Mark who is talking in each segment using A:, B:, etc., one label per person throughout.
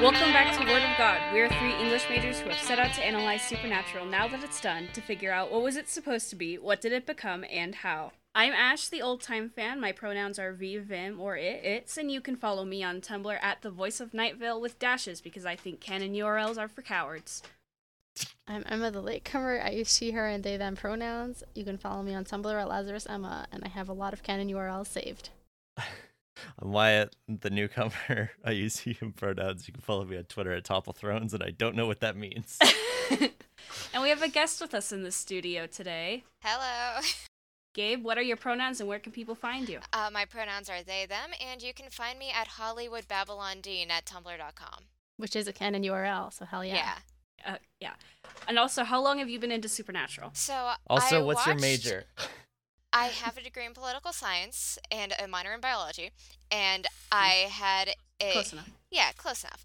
A: Welcome back to Word of God. We are three English majors who have set out to analyze Supernatural now that it's done to figure out what was it supposed to be, what did it become, and how. I'm Ash, the old time fan. My pronouns are V, Vim, or it, its, and you can follow me on Tumblr at the voice of Nightvale with dashes because I think canon URLs are for cowards.
B: I'm Emma the latecomer. I use she, her, and they, them pronouns. You can follow me on Tumblr at Lazarus Emma, and I have a lot of canon URLs saved.
C: I'm Wyatt, the newcomer. I use he and pronouns. You can follow me on Twitter at Topple Thrones, and I don't know what that means.
A: and we have a guest with us in the studio today.
D: Hello.
A: Gabe, what are your pronouns and where can people find you?
D: Uh, my pronouns are they, them, and you can find me at Hollywood Babylon Dean at Tumblr.com.
B: Which is a canon URL, so hell yeah.
A: Uh, yeah. And also, how long have you been into Supernatural?
D: So
C: Also,
D: I
C: what's your
D: watched-
C: major?
D: I have a degree in political science and a minor in biology, and I had a
A: Close enough.
D: yeah, close enough.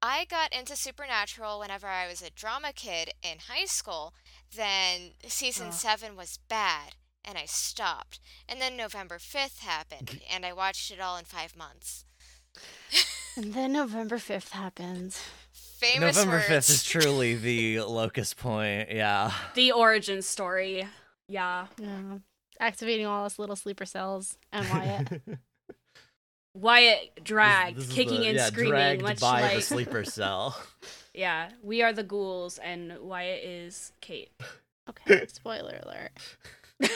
D: I got into Supernatural whenever I was a drama kid in high school. Then season
A: Aw.
D: seven was bad, and I stopped. And then November fifth happened, and I watched it all in five months.
B: And then November 5th happens.
D: Famous
C: November
D: words.
C: fifth is truly the locust point. Yeah.
A: The origin story. Yeah.
B: Yeah. Activating all us little sleeper cells and Wyatt.
A: Wyatt dragged,
C: This- this is
A: kicking
C: the-
A: and
C: yeah,
A: screaming,
C: dragged
A: much
C: by the
A: like
C: sleeper cell.
A: yeah. We are the ghouls, and Wyatt is Kate.
B: okay, spoiler alert.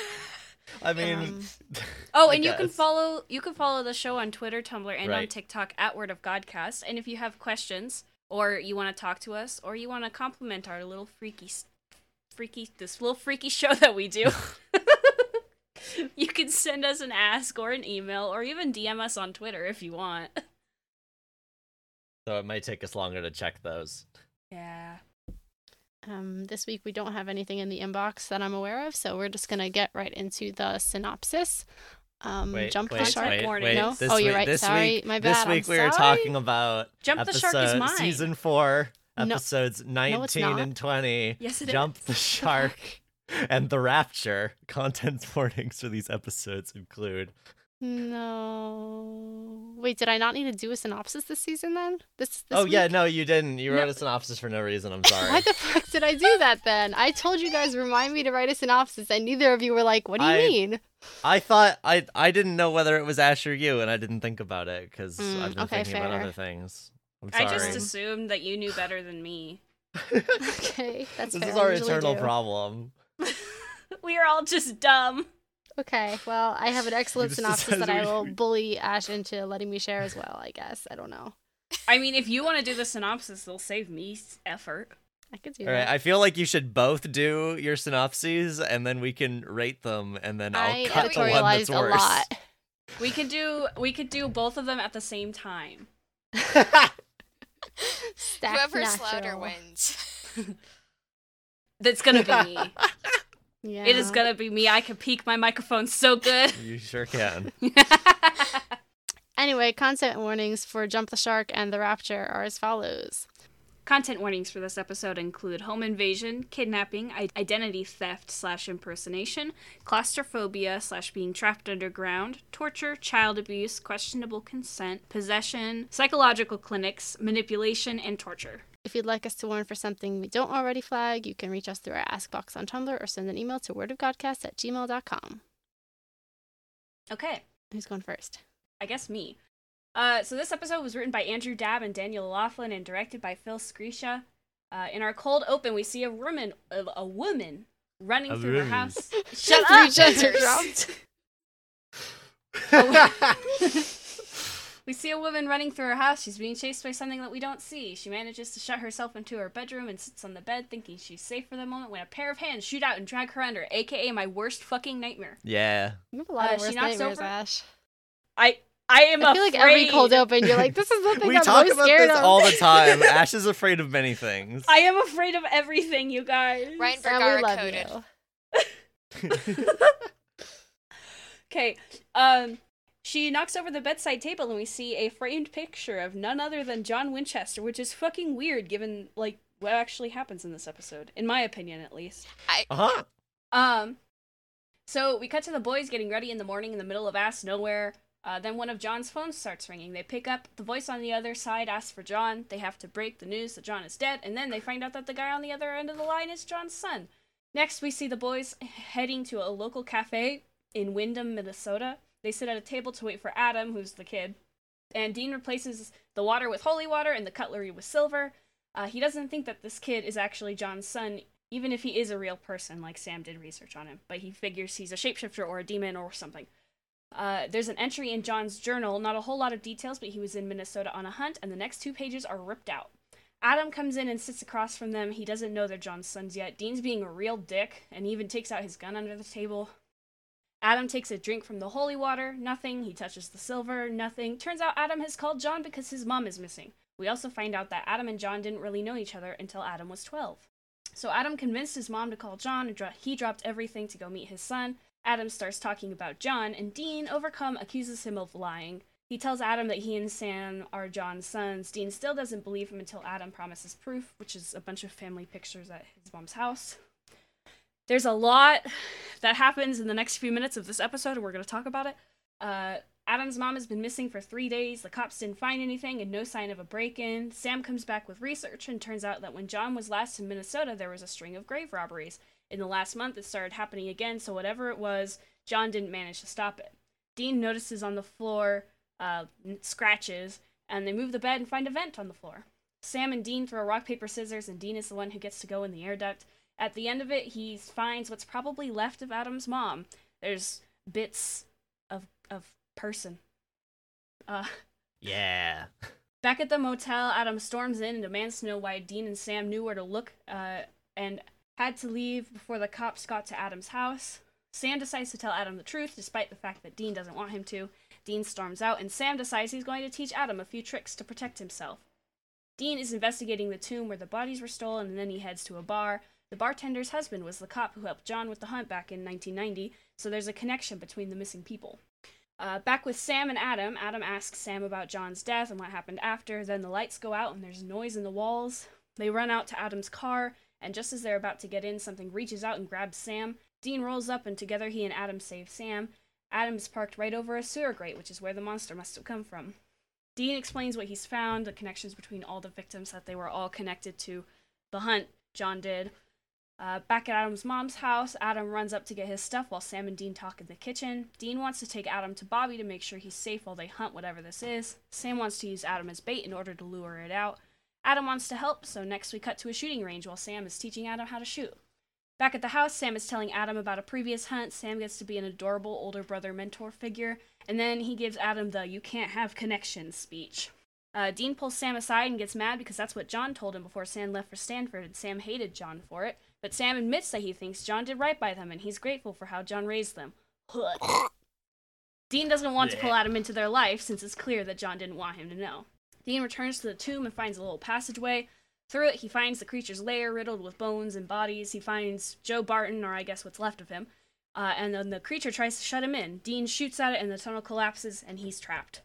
C: I mean,
B: Um,
A: Oh,
C: I
A: and you can
C: guess.
A: follow you can follow the show on Twitter, Tumblr, and on
C: Right.
A: TikTok at Word of Godcast. And if you have questions, or you want to talk to us, or you want to compliment our little freaky, s- freaky this little freaky show that we do, you can send us an ask or an email, or even DM us on Twitter if you want.
C: so it might take us longer to check those.
A: Yeah.
B: um, this week we don't have anything in the inbox that I'm aware of, so we're just going to get right into the synopsis. Um,
C: Wait,
B: jump
C: wait,
B: the shark.
C: Wait,
A: Warning.
C: wait,
B: No?
C: This
B: Oh, you're
C: week-
B: right.
C: This
B: Sorry,
C: week,
B: my
C: This
B: bad, I'm
C: week we were
B: sorry.
C: talking about
A: Jump the shark is
C: episode-
A: mine.
C: Season four,
B: No.
C: episodes nineteen
B: not.
C: and twenty.
A: Yes, it is.
C: Jump the shark and the rapture. Content warnings for these episodes include.
B: No. Wait, did I not need to do a synopsis this season then? This, this
C: oh yeah,
B: week?
C: no, you didn't. You
A: No.
C: wrote a synopsis for no reason. I'm
B: Why
C: sorry.
B: the fuck did I do that then? I told you guys remind me to write a synopsis, and neither of you were like, "What do you
C: I-
B: mean?"
C: I thought I I didn't know whether it was Ash or you, and I didn't think about it because
B: Mm,
C: I've been
B: okay,
C: thinking about
B: fair.
C: other things. I'm sorry.
A: I just assumed that you knew better than me.
B: Okay, that's
C: this
B: fair.
C: is
B: I
C: our
B: usually
C: eternal
B: do.
C: problem.
A: We are all just dumb.
B: Okay, well, I have an excellent
C: just
B: synopsis
C: decided
B: that I
C: we-
B: will bully Ash into letting me share as well. I guess I don't know.
A: I mean, if you want to do the synopsis, they'll save me s- effort.
B: I could do
C: All right,
B: that.
C: I feel like you should both do your synopses, and then we can rate them, and then I'll
B: I
C: cut the one that's
B: editorialized a
C: worse.
B: lot.
A: We could do we could do both of them at the same time.
B: Stacked
D: Whoever's louder
B: natural.
D: wins.
A: That's gonna be me.
B: Yeah.
A: It is gonna be me. I can peek my microphone so good.
C: You sure can.
B: Anyway, content warnings for Jump the Shark and The Rapture are as follows.
A: Content warnings for this episode include home invasion, kidnapping, i- identity theft slash impersonation, claustrophobia slash being trapped underground, torture, child abuse, questionable consent, possession, psychological clinics, manipulation, and torture.
B: If you'd like us to warn for something we don't already flag, you can reach us through our Ask box on Tumblr or send an email to wordofgodcast at gmail.com.
A: Okay,
B: Who's going first?
A: I guess me. Uh, so this episode was written by Andrew Dabb and Daniel Laughlin and directed by Phil Scrisha. Uh, in our cold open, we see a woman, a, a woman running
C: A
A: through
C: woman.
A: her house. Shut
B: Three
A: up!
B: genders dropped.
A: we see a woman running through her house. She's being chased by something that we don't see. She manages to shut herself into her bedroom and sits on the bed, thinking she's safe for the moment. When a pair of hands shoot out and drag her under, aka my worst fucking nightmare.
C: yeah.
B: You have a lot
A: Uh,
B: of
A: she
B: worst
A: knocks
B: nightmares,
A: over-
B: Ash.
A: I I am
B: I feel like every
A: afraid.
B: cold open, you're like, this is the thing
C: we
B: I'm
C: talk
B: most
C: about
B: scared
C: this
B: of.
C: all the time. Ash is afraid of many things.
A: I am afraid of everything, you guys.
D: Ryan
B: and we
D: Vergara
B: love
D: coded.
B: you.
A: Okay. Um she knocks over the bedside table and we see a framed picture of none other than John Winchester, which is fucking weird given like what actually happens in this episode, in my opinion at least.
C: Uh huh.
A: Um so we cut to the boys getting ready in the morning in the middle of ass nowhere. Uh, then one of John's phones starts ringing. They pick up. The voice on the other side asks for John. They have to break the news that John is dead, and then they find out that the guy on the other end of the line is John's son. Next, we see the boys heading to a local cafe in Windham, Minnesota. They sit at a table to wait for Adam, who's the kid. And Dean replaces the water with holy water and the cutlery with silver. Uh, he doesn't think that this kid is actually John's son, even if he is a real person, like Sam did research on him. But he figures he's a shapeshifter or a demon or something. Uh, there's an entry in John's journal, not a whole lot of details, but he was in Minnesota on a hunt, and the next two pages are ripped out. Adam comes in and sits across from them. He doesn't know they're John's sons yet. Dean's being a real dick and even takes out his gun under the table. Adam takes a drink from the holy water, nothing. He touches the silver, nothing. Turns out Adam has called John because his mom is missing. We also find out that Adam and John didn't really know each other until Adam was 12. So Adam convinced his mom to call John and dro- he dropped everything to go meet his son. Adam starts talking about John, and Dean, overcome, accuses him of lying. He tells Adam that he and Sam are John's sons. Dean still doesn't believe him until Adam promises proof, which is a bunch of family pictures at his mom's house. There's a lot that happens in the next few minutes of this episode, and we're going to talk about it. Uh, Adam's mom has been missing for three days. The cops didn't find anything and no sign of a break in. Sam comes back with research and turns out that when John was last in Minnesota, there was a string of grave robberies. In the last month, it started happening again, so whatever it was, John didn't manage to stop it. Dean notices on the floor uh, scratches, and they move the bed and find a vent on the floor. Sam and Dean throw rock, paper, scissors, and Dean is the one who gets to go in the air duct. At the end of it, he finds what's probably left of Adam's mom. There's bits of, of person. Uh,
C: Yeah.
A: back at the motel, Adam storms in and demands to know why Dean and Sam knew where to look uh, and had to leave before the cops got to Adam's house. Sam decides to tell Adam the truth, despite the fact that Dean doesn't want him to. Dean storms out, and Sam decides he's going to teach Adam a few tricks to protect himself. Dean is investigating the tomb where the bodies were stolen, and then he heads to a bar. The bartender's husband was the cop who helped John with the hunt back in 1990, so there's a connection between the missing people. Uh, back with Sam and Adam, Adam asks Sam about John's death and what happened after. Then the lights go out and there's noise in the walls. They run out to Adam's car, and just as they're about to get in, something reaches out and grabs Sam. Dean rolls up, and together he and Adam save Sam. Adam is parked right over a sewer grate, which is where the monster must have come from. Dean explains what he's found, the connections between all the victims, that they were all connected to the hunt John did. Uh, back at Adam's mom's house, Adam runs up to get his stuff while Sam and Dean talk in the kitchen. Dean wants to take Adam to Bobby to make sure he's safe while they hunt whatever this is. Sam wants to use Adam as bait in order to lure it out. Adam wants to help, so next we cut to a shooting range while Sam is teaching Adam how to shoot. Back at the house, Sam is telling Adam about a previous hunt. Sam gets to be an adorable older brother mentor figure, and then he gives Adam the you can't have connections speech. Uh, Dean pulls Sam aside and gets mad because that's what John told him before Sam left for Stanford, and Sam hated John for it. But Sam admits that he thinks John did right by them, and he's grateful for how John raised them. Dean doesn't want to pull Adam into their life since it's clear that John didn't want him to know. Dean returns to the tomb and finds a little passageway. Through it, he finds the creature's lair riddled with bones and bodies. He finds Joe Barton, or I guess what's left of him, uh, and then the creature tries to shut him in. Dean shoots at it, and the tunnel collapses, and he's trapped.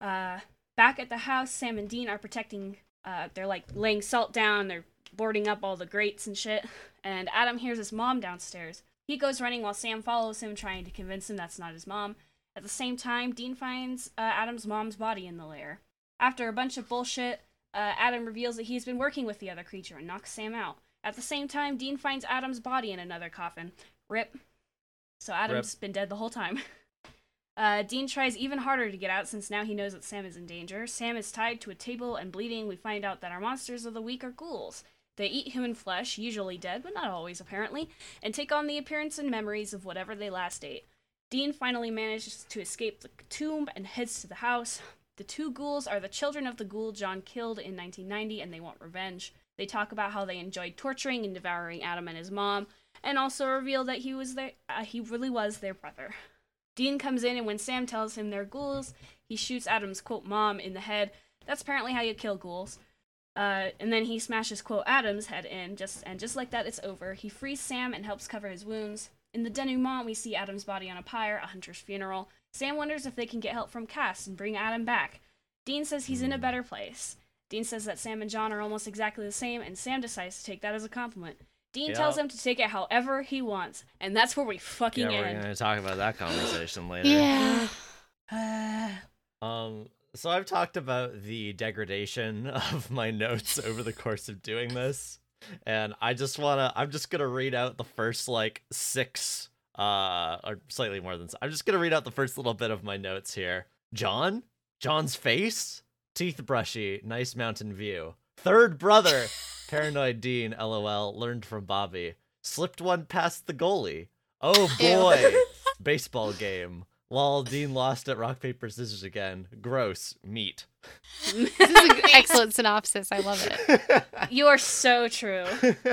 A: Uh, back at the house, Sam and Dean are protecting. Uh, they're like laying salt down. They're boarding up all the grates and shit. And Adam hears his mom downstairs. He goes running while Sam follows him, trying to convince him that's not his mom. At the same time, Dean finds uh, Adam's mom's body in the lair. After a bunch of bullshit, uh, Adam reveals that he's been working with the other creature and knocks Sam out. At the same time, Dean finds Adam's body in another coffin. Rip. So Adam's been dead the whole time. Uh, Dean tries even harder to get out since now he knows that Sam is in danger. Sam is tied to a table and bleeding. We find out that our monsters of the week are ghouls. They eat human flesh, usually dead, but not always apparently, and take on the appearance and memories of whatever they last ate. Dean finally manages to escape the tomb and heads to the house. The two ghouls are the children of the ghoul John killed in 1990, and they want revenge. They talk about how they enjoyed torturing and devouring Adam and his mom, and also reveal that he was their, uh, he really was their brother. Dean comes in, and when Sam tells him they're ghouls, he shoots Adam's quote mom in the head. That's apparently how you kill ghouls. Uh, and then he smashes quote Adam's head in, just and just like that, it's over. He frees Sam and helps cover his wounds. In the denouement, we see Adam's body on a pyre, a hunter's funeral. Sam wonders if they can get help from Cass and bring Adam back. Dean says he's in
C: Hmm.
A: a better place. Dean says that Sam and John are almost exactly the same, and Sam decides to take that as a compliment. Dean tells
C: Yeah.
A: him to take it however he wants, and that's where we fucking
C: yeah, we're
A: end.
C: gonna talk about that conversation later.
B: Yeah.
C: Um, so I've talked about the degradation of my notes over the course of doing this, and I just wanna, I'm just gonna read out the first like six, uh, or slightly more than. s- I'm just gonna read out the first little bit of my notes here. John, John's face, teeth brushy, nice mountain view. Third brother, paranoid Dean, lol. Learned from Bobby. Slipped one past the goalie. Oh
B: Ew.
C: boy, baseball game. Lol, Dean lost at rock, paper, scissors again. Gross, meat.
B: This is an excellent synopsis. I love it.
A: you are so true.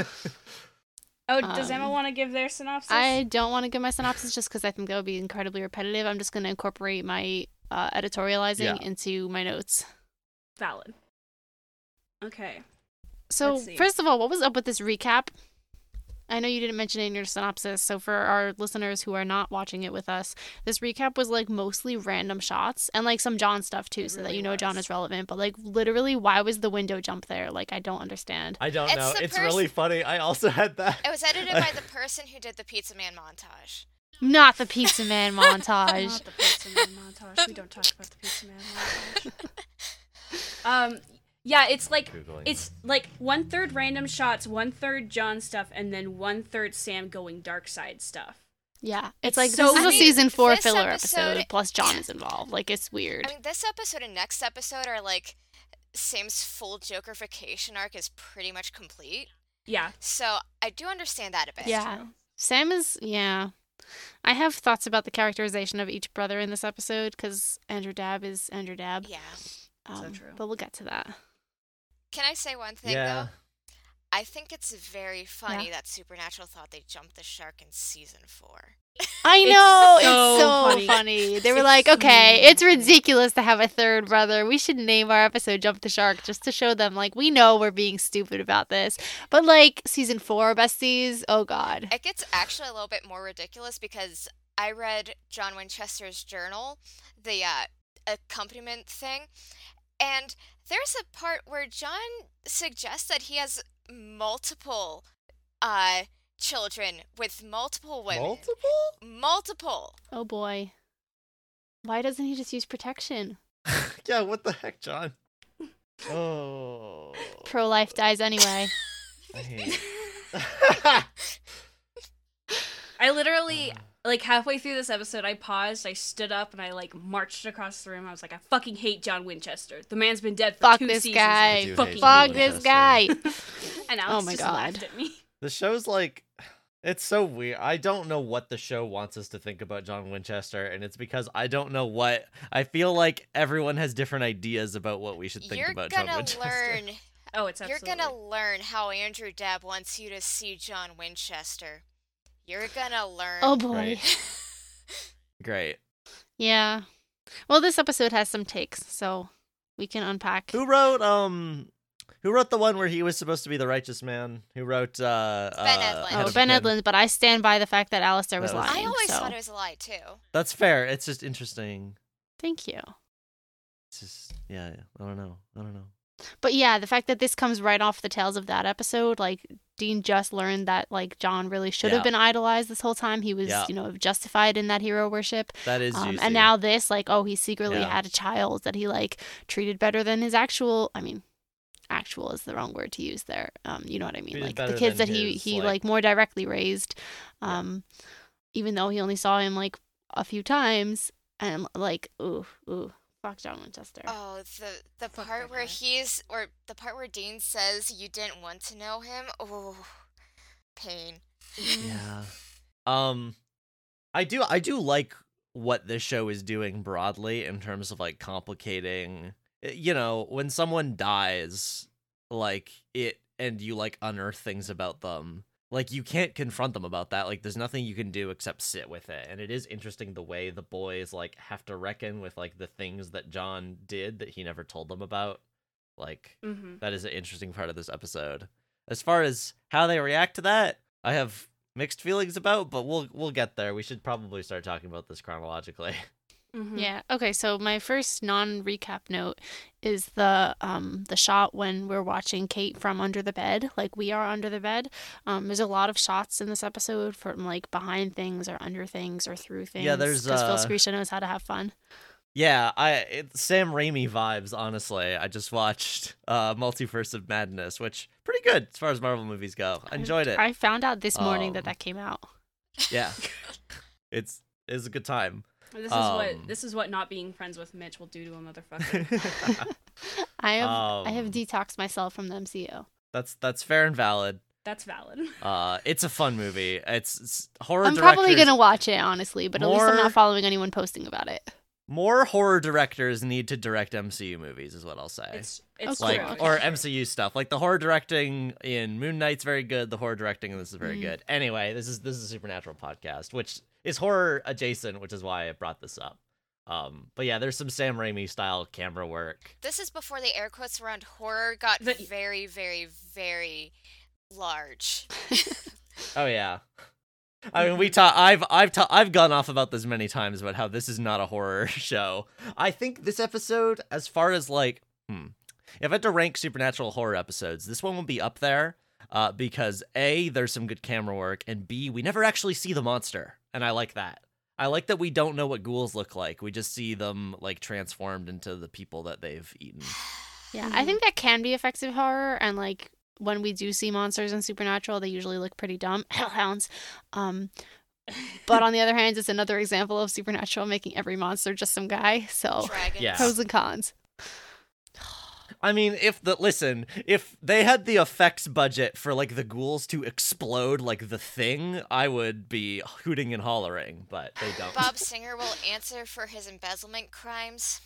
A: Oh, does Emma
B: Um,
A: want to give their synopsis?
B: I don't want to give my synopsis just because I think that would be incredibly repetitive. I'm just going to incorporate my uh, editorializing
C: Yeah.
B: into my notes.
A: Valid. Okay.
B: So,
A: Let's see.
B: first of all, what was up with this recap? I know you didn't mention it in your synopsis. So, for our listeners who are not watching it with us, this recap was like mostly random shots and like some John stuff too,
A: It
B: so that
A: really
B: you know John
A: was.
B: is relevant. But, like, literally, why was the window jump there? Like, I don't understand.
C: I don't
D: It's
C: know.
D: the
C: It's really funny. I also had that.
D: It was edited by the person who did the Pizza Man montage.
B: Not the Pizza Man montage.
A: Not the pizza man montage. We don't talk about the pizza man montage. um, yeah, it's like
C: Googling.
A: it's like one third random shots, one third John stuff, and then one third Sam going dark side stuff.
B: Yeah,
A: It's
B: it's, like
A: so
B: this is a
A: weird.
B: season four
D: This
B: filler
D: episode-
B: episode, plus John is involved. Like it's weird.
D: I mean, this episode and next episode are like Sam's full Jokerification arc is pretty much complete.
A: Yeah,
D: So I do understand that a bit.
B: yeah, Sam is yeah. I have thoughts about the characterization of each brother in this episode because Andrew Dab is Andrew Dab.
D: Yeah.
A: so true.
B: But we'll get to that.
D: Can I say one thing
C: yeah.
D: though? I think it's very funny that Supernatural thought they jumped the shark in season four.
B: I
A: It's
B: know it's
A: so
B: so,
A: funny.
B: funny. They were like,
A: It's
B: okay,
A: so
B: it's ridiculous to have a third brother. We should name our episode "Jump the Shark" just to show them like we know we're being stupid about this. But like season four besties, oh god.
D: It gets actually a little bit more ridiculous because I read John Winchester's journal, the uh, accompaniment thing, and there's a part where John suggests that he has multiple uh, children with multiple women.
C: Multiple?
D: Multiple.
B: Oh boy. Why doesn't he just use protection?
C: yeah, what the heck, John? Oh.
B: Pro life dies anyway.
C: I hate-
A: I literally
C: Mm-hmm.
A: like halfway through this episode, I paused, I stood up, and I like marched across the room. I was like, I fucking hate John Winchester. The man's been dead for
B: Fuck
A: two
B: this
A: seasons.
B: guy.
A: I
C: I do
A: fucking
C: hate
B: Fuck
A: hate
C: John
A: him."
B: this
C: Winchester.
B: guy.
A: And Alex
B: Oh my
A: just
B: God.
A: laughed at me.
C: The show's like it's so weird. I don't know what the show wants us to think about John Winchester, and it's because I don't know what I feel like everyone has different ideas about what we should think
D: You're
C: about John
D: gonna
C: Winchester.
D: learn.
A: Oh, it's
D: You're
A: absolutely.
D: gonna learn how Andrew Dabb wants you to see John Winchester. You're gonna learn.
B: Oh boy.
C: Right. Great.
B: Yeah. Well, this episode has some takes, so we can unpack.
C: Who wrote um who wrote the one where he was supposed to be the righteous man? Who wrote uh
D: Ben
C: uh,
D: Edlund.
C: Head
B: Oh,
C: of
B: Ben
C: Kin?
B: Edlund, but I stand by the fact that Alistair was
C: That was-
B: lying.
D: I always
B: so.
D: thought it was a lie too.
C: That's fair. It's just interesting.
B: Thank you.
C: It's just yeah, yeah. I don't know. I don't know.
B: But yeah, the fact that this comes right off the tails of that episode, like Dean just learned that like John really should
C: Yeah.
B: have been idolized this whole time. He was,
C: Yeah.
B: you know, justified in that hero worship.
C: That is
B: Um,
C: juicy.
B: and now this, like, oh, he secretly
C: Yeah.
B: had a child that he like treated better than his actual. I mean, actual is the wrong word to use there. Um, you know what I mean?
C: Treated
B: like
C: better
B: the kids
C: than
B: that he
C: his,
B: he
C: like-
B: like, more directly raised.
C: Yeah.
B: Um, even though he only saw him like a few times, and like, ooh, ooh, fuck John Winchester.
D: Oh, the the
A: Fuck
D: part
A: that
D: where
A: guy.
D: he's or the part where Dean says you didn't want to know him. Oh, pain.
C: Yeah. Um I do I do like what this show is doing broadly in terms of like complicating eh, you know, when someone dies like it and you like unearth things about them. Like you can't confront them about that. Like there's nothing you can do except sit with it. And it is interesting the way the boys like have to reckon with like the things that John did that he never told them about. Like
A: Mm-hmm.
C: that is an interesting part of this episode. As far as how they react to that, I have mixed feelings about, but we'll we'll get there. We should probably start talking about this chronologically.
A: Mm-hmm.
B: Yeah. Okay. So my first non-recap note is the um the shot when we're watching Kate from under the bed, like we are under the bed. Um, there's a lot of shots in this episode from like behind things or under things or through things.
C: Yeah, there's,
B: because
C: uh,
B: Phil Screesha knows how to have fun.
C: Yeah, I it, Sam Raimi vibes. Honestly, I just watched uh, Multiverse of Madness, which pretty good as far as Marvel movies go. I enjoyed it.
B: I found out this morning that
C: Um,
B: that came out.
C: yeah, it's it's a good time.
A: This is
C: Um.
A: what this is what not being friends with Mitch will do to a motherfucker.
B: I have I have
C: Um,
B: detoxed myself from the MCU.
C: that's that's fair and valid.
A: That's valid.
C: Uh, it's a fun movie. It's, it's horror.
B: I'm probably
C: directors-
B: gonna watch it honestly, but at least I'm
C: more-
B: not following anyone posting about it.
C: more horror directors need to direct MCU movies, is what I'll say.
A: It's it's
B: Okay.
C: like
A: true.
C: or MCU stuff. Like the horror directing in Moon Knight's very good. The horror directing in this is very
A: Mm.
B: Mhm.
C: good. Anyway, this is this is a supernatural podcast, which is horror adjacent, which is why I brought this up. Um, but yeah, there's some Sam Raimi style camera work.
D: This is before the air quotes around horror got
A: The-
D: very, very, very large.
C: Oh yeah. I mean, we ta- I've I've ta- I've gone off about this many times about how this is not a horror show. I think this episode, as far as like, hmm, if I had to rank supernatural horror episodes, this one would be up there uh, because a there's some good camera work, and b we never actually see the monster, and I like that. I like that we don't know what ghouls look like. We just see them like transformed into the people that they've eaten.
B: Yeah, I think that can be effective horror, and like when we do see monsters in supernatural, they usually look pretty dumb. Hellhounds. Um, but on the other hand, it's another example of supernatural making every monster just some guy. So
D: Dragons.
C: Yeah.
B: pros and cons.
C: I mean, if the listen, if they had the effects budget for like the ghouls to explode like the thing, I would be hooting and hollering, but they don't.
D: Bob Singer will answer for his embezzlement crimes.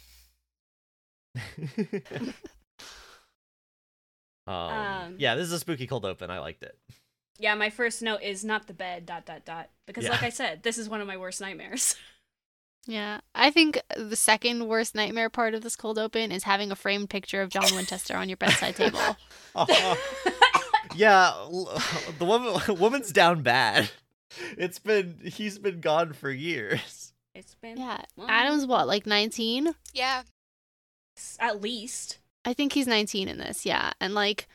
C: um,
A: Um,
C: yeah, this is a spooky cold open. I liked it.
A: yeah, my first note is not the bed dot dot dot because
C: Yeah.
A: like I said, this is one of my worst nightmares.
B: Yeah, I think the second worst nightmare part of this cold open is having a framed picture of John Winchester on your bedside table.
C: Oh. yeah, l- the woman woman's down bad. It's been he's been gone for years.
A: It's been
B: Yeah,
A: Well,
B: Adam's what, like 19?
D: Yeah.
A: s- at least
B: I think he's 19 in this, yeah. And like,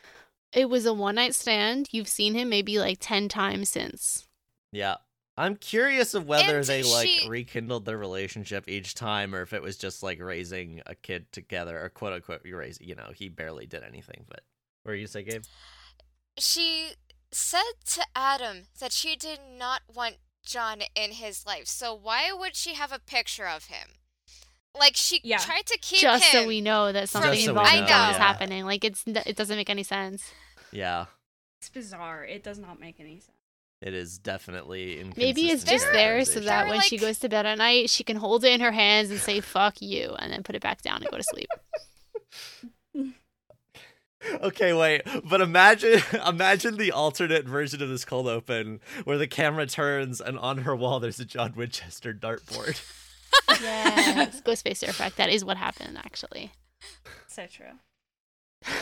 B: it was a one night stand. You've seen him maybe like 10 times since.
C: Yeah. I'm curious of whether
D: And
C: they like
D: she-
C: rekindled their relationship each time or if it was just like raising a kid together or quote unquote you raise you know, he barely did anything, but where you say Gabe?
D: She said to Adam that she did not want John in his life, so why would she have a picture of him? Like she
A: Yeah.
D: tried to keep
B: Just
D: him.
B: so we know that something
D: Just so we
B: involving
D: know,
B: John is
D: yeah.
B: happening. Like, it's it doesn't make any sense.
C: Yeah.
A: it's bizarre. It does not make any sense.
C: It is definitely inconsistent.
B: Maybe it's just
D: They're-
B: there so that
D: they're
B: when she
D: like-
B: goes to bed at night, she can hold it in her hands and say, fuck you, and then put it back down and go to sleep.
C: Okay, wait. But imagine imagine the alternate version of this cold open where the camera turns and on her wall there's a John Winchester dartboard.
B: yes. Ghostface Effect. That is what happened, actually.
A: So true.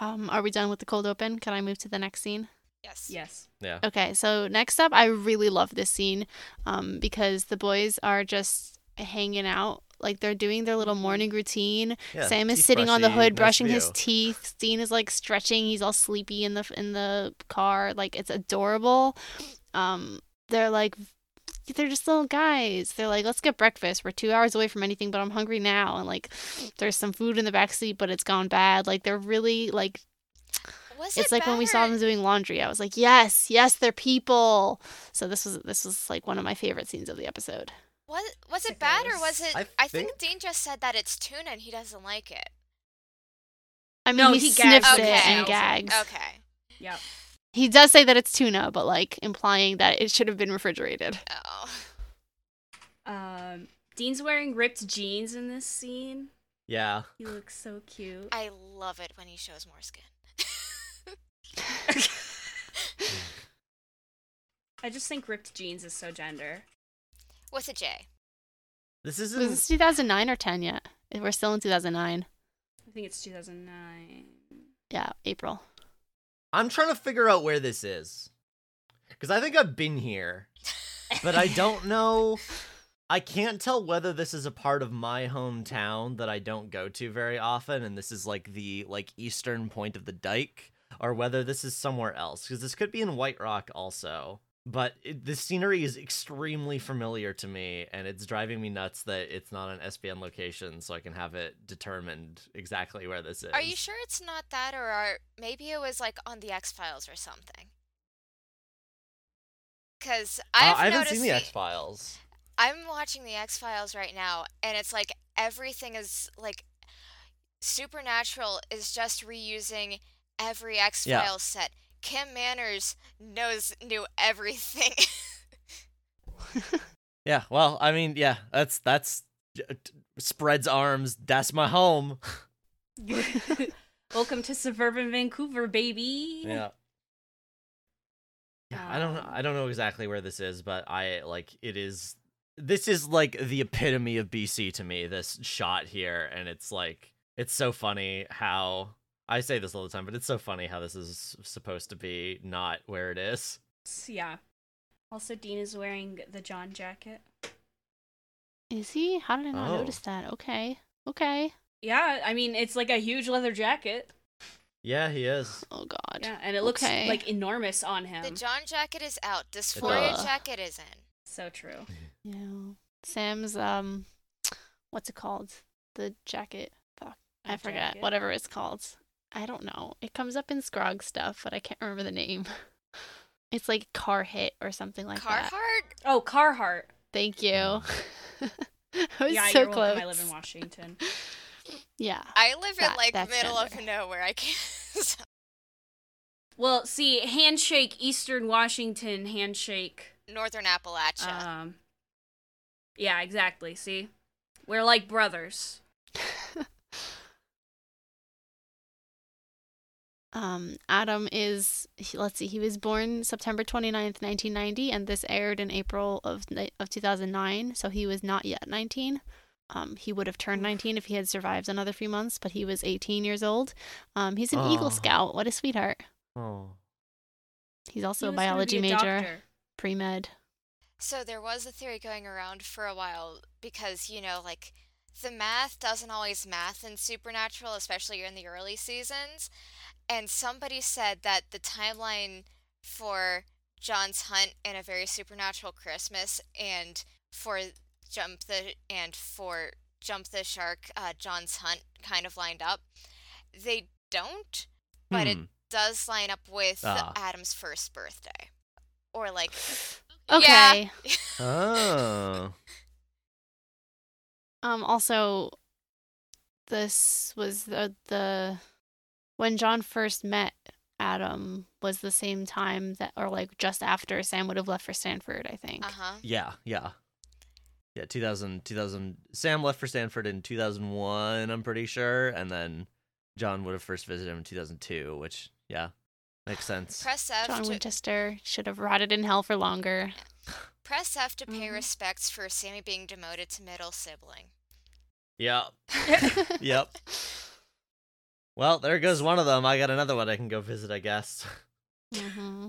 B: Um, are we done with the cold open? Can I move to the next scene?
D: Yes.
A: Yes.
B: Okay, so next up, I really love this scene um, because the boys are just hanging out. Like they're doing their little morning routine.
C: Yeah,
B: Sam is
C: teeth
B: sitting on the
C: brushy,
B: hood,
C: nice
B: brushing his
C: view.
B: teeth. Dean is like stretching. He's all sleepy in the in the car. Like it's adorable. Um, they're like, they're just little guys. They're like, let's get breakfast. We're two hours away from anything, but I'm hungry now. And like, there's some food in the backseat, but it's gone bad. Like they're really like
D: Was
B: it's
D: it
B: like when we saw
D: bad or-
B: them doing laundry. I was like, yes, yes, they're people. So this was this was like one of my favorite scenes of the episode.
D: Was was
A: Sick
D: it bad or
A: notice.
D: was it?
C: I
D: I, think, Dean just said that it's tuna and he doesn't like it.
B: I mean,
A: No,
B: he,
A: he
B: sniffs
A: gags.
B: it
D: Okay.
B: and gags.
D: Okay.
A: Yep.
B: He does say that it's tuna, but like implying that it should have been refrigerated.
D: Oh.
A: Um, Dean's wearing ripped jeans in this scene.
C: Yeah.
A: He looks so cute.
D: I love it when he shows more skin.
A: I just think ripped jeans is so gender.
D: With a J.
C: This
B: Was
C: isn't
B: this 2009 or 10 yet? We're still in 2009.
A: I think it's 2009.
B: Yeah, April.
C: I'm trying to figure out where this is. Because I think I've been here, but I don't know. I can't tell whether this is a part of my hometown that I don't go to very often, and this is like the like eastern point of the dike, or whether this is somewhere else. Because this could be in White Rock also. but it, the scenery is extremely familiar to me and it's driving me nuts that it's not an SBN location so I can have it determined exactly where this is.
D: Are you sure it's not that, or are maybe it was like on the X Files or something? Because
C: Uh,
D: I've
C: I haven't
D: noticed
C: seen the X Files.
D: I'm watching the X Files right now, and it's like everything is like Supernatural is just reusing every X
C: Yeah.
D: Files set. Kim Manners knows knew everything.
C: Yeah, well, I mean, yeah, that's that's uh, t- spreads arms. That's my home.
A: Welcome to suburban Vancouver, baby.
C: Yeah. Yeah, I don't know. I don't know exactly where this is, but I like it is. This is like the epitome of BC to me. This shot here, and it's like it's so funny how I say this all the time, but it's so funny how this is supposed to be not where it is.
A: Yeah. Also, Dean is wearing the John jacket.
B: Is he? How did I not
C: Oh.
B: notice that? Okay. Okay.
A: Yeah, I mean it's like a huge leather jacket.
C: Yeah, he is.
B: Oh god.
A: Yeah, and it looks
B: Okay.
A: like enormous on
D: the
A: him.
D: John jacket is out. Dysphoria
B: Ugh.
D: jacket is in.
A: so true.
B: Yeah. Sam's um what's it called? The jacket. Fuck. I
A: The
B: forget.
A: jacket?
B: Whatever it's called. I don't know. It comes up in Scrog stuff, but I can't remember the name. It's like car hit or something like that.
D: Carhartt.
A: Oh, Carhartt.
B: Thank you. I was
A: yeah,
B: so
A: you're
B: close.
A: welcome. I live in Washington.
B: yeah.
D: I live in
B: That-
D: like
B: that's
D: middle
B: gender.
D: of nowhere. I can't.
A: Well, see, handshake Eastern Washington handshake.
D: Northern Appalachia.
A: Um Yeah, exactly. See? We're like brothers.
B: Um, Adam is, he- let's see, he was born September 29th, 1990, and this aired in April of, ni- of 2009, so he was not yet 19. Um, he would have turned 19 if he had survived another few months, but he was 18 years old. Um, he's an
C: Aw.
B: Eagle Scout. What a sweetheart.
C: Oh,
B: He's also
A: He
B: a
A: was gonna
B: biology
A: be a
B: major,
A: doctor.
B: pre med.
D: So there was a theory going around for a while because, you know, like the math doesn't always math in Supernatural, especially in the early seasons. And somebody said that the timeline for John's hunt and a very supernatural Christmas and for jump the and for jump the shark uh, John's hunt kind of lined up. They don't, but it
C: Hmm.
D: does line up with
C: Ah.
D: Adam's first birthday. Or like Yeah.
B: Okay.
C: oh.
B: Um, also, this was the, the when John first met Adam was the same time that, or like just after Sam would have left for Stanford, I think.
D: Uh-huh.
C: Yeah, yeah. Yeah, 2000, 2000 Sam left for Stanford in 2001, I'm pretty sure, and then John would have first visited him in 2002, which yeah, makes sense.
D: Press F
B: John
D: to
B: Winchester should have rotted in hell for longer.
D: press F to pay
A: Mhm.
D: respects for Sammy being demoted to middle sibling.
C: Yeah. Yep. Well, there goes one of them. I got another one I can go visit, I guess.
A: Mm-hmm.
B: hmm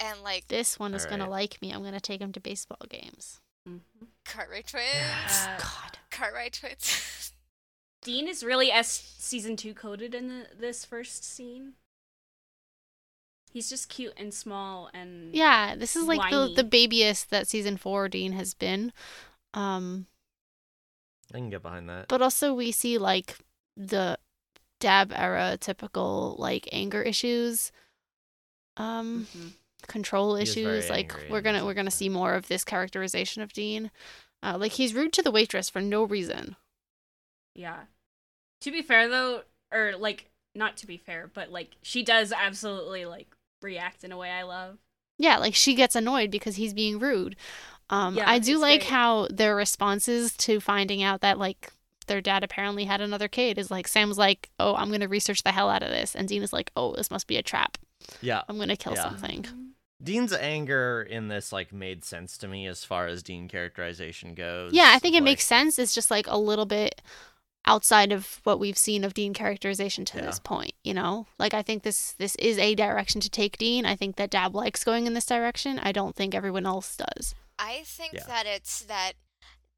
D: And like
B: This one is
C: All
B: gonna
C: right.
B: like me. I'm gonna take him to baseball games.
D: Cartwright twins.
A: Uh,
B: God.
D: Cartwright twins.
A: Dean is really S season two coded in the, this first scene. He's just cute and small and
B: Yeah, this is like the,
A: Whiny.
B: the babyest that season four Dean has been. Um,
C: I can get behind that.
B: but also we see like the dab era typical like anger issues. Um,
A: Mhm.
B: control
C: He is very
B: issues. Like
C: angry
B: we're
C: and
B: gonna
C: stuff
B: we're gonna
C: like
B: see
C: that.
B: more of this characterization of Dean. Uh, like he's rude to the waitress for no reason.
A: yeah. To be fair though, or like not to be fair, but like she does absolutely like react in a way I love.
B: Yeah, like she gets annoyed because he's being rude. Um,
A: Yeah,
B: I do
A: it's
B: like
A: great.
B: how their responses to finding out that like their dad apparently had another kid is like Sam's like, "Oh, I'm gonna research the hell out of this," and Dean is like, "Oh, this must be a trap.
C: Yeah.
B: I'm gonna kill
C: Yeah.
B: something."
C: Dean's anger in this like made sense to me as far as Dean characterization goes.
B: Yeah, I think it
C: Like,
B: makes sense. It's just like a little bit outside of what we've seen of Dean characterization to this point, you know? Like I think this this is a direction to take Dean. I think that Dab likes going in this direction. I don't think everyone else does.
D: I think
C: Yeah.
D: that it's that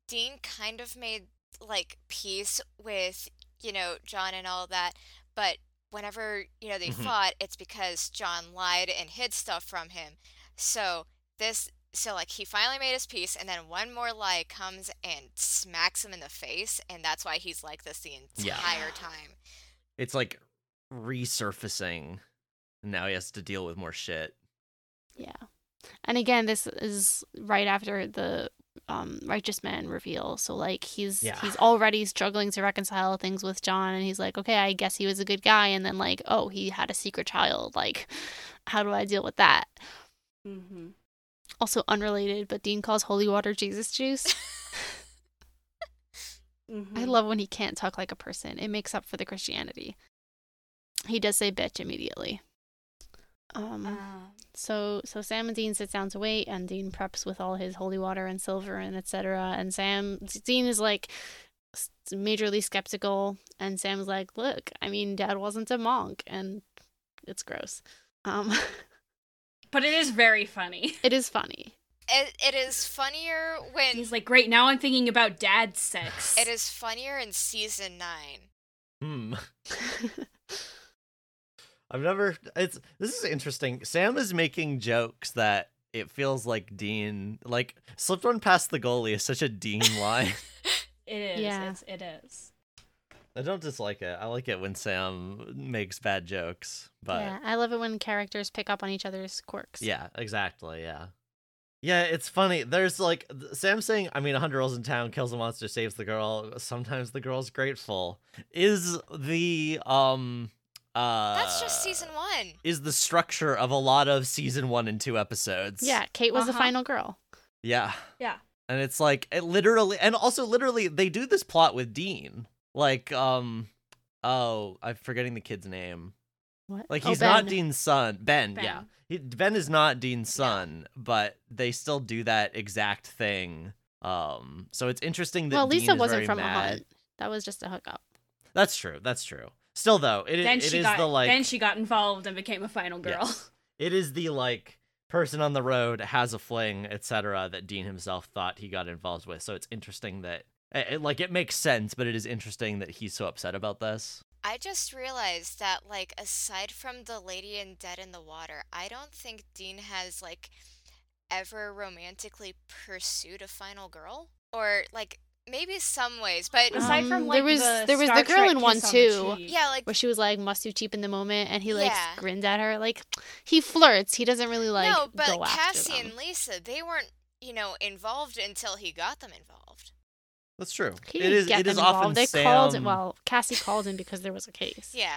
D: Dean kind of made like peace with, you know, John and all that, but whenever you know they
C: Mhm.
D: fought, it's because John lied and hid stuff from him. So this, so like he finally made his peace, and then one more lie comes and smacks him in the face, and that's why he's like this the
C: Yeah.
D: entire time.
C: It's like resurfacing. Now he has to deal with more shit.
B: Yeah. And again, this is right after the um righteous man reveal. So like he's
C: Yeah.
B: he's already struggling to reconcile things with John and he's like, "Okay, I guess he was a good guy." And then like, "Oh, he had a secret child. Like, how do I deal with that?"
A: Mm-hmm.
B: Also unrelated, but Dean calls holy water Jesus juice.
A: mm-hmm.
B: I love when he can't talk like a person. It makes up for the Christianity. He does say bitch immediately. Um
A: Uh.
B: So so Sam and Dean sit down to wait, and Dean preps with all his holy water and silver and etc. And Sam Dean is like s- majorly skeptical, and Sam's like, "Look, I mean, Dad wasn't a monk, and it's gross." Um,
A: but it is very funny.
B: it is funny.
D: It, it is funnier when
A: He's like, great. Now I'm thinking about dad sex.
D: it is funnier in season nine.
C: Hmm. I've never. It's this is interesting. Sam is making jokes that it feels like Dean like slipped one past the goalie is such a Dean line.
A: It is.
B: Yeah.
A: It's, it is.
C: I don't dislike it. I like it when Sam makes bad jokes, but
B: yeah, I love it when characters pick up on each other's quirks.
C: Yeah, exactly. Yeah. Yeah, it's funny. There's like th- Sam saying, I mean, 100 girls in town kills a monster, saves the girl. Sometimes the girl's grateful. Is the, um, uh,
D: That's just season one.
C: Is the structure of a lot of season one and two episodes.
B: yeah. Kate was the
A: Uh-huh.
B: final girl.
C: Yeah.
A: Yeah.
C: And it's like, it literally, and also literally, they do this plot with Dean. Like, um, oh, I'm forgetting the kid's name.
B: What?
C: Like
B: Oh,
C: he's not
B: Ben.
C: Dean's son. Ben,
A: Ben.
C: yeah. He, ben is not Dean's son, but they still do that exact thing. Um so it's interesting that
B: Well,
C: Dean
B: Lisa
C: is
B: wasn't
C: very
B: from
C: mad.
B: a hunt. That was just a hookup.
C: That's true. That's true. Still though, it,
A: then
C: it
A: she
C: is
A: got.
C: the like
A: then she got involved and became a final girl.
C: Yes. it is the like person on the road has a fling, etc. that Dean himself thought he got involved with. So it's interesting that it, it- like it makes sense, but it is interesting that he's so upset about this.
D: I just realized that, like, aside from the lady in Dead in the Water, I don't think Dean has, like, ever romantically pursued a final girl. Or, like, maybe some ways, but
B: Um,
A: Aside from like
B: there was-
A: the
B: there was
A: Star
B: the girl
A: Trek
B: in one
A: kiss on the
B: too.
A: cheek.
D: yeah, like,
B: where she was like must do cheap in the moment and he like
D: Yeah.
B: grinned at her like he flirts he doesn't really like
D: no, but
B: go after
D: Cassie
B: them.
D: and Lisa, they weren't, you know, involved until he got them involved.
C: That's true.
B: he
C: it
B: didn't
C: is.
B: get
C: it is
B: them involved
C: often
B: they
C: Sam.
B: called him well Cassie called him because there was a case
D: Yeah.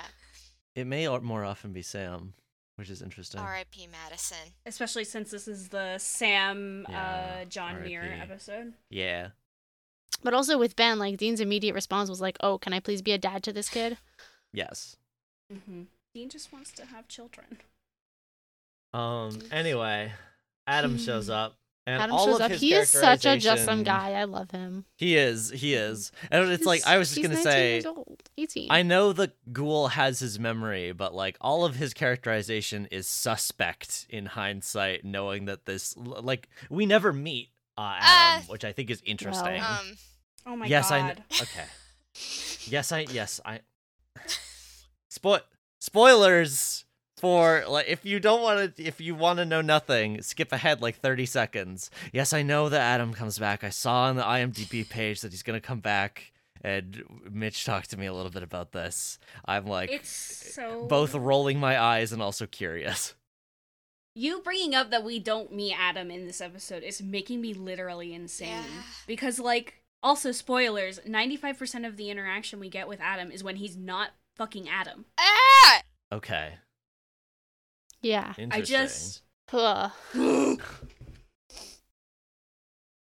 C: It may o- more often be Sam, which is interesting.
D: R.I.P. Madison.
A: Especially since this is the Sam
C: Yeah,
A: uh, John Muir
C: RIP.
A: episode.
C: Yeah.
B: but also with Ben like Dean's immediate response was like oh can I please be a dad to this kid
C: Yes.
A: Mm-hmm. Dean just wants to have children.
C: Um. Anyway, Adam shows up, and
B: Adam
C: all
B: shows
C: of
B: up
C: his
B: he is such a just some
C: characterization-
B: guy I love him
C: He is. He is. And it's like
B: He's-
C: I was just
B: he's
C: gonna
B: 19
C: say.
B: years old, 18
C: I know the ghoul has his memory, but like all of his characterization is suspect in hindsight, knowing that this l- like we never meet uh, Adam,
D: Uh,
C: which I think is interesting.
B: Yeah.
D: Um,
A: Oh my
C: yes, I
A: god.
C: kn- okay. Yes, I yes I. Spoil spoilers for like if you don't want to if you want to know nothing, skip ahead like thirty seconds. Yes, I know that Adam comes back. I saw on the IMDb page that he's gonna come back, and Mitch talked to me a little bit about this. I'm like
A: it's so
C: both rolling my eyes and also curious.
A: You bringing up that we don't meet Adam in this episode is making me literally insane.
D: Yeah.
A: Because, like, also spoilers 95% of the interaction we get with Adam is when he's not fucking Adam.
D: ah!
C: Okay,
B: yeah
C: interesting.
A: I just.
B: Ugh.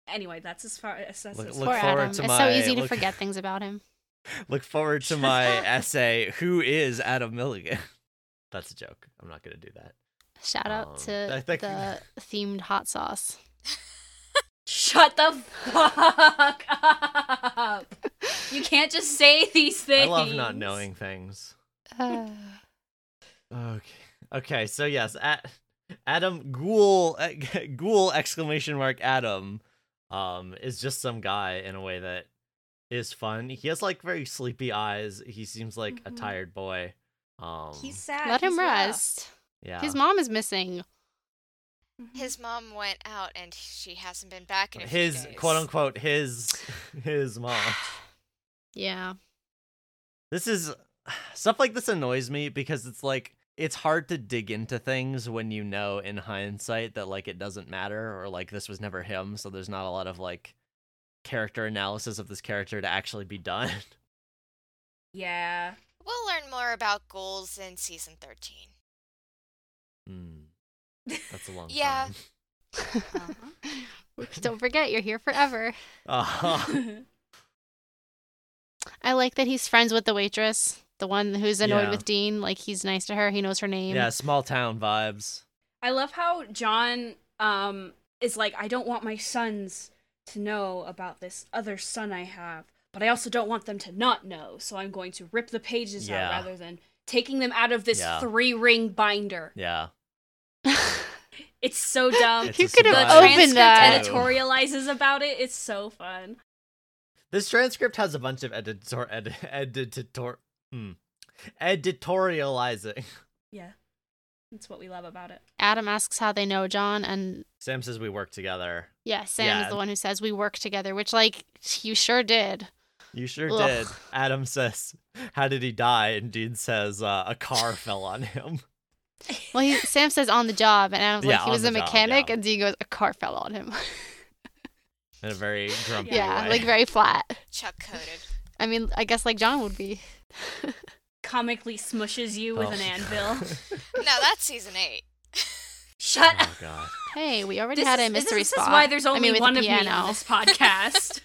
A: Anyway, that's as far as. That's
C: Look-
A: as
C: look
B: poor
A: far.
C: forward
B: Adam
C: to
B: it's
C: my-
B: so easy to
C: look-
B: forget things about him
C: Look forward to my essay, Who is Adam Milligan? That's a joke. I'm not going to do that.
B: shout out
C: Um,
B: to
C: I think-
B: the themed hot sauce
A: Shut the fuck up! You can't just say these
C: I
A: things.
C: love not knowing things. Okay. Okay, so yes, A- Adam Ghoul Ghoul exclamation mark Adam um is just some guy in a way that is fun. He has like very sleepy eyes. He seems like a
A: Mhm.
C: tired boy. Um,
A: He's sad.
B: Let
A: he's
B: him
A: rough.
B: rest.
C: yeah.
B: His mom is missing.
D: His mom went out and she hasn't been back in a few
C: his
D: days.
C: quote unquote his his mom.
B: Yeah.
C: This is stuff like this annoys me because it's like it's hard to dig into things when you know in hindsight that like it doesn't matter or like this was never him, so there's not a lot of like character analysis of this character to actually be done.
A: Yeah.
D: We'll learn more about ghouls in season 13.
C: Hmm. that's a long
D: Yeah.
C: time.
B: Don't forget, you're here forever.
C: Uh-huh.
B: I like that he's friends with the waitress, the one who's annoyed
C: Yeah.
B: with Dean. Like he's nice to her. He knows her name.
C: yeah, small town vibes.
A: I love how John um is like, I don't want my sons to know about this other son I have, but I also don't want them to not know, so I'm going to rip the pages
C: Yeah.
A: out rather than taking them out of this
C: Yeah.
A: three ring binder.
C: Yeah.
A: It's so dumb.
C: It's
B: Um, You
C: a
B: could have
A: the
C: surprise.
B: opened
A: transcript
B: that.
A: editorializes about it. It's so fun.
C: This transcript has a bunch of editor ed- editor hmm. editorializing.
A: Yeah. That's what we love about it.
B: Adam asks how they know John, and
C: Sam says we work together.
B: yeah, Sam
C: Yeah.
B: is the one who says we work together, which like you sure did.
C: You sure
B: Ugh.
C: did. Adam says, "How did he die?" And Dean says, uh, "A car fell on him."
B: Well, he, Sam says on the job, and Adam's
C: Yeah,
B: like he
C: on
B: was
C: the
B: a
C: job,
B: mechanic,
C: yeah.
B: and Dean goes a car fell on him.
C: In a very grumpy
B: yeah,
C: way.
B: like very flat.
D: Chuck coded.
B: I mean, I guess like John would be.
A: Comically smushes you with
C: Oh.
A: an anvil.
D: no, that's season 8.
A: Shut up.
C: oh god.
B: Hey, we already had a mystery
A: this,
B: spot.
A: This is why there's
B: I
A: only
B: mean, with a
A: one of me
B: piano.
A: on this podcast.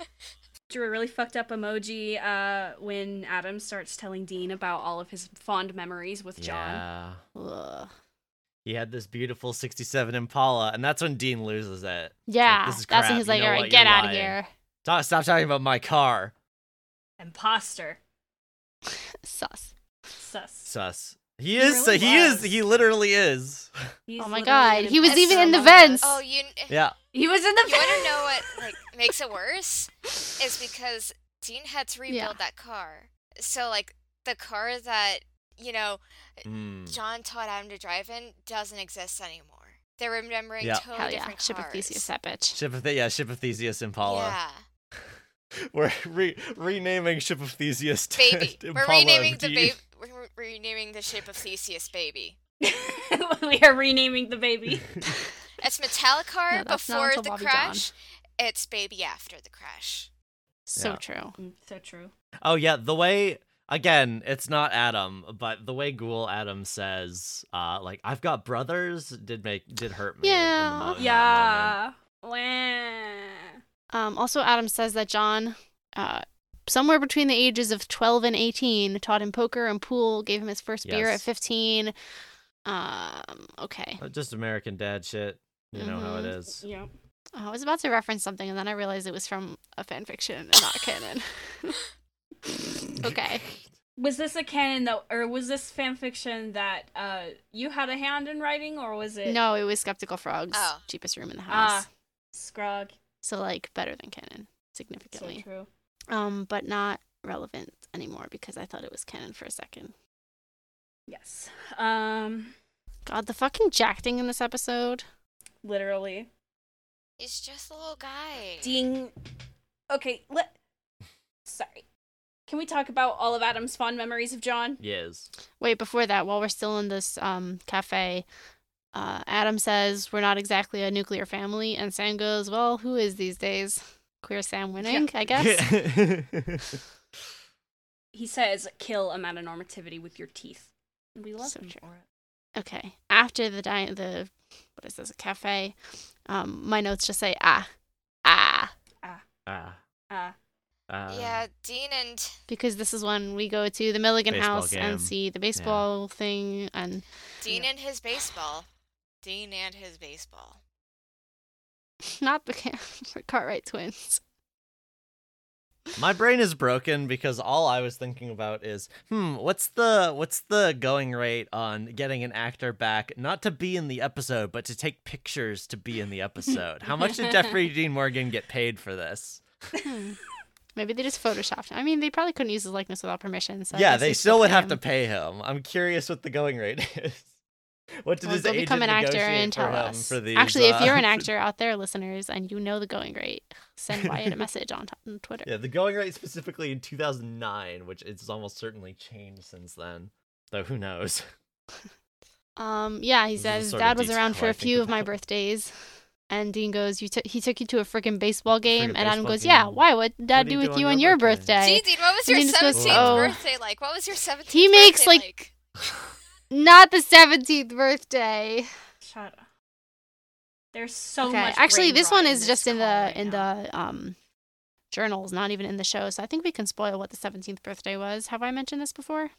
A: Drew a really fucked up emoji uh, when Adam starts telling Dean about all of his fond memories with John.
C: Yeah.
B: Ugh.
C: He had this beautiful '67 Impala, and that's when Dean loses it.
B: Yeah,
C: this is
B: that's when
C: crap.
B: he's
C: You
B: like,
C: know
B: all
C: what?
B: right, get
C: You're
B: out of
C: lying."
B: here.
C: Stop, stop talking about my car.
A: Imposter.
B: Sus.
A: Sus.
C: Sus. He
A: He
C: is.
A: really
C: he is.
A: was.
C: He literally is.
A: He's
B: Oh my
A: literally
B: God,
A: an
B: he was
A: imposter
B: even in the
A: among us.
B: vents.
D: Oh, you
C: Yeah.
A: He was in the
D: you want to
A: vents.
D: know what like makes it worse? Is because Dean had to rebuild
B: Yeah.
D: that car. So like the car that, you know,
C: Mm.
D: John taught Adam to drive in doesn't exist anymore. They're remembering
C: Yeah.
D: totally
B: Hell yeah.
D: different
B: Ship of
D: cars.
B: Theseus, that bitch.
C: Ship of the yeah, Ship of Theseus Impala.
D: Yeah.
C: We're re- renaming Ship of Theseus to
D: Baby. We're
C: Impala
D: renaming the
C: D.
D: baby. We're re- renaming the shape of Theseus, baby.
A: we are renaming the baby.
D: It's Metallicar
B: No, that's not
D: before
B: until
D: the
B: Bobby
D: crash. It's Baby after the crash.
B: So
C: Yeah.
B: true.
A: Mm, so true.
C: Oh yeah, the way again, it's not Adam, but the way Ghoul Adam says, uh, like I've got brothers, did make did hurt me. in the
B: Yeah.
C: mo- in that moment.
A: Yeah. Wah.
B: Um, also, Adam says that John, uh, somewhere between the ages of 12 and 18, taught him poker and pool, gave him his first beer at
C: Yes.
B: 15. Um, okay.
C: Uh, Just American dad shit. You know how it is.
A: Yep.
B: I was about to reference something, and then I realized it was from a fan fiction and not canon. okay.
A: Was this a canon though, or was this fan fiction that uh, you had a hand in writing, or was it
B: No, it was Skeptical Frogs,
D: Oh.
B: cheapest room in the
A: Ah.
B: house.
A: Scrog?
B: So, like, better than canon,
A: So
B: significantly.
A: true.
B: um, but not relevant anymore because I thought it was canon for a second.
A: Yes. Um.
B: God, the fucking jacking in this episode.
A: Literally.
D: He's just a little guy.
A: Ding. Okay. Let. Sorry. Can we talk about all of Adam's fond memories of John?
C: Yes.
B: Wait, before that, while we're still in this um cafe, uh, Adam says we're not exactly a nuclear family, and Sam goes, "Well, who is these days? Queer Sam winning, I guess."
A: He says, "Kill a metanormativity with your teeth." And we love
B: So
A: him
B: true.
A: for it.
B: okay. After the di- the what is this a cafe? Um, my notes just say ah ah
C: ah,
A: Ah.
C: ah.
D: yeah, Dean and
B: because this is when we go to the Milligan
C: Baseball
B: house
C: game.
B: and see the baseball thing and
D: Dean and his baseball. Dean and his baseball.
B: not the Cam- Cartwright twins.
C: My brain is broken because all I was thinking about is, hmm, what's the what's the going rate on getting an actor back not to be in the episode but to take pictures to be in the episode? How much did Jeffrey Dean Morgan get paid for this?
B: Hmm. Maybe they just photoshopped. him. I mean, they probably couldn't use his likeness without permission. So I
C: yeah,
B: guess
C: they
B: it's
C: still
B: up
C: would have
B: him.
C: to pay him. I'm curious what the going rate is. What did
B: Well,
C: his
B: go
C: agent
B: become an actor
C: negotiate
B: and
C: for
B: tell
C: him
B: us.
C: for these?
B: Actually, if you're
C: uh,
B: an actor out there, listeners, and you know the going rate, send Wyatt a message on, t- on Twitter.
C: Yeah, the going rate specifically in 2009, which it's almost certainly changed since then. Though who knows?
B: Um, yeah, he
C: This is the
B: says
C: sort of
B: dad was
C: detail
B: around for
C: I
B: a
C: think
B: few of my
C: about."
B: birthdays, and Dean goes, "You took he took you to a freaking baseball game,"
C: Friggin'
B: and Adam
C: baseball
B: goes,
C: game.
B: "Yeah, why? What did dad
C: What'd he
B: do
C: do
B: with
C: on
B: you
C: your
B: on your
C: birthday?"
B: birthday?"
D: See, Dean, what was your
B: Dean just goes,
D: 17th
C: "Oh."
D: birthday like? What was your 17th
B: He makes,
D: birthday
B: like- "Oh, Not the seventeenth birthday.
A: Shut up. There's so
B: okay,
A: much.
B: actually,
A: brain
B: this
A: rot
B: one is
A: this
B: just in the
A: call right
B: in
A: now.
B: the um journals, not even in the show. So I think we can spoil what the seventeenth birthday was. Have I mentioned this before?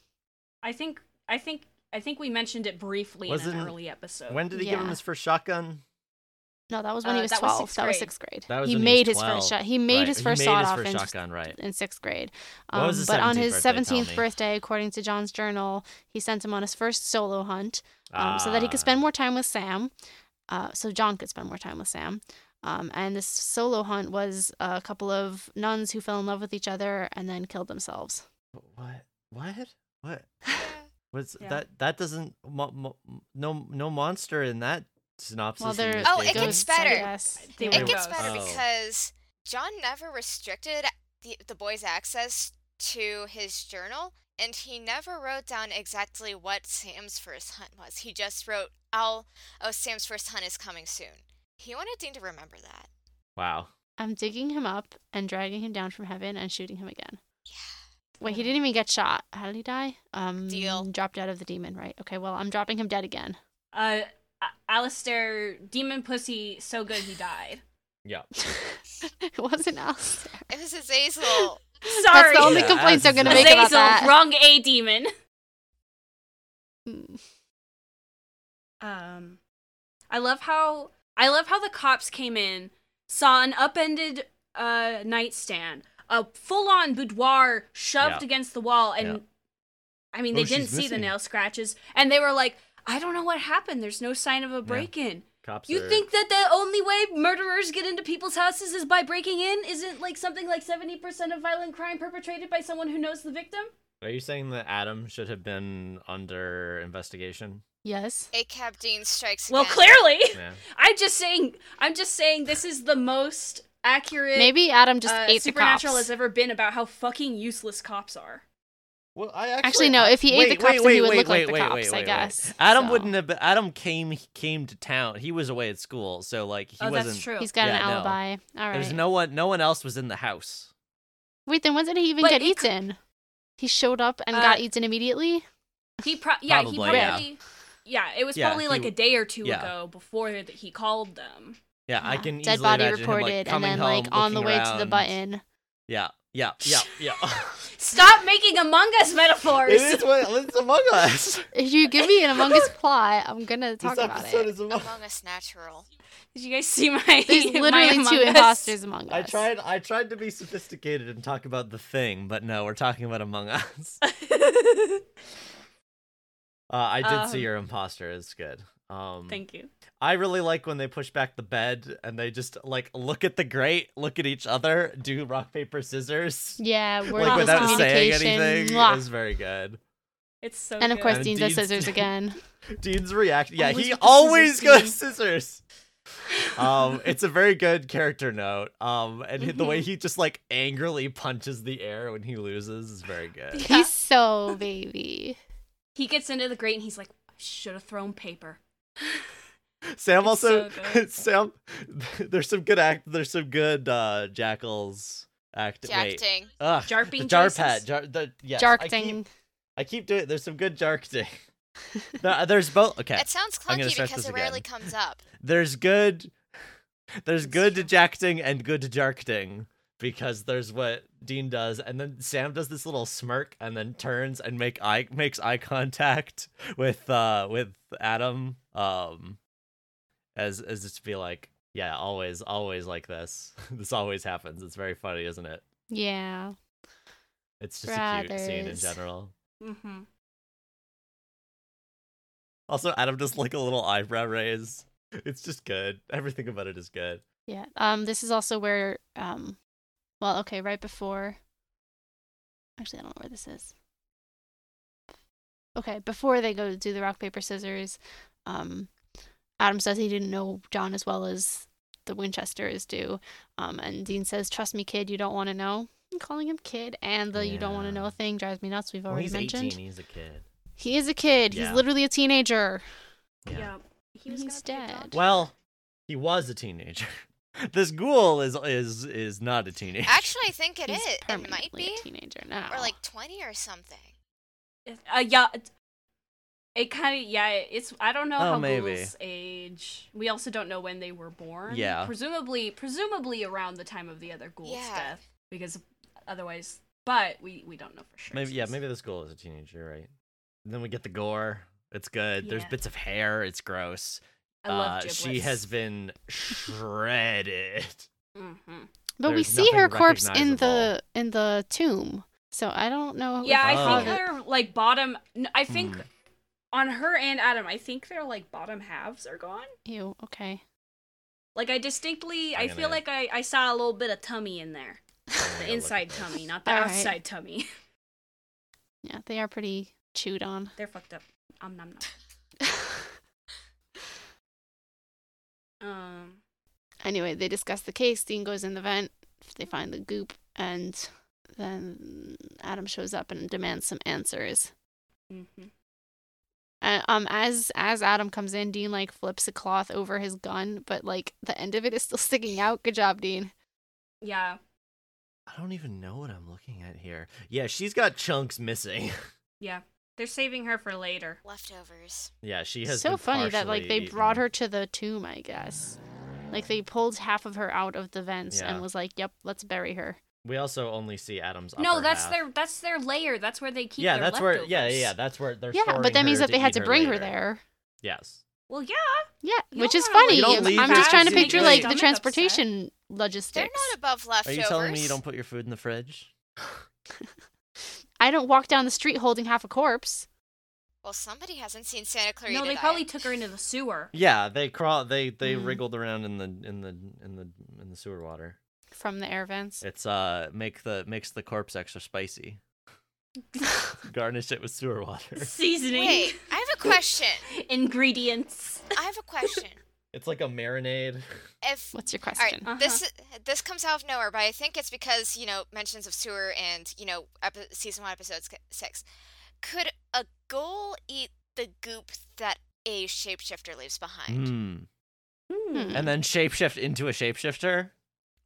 A: I think I think I think we mentioned it briefly in
C: Wasn't-
A: an early episode.
C: When did he give him
B: Yeah.
C: his first shotgun?
B: No, that was when
A: Uh,
B: he was
A: that was
B: twelve.
A: sixth
B: that was
A: grade.
B: sixth grade.
C: That was
B: he
C: when he
B: made
C: was
B: his first
C: 12.
B: shot. He made
C: Right,
B: his
C: he
B: first
C: made
B: sawed
C: his
B: off
C: first
B: in,
C: shotgun, right.
B: in sixth grade. Um,
C: What was his
B: but on
C: 17th
B: his
C: birthday? Tell
B: seventeenth
C: me.
B: birthday, according to John's journal, he sent him on his first solo hunt um, so that he
C: Ah,
B: could spend more time with Sam. Uh, so John could spend more time with Sam. Um, and this solo hunt was a couple of nuns who fell in love with each other and then killed themselves.
C: What? What? What?
D: like?
C: Was
A: Yeah.
C: that? That doesn't. Mo- mo- no, no monster in that synopsis.
B: Well,
C: he
B: they're
C: was
D: Oh, it
C: dating.
D: gets
B: ghosts, I
D: better.
B: guess.
A: They
B: Yeah.
D: It gets
A: Weirdos.
D: better
C: Oh.
D: because John never restricted the, the boy's access to his journal, and he never wrote down exactly what Sam's first hunt was. He just wrote, "I'll oh Sam's first hunt is coming soon." He wanted Dean to remember that.
C: Wow.
B: I'm digging him up and dragging him down from heaven and shooting him again. Wait, he didn't even get shot. How did he die? Um,
D: Deal.
B: Dropped out of the demon, right? Okay, well, I'm dropping him dead again.
A: Uh, A- Alistair, demon pussy, so good he died.
C: Yeah.
B: it wasn't Alistair.
D: It was Azazel.
A: Sorry,
B: That's the only
C: Yeah,
B: complaints I'm
C: Alice is
B: gonna
C: not-
B: make about
A: Azazel,
B: that.
A: wrong A demon.
B: Mm.
A: Um, I love how I love how the cops came in, saw an upended uh nightstand, a full-on boudoir shoved
C: Yeah.
A: against the wall, and
C: Yeah.
A: I mean
C: Oh,
A: they
C: she's
A: didn't see the
C: missing.
A: nail scratches, and they were like, "I don't know what happened. There's no sign of a break-in."
C: Cops.
A: You
C: are-
A: think that the only way murderers get into people's houses is by breaking in? Isn't like something like 70% of violent crime perpetrated by someone who knows the victim?
C: Are you saying that Adam should have been under investigation?
B: Yes.
D: ACAB Dean strikes
A: Well,
D: again.
A: clearly.
C: Yeah.
A: I'm just saying I'm just saying this is the most accurate
B: Maybe Adam just
A: uh,
B: ate the cops.
A: supernatural has ever been about how fucking useless cops are.
C: Well, I
B: Actually, no, if he ate the cops, then he would look like the cops, I guess,
C: Adam
B: so.
C: wouldn't have. Been, Adam came came to town. He was away at school, so like he
A: oh,
C: wasn't.
A: that's true.
B: He's got an
C: Yeah, no.
B: alibi. All right.
C: There's no one. No one else was in the house.
B: Wait, then when did he even
A: But
B: get
A: it could-
B: eaten? He showed up and
A: Uh,
B: got eaten immediately.
A: He pro- yeah, he
C: Probably, yeah.
A: probably yeah. it was
C: Yeah,
A: probably
C: he
A: like a
C: w-
A: day or two
C: yeah.
A: ago before that he called them.
C: Yeah, I
B: Yeah.
C: can
B: Dead
C: easily
B: body
C: imagine him, like,
B: reported, and
C: coming
B: then
C: home,
B: like on the way
C: looking
B: to the
C: around.
B: button.
C: Yeah, yeah, yeah, yeah.
A: Stop making Among Us metaphors.
C: it is what it's Among Us.
B: If you give me an Among Us plot, I'm gonna talk
C: this
B: about it.
C: episode is Among Us.
D: Among Us natural.
A: Did you guys see my?
B: There's
A: my
B: literally
A: Among
B: two
A: Us?
B: imposters among us.
C: I tried. I tried to be sophisticated and talk about the thing, but no, we're talking about Among Us. uh, I did see
A: Um,
C: your imposter. It's good. Um,
A: Thank you.
C: I really like when they push back the bed and they just like look at the grate, look at each other, do rock paper scissors,
B: Yeah, we're
C: like without saying
B: communication.
C: anything.
B: Mwah.
C: It was very good.
A: It's so.
B: and of
A: good.
B: course,
C: And
B: Dean does
C: Dean's-
B: scissors again.
C: Dean's reaction. Yeah,
A: Always
C: he
A: with the
C: always
A: scissors,
C: goes scissors. Um, it's a very good character note. Um, and the way
A: Mm-hmm.
C: he just like angrily punches the air when he loses is very good.
A: Yeah.
B: He's so baby.
A: he gets into the grate and he's like, "I should have thrown paper."
C: Sam
A: It's
C: also
A: so good.
C: Sam. There's some good act. There's some good uh, jackals act. Wait.
D: Acting.
C: Ugh, the
A: Jarping
C: jar
A: choices?
C: pet. Jar, the, yes, I keep-
B: Jarkting.
C: I keep doing. There's some good jarkting. There- there's both. Okay.
D: It sounds
C: I'm gonna
D: clunky
C: start
D: because
C: this
D: it rarely
C: again.
D: comes up.
C: There's good. There's good dejecting and good jarkting because there's what Dean does, and then Sam does this little smirk and then turns and make eye makes eye contact with uh with Adam um as as just to be like yeah always always like this this always happens it's very funny isn't it
B: Yeah.
C: it's just a cute scene in
B: Brothers.
C: general
A: Mm-hmm.
C: also Adam does like a little eyebrow raise it's just good everything about it is good
B: Yeah. Um, this is also where um Well, okay, right before. Actually, I don't know where this is. Okay, before they go to do the rock paper scissors, um, Adam says he didn't know John as well as the Winchesters do, um, and Dean says, "Trust me, kid, you don't want to know." I'm calling him kid, and the "you don't want to
C: Yeah.
B: know" thing drives me nuts. We've
C: Well,
B: already
C: he's
B: mentioned
C: 18. He's a kid.
B: he is a kid.
C: Yeah.
B: He's literally a teenager.
A: Yeah.
C: Yeah.
A: He was
B: He's
A: gonna play
B: dead.
A: dodgeball.
C: Well, he was a teenager. this ghoul is is is not a teenager.
D: Actually, I think it
B: He's
D: is. It
B: permanently
D: might be.
B: a teenager now.
D: Or like 20 or something.
A: Uh, yeah. it- It kind of yeah. It's I don't know
C: Oh,
A: how
C: maybe.
A: ghouls age. We also don't know when they were born.
C: Yeah.
A: Presumably, presumably around the time of the other ghoul's
D: Yeah.
A: death, because otherwise, but we we don't know for sure.
C: maybe yeah,
A: since-
C: maybe this ghoul is a teenager, right? then we get the gore. It's good. There's
A: Yeah.
C: bits of hair. It's gross.
A: I love
C: uh, she has been shredded.
A: hmm
B: but we
C: there's
B: see her
C: nothing
B: corpse in the in the tomb. So I don't know.
A: Yeah,
B: if all
A: I
B: of
A: think
B: it-
A: her like bottom. n- I think
C: Mm.
A: on her and Adam, I think their like bottom halves are gone.
B: Ew. Okay.
A: Like I distinctly,
C: I'm
A: I
C: gonna-
A: feel like I I saw a little bit of tummy in there,
C: I'm gonna look
A: the
C: at
A: inside
C: this.
A: tummy, not the
B: All right.
A: outside tummy.
B: Yeah, they are pretty chewed on.
A: They're fucked up. Um nom nom. Um.
B: anyway, they discuss the case. Dean goes in the vent. They find the goop, and then Adam shows up and demands some answers.
A: mhm.
B: And, um, as as Adam comes in, Dean like flips a cloth over his gun, but like the end of it is still sticking out. Good job, Dean.
A: Yeah.
C: I don't even know what I'm looking at here. Yeah, she's got chunks missing.
A: Yeah. They're saving her for later.
D: Leftovers.
C: yeah, she has.
B: so
C: been
B: funny that like they
C: partially
B: brought
C: eaten.
B: her to the tomb. I guess, like they pulled half of her out of the vents
C: Yeah.
B: and was like, "Yep, let's bury her."
C: We also only see Adam's.
A: no,
C: upper
A: that's
C: half.
A: their that's their layer. That's where they keep.
C: yeah,
A: their
C: that's where.
A: leftovers.
C: Yeah, yeah, yeah, that's where they're.
B: yeah, but
C: storing
B: that means
C: her
B: that they had
C: eat
B: to bring her
C: later.
B: there.
C: Yes.
A: Well, yeah.
B: Yeah,
A: You
B: which
A: don't
B: is
A: wanna
B: funny.
C: leave You don't leave
B: I'm just trying to
C: bags in
B: picture
C: your
B: like the
A: stomach
B: transportation logistics.
D: They're not above
C: Are
D: leftovers.
C: you telling me you don't put your food in the fridge?
B: I don't walk down the street holding half a corpse.
D: Well, somebody hasn't seen Santa Clarita.
A: No, they
D: Diet.
A: probably took her into the sewer.
C: Yeah, they crawl. They they
B: Mm.
C: wriggled around in the in the in the in the sewer water.
B: From the air vents.
C: It's uh make the makes the corpse extra spicy. Garnish it with sewer water.
A: Seasoning
D: Wait, I have a question.
A: ingredients.
D: I have a question.
C: It's like a marinade.
D: If
B: What's your
D: all right, um,
A: Uh-huh.
B: question?
D: this this comes out of nowhere, but I think it's because you know mentions of sewer and you know epi- season one episode s- six. Could a ghoul eat the goop that a shapeshifter leaves behind?
C: Mm.
A: Hmm.
B: Hmm.
C: And then shapeshift into a shapeshifter.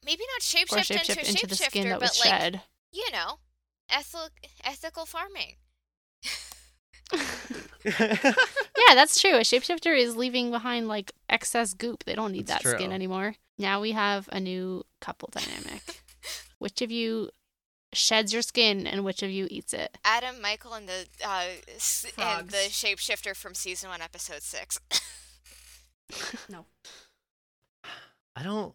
D: Maybe not
B: Or
D: shapeshift,
B: shapeshift
D: into a
B: into the
D: shapeshifter,
B: skin that
D: but
B: was
D: like
B: shed.
D: you know, ethical ethical farming.
B: yeah, that's true. A shapeshifter is leaving behind like excess goop. They don't need
C: That's
B: that skin
C: true.
B: anymore. Now we have a new couple dynamic. which of you sheds your skin and which of you eats it?
D: Adam, Michael, and the uh, s- and
A: Frogs.
D: the shapeshifter from season one, episode six.
C: I don't.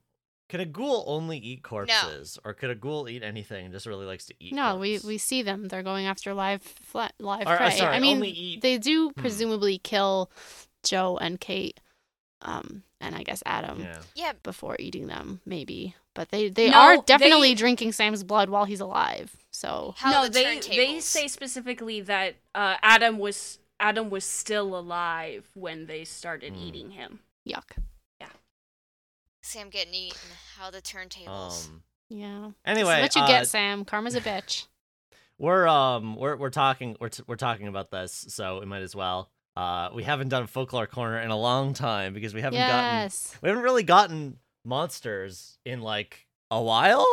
C: Can a ghoul only eat corpses, or could a ghoul eat anything? and Just really likes to eat.
B: No, we,
C: corpse?
B: we see them. They're going after live fla- live
C: Or, uh,
B: prey.
C: sorry,
B: I mean,
C: only eat- Hmm.
B: they do presumably kill Joe and Kate, um, and I guess Adam
C: Yeah.
D: yeah,
B: before eating them, maybe. But they they
A: No,
B: are definitely
A: they-
B: drinking Sam's blood while he's alive. So
D: how
A: no,
D: the
A: they they
D: turntables.
A: say specifically that uh, Adam was Adam was still alive when they started
C: Hmm.
A: eating him.
B: yuck.
D: Sam getting eaten. How the turntables.
C: Um.
B: Yeah. This is
C: Anyway,
B: what you
C: uh,
B: get, Sam. Karma's a bitch.
C: we're um we're we're talking we're t- we're talking about this, so we might as well. Uh, we haven't done folklore corner in a long time because we haven't gotten
B: yes.
C: we haven't really gotten monsters in like a while.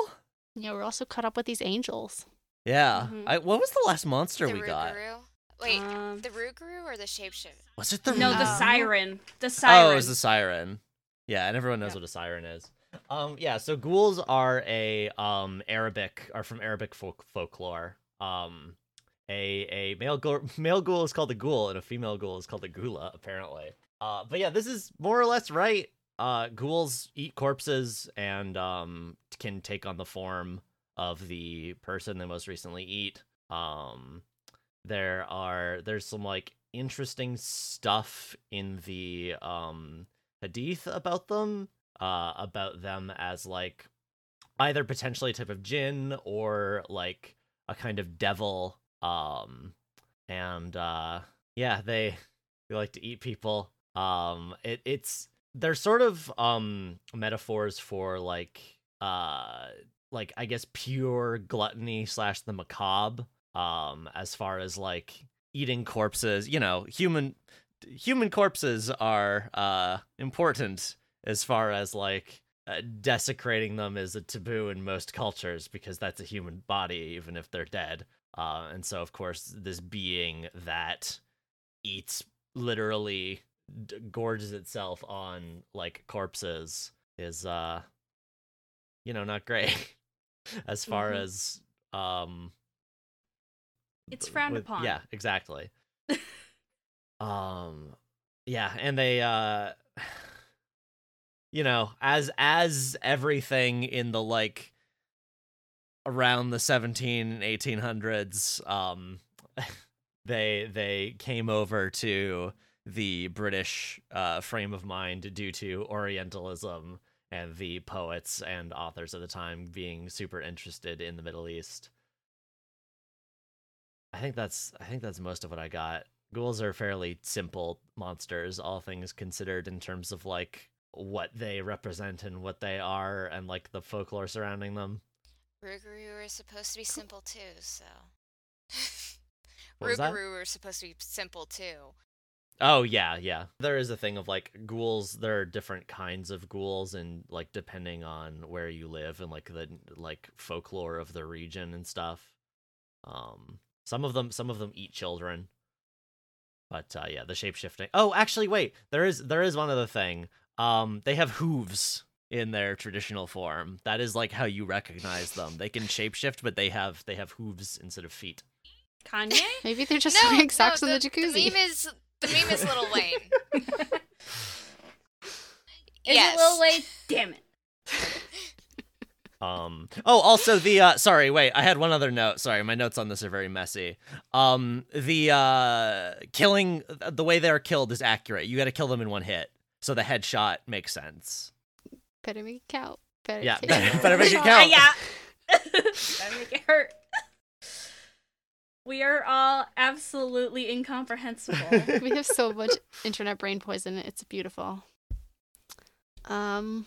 B: Yeah, we're also caught up with these angels.
C: Yeah.
B: Mm-hmm.
A: Mhm.
C: I, what was the last monster
D: the
C: we got?
D: Ruguru. Wait,
A: Um,
D: the Ruguru or the shapeshifter?
C: Was it the
A: no, the
D: Oh.
C: Ruguru?
A: siren. The siren.
C: Oh, it was the siren. Yeah, and everyone knows
A: Yeah.
C: what a siren is. Um, yeah, so ghouls are a um Arabic are from Arabic folk folklore. Um, a a male ghoul, male ghoul is called a ghoul, and a female ghoul is called a gula, apparently. Uh, but yeah, this is more or less right. Uh, ghouls eat corpses and um can take on the form of the person they most recently eat. Um, there are there's some like interesting stuff in the um hadith about them uh about them as like either potentially a type of jinn or like a kind of devil. Um, and uh, yeah, they they like to eat people. Um, it it's they're sort of um metaphors for like uh like I guess pure gluttony slash the macabre. Um, as far as like eating corpses, you know, human human corpses are uh important as far as like uh, desecrating them is a taboo in most cultures because that's a human body even if they're dead uh, and so of course this being that eats literally d- gorges itself on like corpses is uh you know not great as far
A: Mhm.
C: as um
A: It's
C: th-
A: frowned
C: with-
A: upon.
C: Yeah, exactly. um yeah, and they uh you know, as as everything in the like around the 17 and 1800s um they they came over to the British uh frame of mind due to orientalism and the poets and authors of the time being super interested in the Middle East. I think that's I think that's most of what I got. Ghouls are fairly simple monsters, all things considered, in terms of like what they represent and what they are, and like the folklore surrounding them.
D: Rougarou are supposed to be simple too, so.
C: What was that?
D: Rougarou are supposed to be simple too.
C: Oh yeah, yeah. There is a thing of like ghouls. There are different kinds of ghouls, and like depending on where you live and like the like folklore of the region and stuff. Um, some of them, some of them eat children. But uh, yeah, the shape shifting. Oh, actually, wait. There is there is one other thing. Um, they have hooves in their traditional form. That is like how you recognize them. They can shapeshift, but they have they have hooves instead of feet.
A: Kanye?
B: Maybe they're just
D: no,
B: wearing socks
D: no,
B: in the jacuzzi.
D: The meme is the meme is Little Wayne.
A: Is
D: yes.
A: it Lil Wayne? Damn it.
C: Um. Oh, also the uh, sorry. Wait, I had one other note. Sorry, my notes on this are very messy. Um. The uh, killing the way they're killed is accurate. You got to kill them in one hit, so the headshot makes sense.
B: better make it count. Better
C: Yeah,
B: take
C: better-
B: it.
C: better make it
B: Oh,
C: count.
A: yeah. Better make it hurt. We are all absolutely incomprehensible.
B: We have so much internet brain poison. It's beautiful. Um,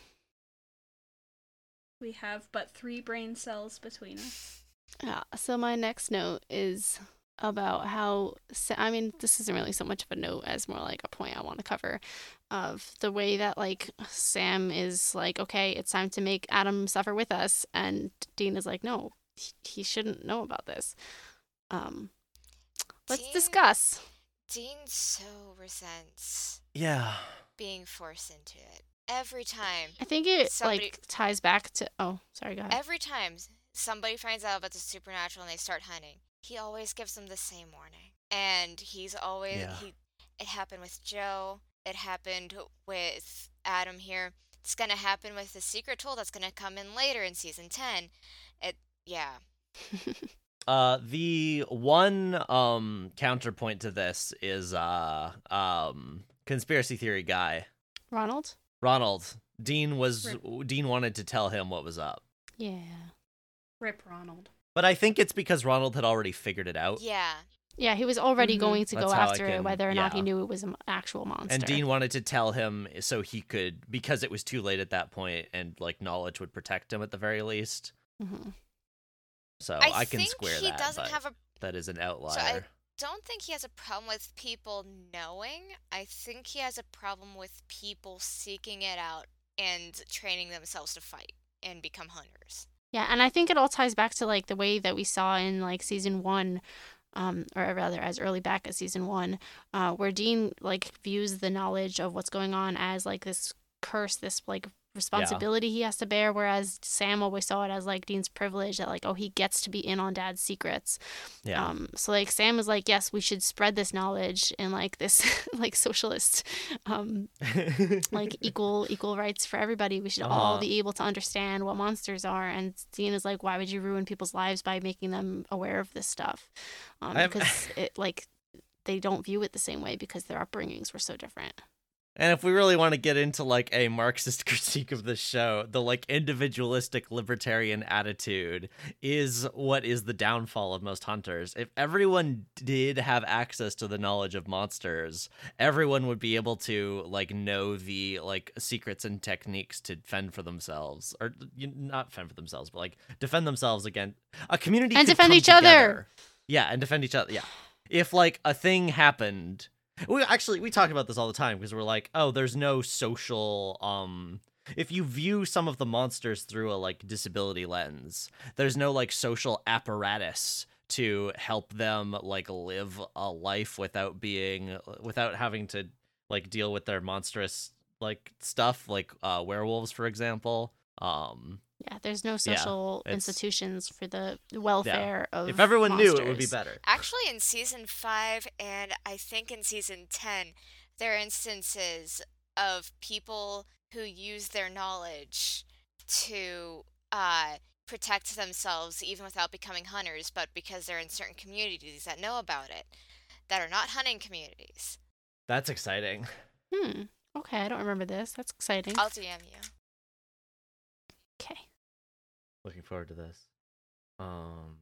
A: we have but three brain cells between us.
B: yeah, so my next note is about how sa- I mean, this isn't really so much of a note as more like a point I want to cover of the way that like Sam is like, okay, it's time to make Adam suffer with us, and Dean is like, no, he, he shouldn't know about this. Um, let's
D: Dean-
B: discuss.
D: Dean so resents
C: Yeah.
D: being forced into it every time.
B: I think it
D: Somebody-
B: like ties back to. Oh, sorry, go ahead.
D: Every time somebody finds out about the supernatural and they start hunting, he always gives them the same warning. And he's always
C: Yeah.
D: he it happened with Joe, it happened with Adam here. It's going to happen with the secret tool that's going to come in later in season 10. It yeah.
C: Uh. The one um counterpoint to this is uh um conspiracy theory guy
B: Ronald.
C: Ronald Dean was Dean wanted to tell him what was up,
B: Yeah.
A: Rip Ronald.
C: but I think it's because Ronald had already figured it out.
D: Yeah.
B: Yeah, he was already
A: Mhm.
B: going to go
C: Mm-hmm. That's how I
B: after it,
C: can-
B: whether or not he
C: yeah.
B: knew it was an actual monster.
C: And Dean wanted to tell him so he could because it was too late at that point and like knowledge would protect him at the very least.
B: Mhm.
C: So
D: I,
C: oh, I, can
D: think
C: square
D: he
C: that.
D: doesn't
C: but
D: have a
C: that is an outlier.
D: don't think he has a problem with people knowing. I think he has a problem with people seeking it out and training themselves to fight and become hunters.
B: Yeah, and I think it all ties back to like the way that we saw in like season one, um, or rather as early back as season one, uh, where Dean like views the knowledge of what's going on as like this curse, this like responsibility he has to bear, whereas Sam always saw it as like Dean's privilege that like, oh, he gets to be in on dad's secrets.
C: yeah.
B: Um, so like Sam is like, yes, we should spread this knowledge and like this like socialist um like equal equal rights for everybody. We should all
C: Uh-huh.
B: be able to understand what monsters are. And Dean is like, why would you ruin people's lives by making them aware of this stuff? Um,
C: I've-
B: because it like they don't view it the same way because their upbringings were so different.
C: And if we really want to get into like a Marxist critique of the show, the like individualistic libertarian attitude is what is the downfall of most hunters. If everyone did have access to the knowledge of monsters, everyone would be able to like know the like secrets and techniques to fend for themselves or you- not fend for themselves, but like defend themselves against a community
B: And
C: could
B: defend
C: come
B: each other.
C: together. Yeah, and defend each other. Yeah. If like a thing happened we actually we talk about this all the time because we're like, oh, there's no social um if you view some of the monsters through a like disability lens, there's no like social apparatus to help them like live a life without being without having to like deal with their monstrous like stuff like uh werewolves for example. Um
B: Yeah, there's no social
C: it's-
B: institutions for the welfare of.
C: if everyone knew it would be
B: monsters.
C: better.
D: Actually, in season five, and I think in season 10, there are instances of people who use their knowledge to uh, protect themselves even without becoming hunters, but because they're in certain communities that know about it that are not hunting communities.
C: That's exciting.
B: Hmm. Okay, I don't remember this. That's exciting.
D: I'll DM you.
B: Okay.
C: Looking forward to this. Um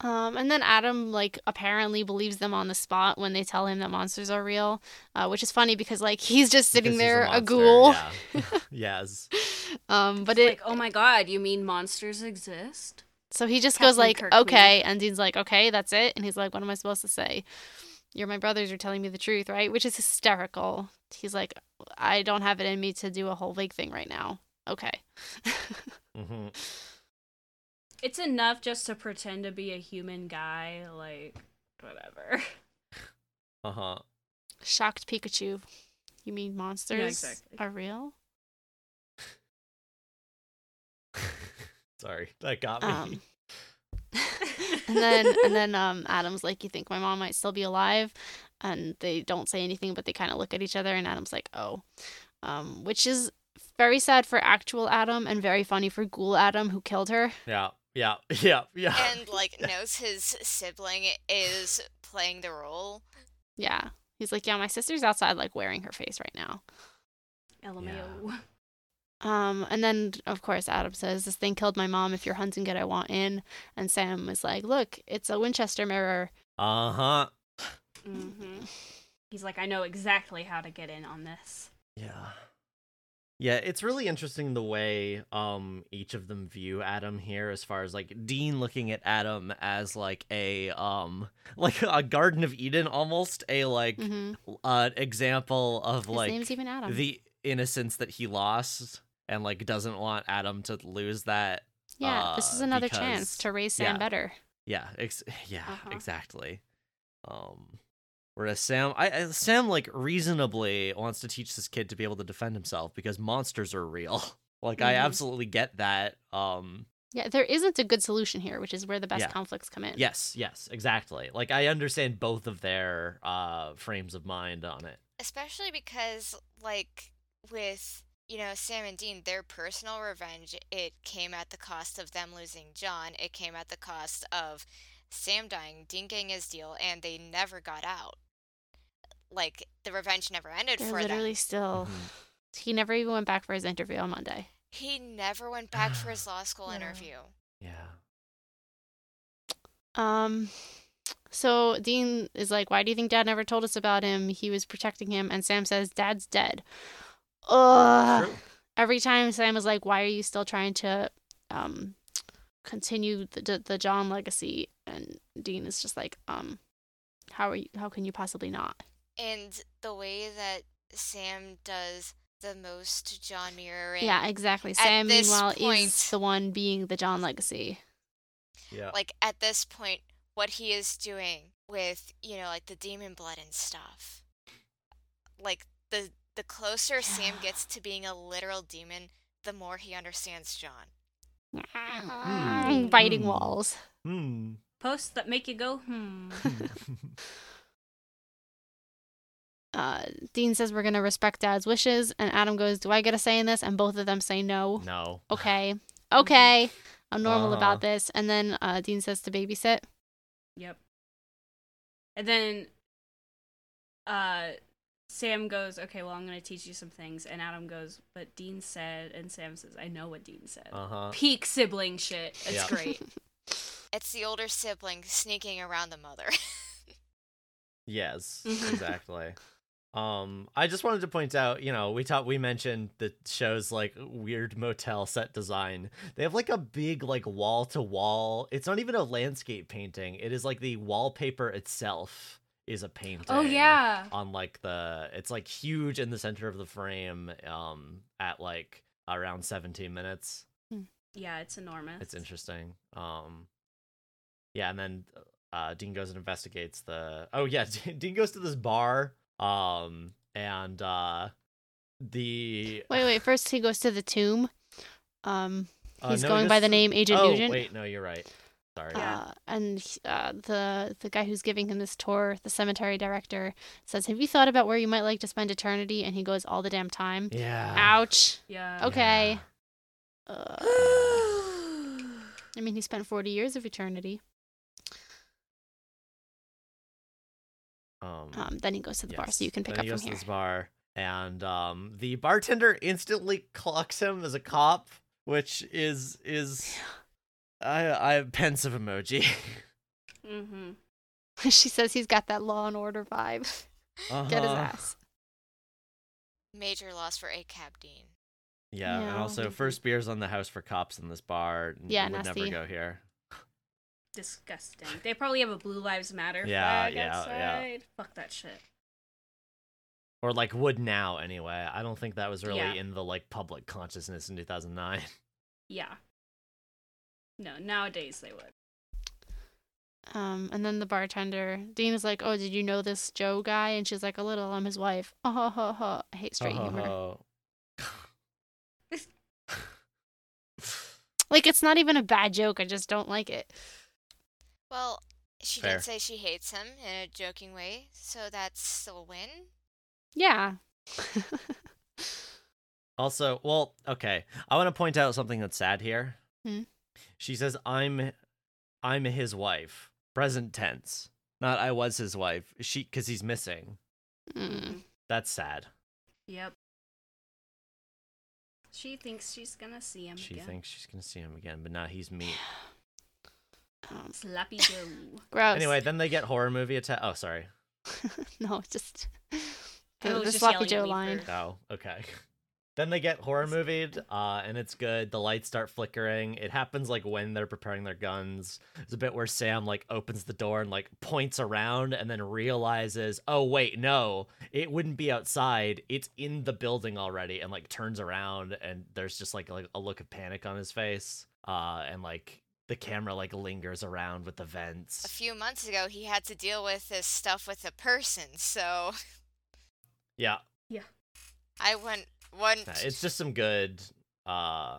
B: Um, and then Adam like apparently believes them on the spot when they tell him that monsters are real, uh, which is funny because like he's just sitting
C: because he's
B: there a,
C: monster,
B: ghoul.
C: Yeah. yes.
B: Um, but
A: It's
B: it
A: like, oh my god, you mean monsters exist?
B: so he just goes
A: Captain
B: like
A: Kirk,
B: okay, and Dean's like okay, that's it, and he's like what am I supposed to say? You're my brothers. You're telling me the truth, right? Which is hysterical. He's like I don't have it in me to do a whole big thing right now. Okay.
C: hmm
A: It's enough just to pretend to be a human guy, like whatever.
C: Uh huh.
B: Shocked Pikachu. You mean monsters
A: exactly.
B: are real?
C: Sorry, that got me.
B: Um, and then and then um, Adam's like, "You think my mom might still be alive?" And they don't say anything, but they kind of look at each other. And Adam's like, "Oh," um, which is very sad for actual Adam and very funny for Ghoul Adam who killed her.
C: yeah, yeah, yeah, yeah.
D: And, like, knows his sibling is playing the role.
B: Yeah, he's like, "Yeah, my sister's outside, like wearing her face right now."
A: LMAO.
B: Um, and then of course Adam says, "This thing killed my mom. If you're hunting it, I want in." And Sam is like, "Look, it's a Winchester mirror."
C: uh huh.
A: hmm He's like, I know exactly how to get in on this.
C: Yeah. Yeah, it's really interesting the way um each of them view Adam here as far as like Dean looking at Adam as like a um like a Garden of Eden almost a like
B: hmm
C: uh example of
B: His
C: like
B: name's even Adam.
C: the innocence that he lost and like doesn't want Adam to lose that
B: yeah, this is
C: uh,
B: another
C: because-
B: chance to raise Sam
C: yeah.
B: better.
C: Yeah, ex- yeah,
A: Uh-huh.
C: exactly. Um whereas Sam I, I Sam like reasonably wants to teach this kid to be able to defend himself because monsters are real. Like I
B: Mhm.
C: absolutely get that. Um
B: Yeah, there isn't a good solution here, which is where the best
C: Yeah.
B: conflicts come in.
C: yes, yes, exactly. Like I understand both of their uh frames of mind on it.
D: especially because like with you know sam and dean their personal revenge it came at the cost of them losing john it came at the cost of sam dying dean getting his deal and they never got out like the revenge never ended
B: They're
D: for
B: literally
D: them
B: still.
C: Mhm.
B: He never even went back for his interview on Monday.
D: he never went back for his law school
A: Yeah.
D: interview
C: Yeah.
B: Um, so Dean is like, "Why do you think Dad never told us about him? He was protecting him." And Sam says, "Dad's dead." Ugh.
C: True.
B: Every time Sam is like, "Why are you still trying to um continue the, the the John legacy?" And Dean is just like, "Um, how are you? How can you possibly not?"
D: and the way that sam does the most john mirroring
B: Yeah, exactly. Sam,
D: this
B: meanwhile,
D: point-
B: is the one being the John legacy.
C: Yeah.
D: like at this point what he is doing with you know like the demon blood and stuff like the the closer sam
B: Yeah.
D: gets to being a literal demon the more he understands john
C: Mm.
B: Biting
C: Mm.
B: walls.
C: Hmm.
A: Posts that make you go, hmm.
B: Uh, Dean says we're gonna respect Dad's wishes, and Adam goes, "Do I get a say in this?" And both of them say no.
C: no.
B: Okay,
C: Mm-hmm.
B: okay, I'm normal
C: Uh-huh.
B: about this. And then uh, Dean says to babysit.
A: Yep. And then uh Sam goes, okay, well, I'm going to teach you some things. And Adam goes, but Dean said, and Sam says, I know what Dean said.
C: Uh huh.
A: Peak sibling shit. It's
C: Yeah.
A: great.
D: It's the older sibling sneaking around the mother.
C: Yes,
A: Mhm.
C: exactly. Um, I just wanted to point out, you know, we taught we mentioned the show's like weird motel set design. They have like a big like wall to wall. It's not even a landscape painting. It is like the wallpaper itself is a painting.
A: Oh, yeah.
C: On like the it's like huge in the center of the frame um at like around 17 minutes.
A: Yeah, it's enormous.
C: It's interesting. Um, yeah, and then uh, Dean goes and investigates the. Oh yeah, Dean goes to this bar. Um, and uh, the
B: Wait, wait. First, he goes to the tomb. Um,
C: uh,
B: he's
C: no, he
B: going
C: goes
B: by
C: to
B: the name Agent
C: Oh
B: Nugent.
C: wait, no, you're right. Sorry.
A: Yeah.
B: Uh, and he- uh, the the guy who's giving him this tour, the cemetery director, says, "Have you thought about where you might like to spend eternity?" And he goes, "All the damn time."
C: yeah.
B: Ouch.
A: yeah.
B: Okay.
C: Yeah.
B: Uh, I mean, he spent forty years of eternity.
C: Um,
B: Um, then he goes to the bar,
C: yes.
B: so you can pick
C: Then
B: up
C: he
B: from
C: goes to
B: here.
C: this bar, and um, the bartender instantly clocks him as a cop, which is is. I I pensive emoji.
A: mm-hmm.
B: she says he's got that Law and Order vibe. Get his
C: Uh-huh.
B: ass.
D: Major loss for a cab dean.
C: Yeah, and
B: No.
C: also first beers on the house for cops in this bar. n-
B: Yeah,
C: would
B: nasty.
C: never go here.
A: Disgusting. They probably have a Blue Lives Matter
C: Yeah,
A: flag
C: yeah, yeah.
A: outside. Fuck that shit.
C: Or like would now anyway. I don't think that was really
A: Yeah.
C: in the like public consciousness in 2009.
A: Yeah. No, nowadays they would.
B: Um, and then the bartender, Dean is like, "Oh, did you know this Joe guy?" And she's like, "A little. I'm his wife." Oh, ho, ho, ho. I hate straight humor.
C: Oh,
B: Like, it's not even a bad joke. I just don't like it.
D: Well, she
C: Fair.
D: did say she hates him in a joking way, so that's still a win.
B: Yeah.
C: Also, well, okay. I want to point out something that's sad here.
B: Hmm.
C: She says I'm I'm his wife. Present tense. Not I was his wife. She cuz he's missing.
B: Mm.
C: That's sad.
A: Yep. She thinks she's gonna see him
C: She
A: again.
C: thinks she's going to see him again, but now he's meat.
B: Um,
A: Sloppy Joe.
B: gross.
C: Anyway, then they get horror movie attack. Oh, sorry.
B: no, it's just
A: I
B: the,
A: was
B: the
A: just yelling
B: sloppy
A: at
B: Joe
A: me
B: line.
A: for-
C: Oh, okay. Then they get horror movied, uh, and it's good. The lights start flickering. It happens like when they're preparing their guns. There's a bit where Sam like opens the door and like points around, and then realizes, oh wait, no, it wouldn't be outside. It's in the building already, and like turns around, and there's just like like a look of panic on his face, uh, and like the camera like lingers around with the
D: A
C: vents.
D: few months ago, he had to deal with this stuff with a person, so
C: Yeah,
D: I wouldn't. wouldn't
C: Yeah, Uh, it's just some good uh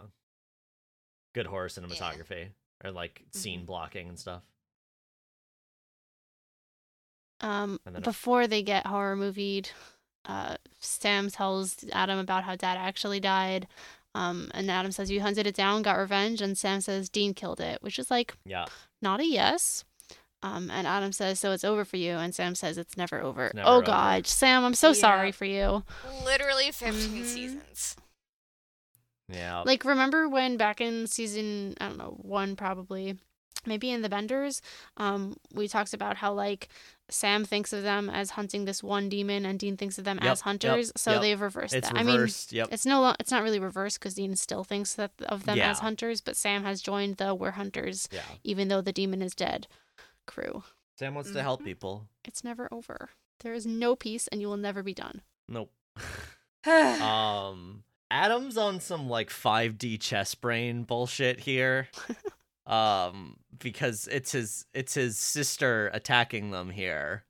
C: good horror cinematography or like
B: Mm-hmm.
C: scene blocking and stuff
B: Um,
C: And then a-
B: before they get horror movied, uh, Sam tells Adam about how Dad actually died. Um, and Adam says, You hunted it down, got revenge. And Sam says, Dean killed it, which is like
C: yeah
B: not a yes. Um, and Adam says, So it's over for you. And Sam says, It's never over.
C: never
B: oh,
C: over.
B: God. Sam, I'm so
A: Yeah.
B: sorry for you.
D: literally 15
A: Mhm.
D: seasons.
C: yeah
B: Like, remember when back in season, I don't know, one probably, maybe in The Benders, um, we talked about how, like, Sam thinks of them as hunting this one demon and Dean thinks of them
C: Yep,
B: as hunters.
C: yep,
B: so
C: yep.
B: they've reversed
C: it's
B: that. I mean,
C: reversed yep
B: it's no, lo- it's not really reversed because Dean still thinks that of them as
C: Yeah.
B: hunters, but Sam has joined the we're hunters,
C: yeah
B: even though the demon is dead crew.
C: sam wants to
B: Mm-hmm.
C: help people
B: It's never over. There is no peace, and you will never be done.
C: nope um adam's on some like 5d chess brain bullshit here um because it's his it's his sister attacking them here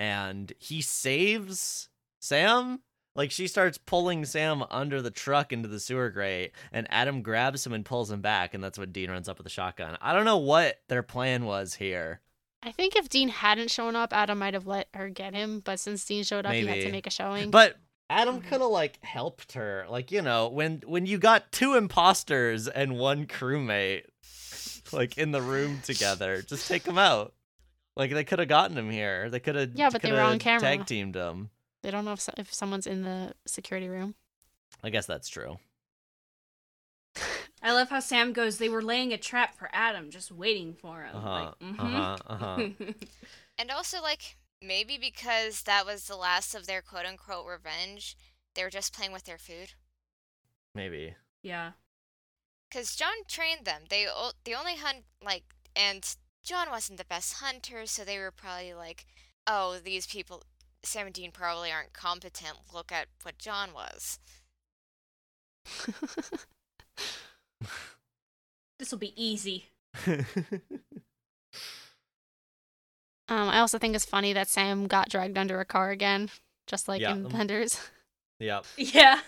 C: and he saves sam like she starts pulling sam under the truck into the sewer grate and adam grabs him and pulls him back and that's when dean runs up with a shotgun i don't know what their plan was here
B: I think if Dean hadn't shown up, Adam might have let her get him. But since Dean showed up, he had
C: Maybe.
B: to make a showing.
C: But Adam could have like helped her, like you know, when when you got two imposters and one crewmate, like in the room together, just take them out. Like they could have gotten him here. They could have
B: Yeah, but they were on camera.
C: tag teamed him.
B: They don't know if, so- if someone's in the security room.
C: I guess that's true.
A: I love how Sam goes, they were laying a trap for Adam, just waiting for him.
C: Uh huh.
A: Like, mm-hmm. mhm.
C: Uh huh. Uh huh.
D: And also, like, maybe because that was the last of their quote unquote revenge, they were just playing with their food.
C: Maybe.
A: yeah.
D: Because John trained them. They, o- they only hunt, like, and John wasn't the best hunter, so they were probably like, oh, these people, Sam and Dean probably aren't competent. Look at what John was.
A: This will be easy.
B: Um, I also think it's funny that Sam got dragged under a car again, just like
C: Yeah,
B: in
C: um,
B: Benders.
C: yep.
A: Yeah.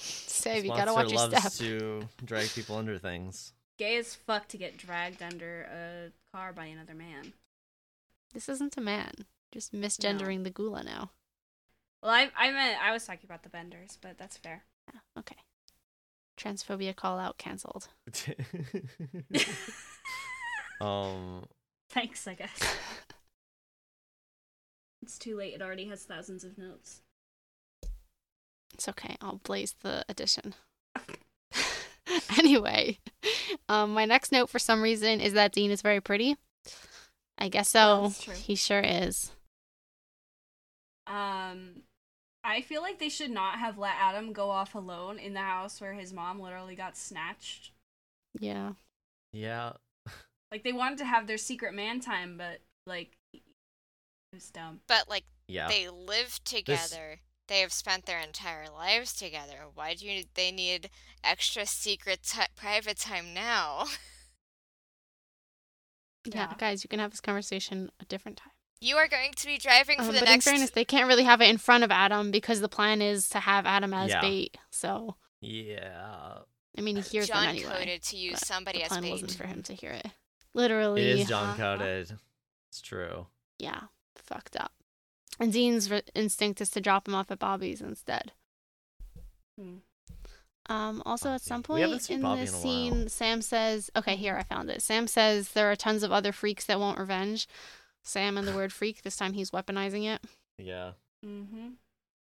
B: Sam, you
C: This
B: gotta
C: monster
B: watch your
C: loves
B: step.
C: to drag people under things.
A: Gay as fuck to get dragged under a car by another man.
B: This isn't a man. Just misgendering the gula now.
A: Well, I, I meant I was talking about the benders, but that's fair.
B: Yeah, okay. Transphobia call out canceled.
C: um.
A: Thanks, I guess. It's too late. It already has thousands of notes.
B: It's okay. I'll blaze the edition. anyway, um, my next note for some reason is that Dean is very pretty. I guess
A: Oh,
B: so.
A: that's true.
B: He sure is.
A: Um, I feel like they should not have let Adam go off alone in the house where his mom literally got snatched.
B: Yeah.
C: Yeah.
A: Like they wanted to have their secret man time, but like it was dumb.
D: But, like,
C: Yeah.
D: They live together. They have spent their entire lives together. Why do you, they need extra secret ti private time now?
B: yeah.
A: Yeah.
B: Guys, you can have this conversation a different time.
D: You are going to be driving for
B: Um,
D: the
B: but
D: next.
B: in fairness, they can't really have it in front of Adam because the plan is to have Adam as
C: Yeah.
B: bait. So,
C: yeah.
B: I mean, he hears
D: John
B: them anyway.
D: coded to use
B: but
D: somebody
B: the
D: as
B: plan
D: bait.
B: wasn't for him to hear it. Literally.
C: It is John
B: Uh-huh.
C: coded. It's true.
B: Yeah, fucked up. And Dean's re- instinct is to drop him off at Bobby's instead.
A: Hmm.
B: Um, also, at some
C: Bobby. We haven't
B: point
C: seen
B: in
C: Bobby
B: this
C: in a while.
B: scene, Sam says, "Okay, here I found it." Sam says there are tons of other freaks that want revenge. Sam and the word "freak." This time, he's weaponizing it.
C: Yeah.
A: Mm-hmm.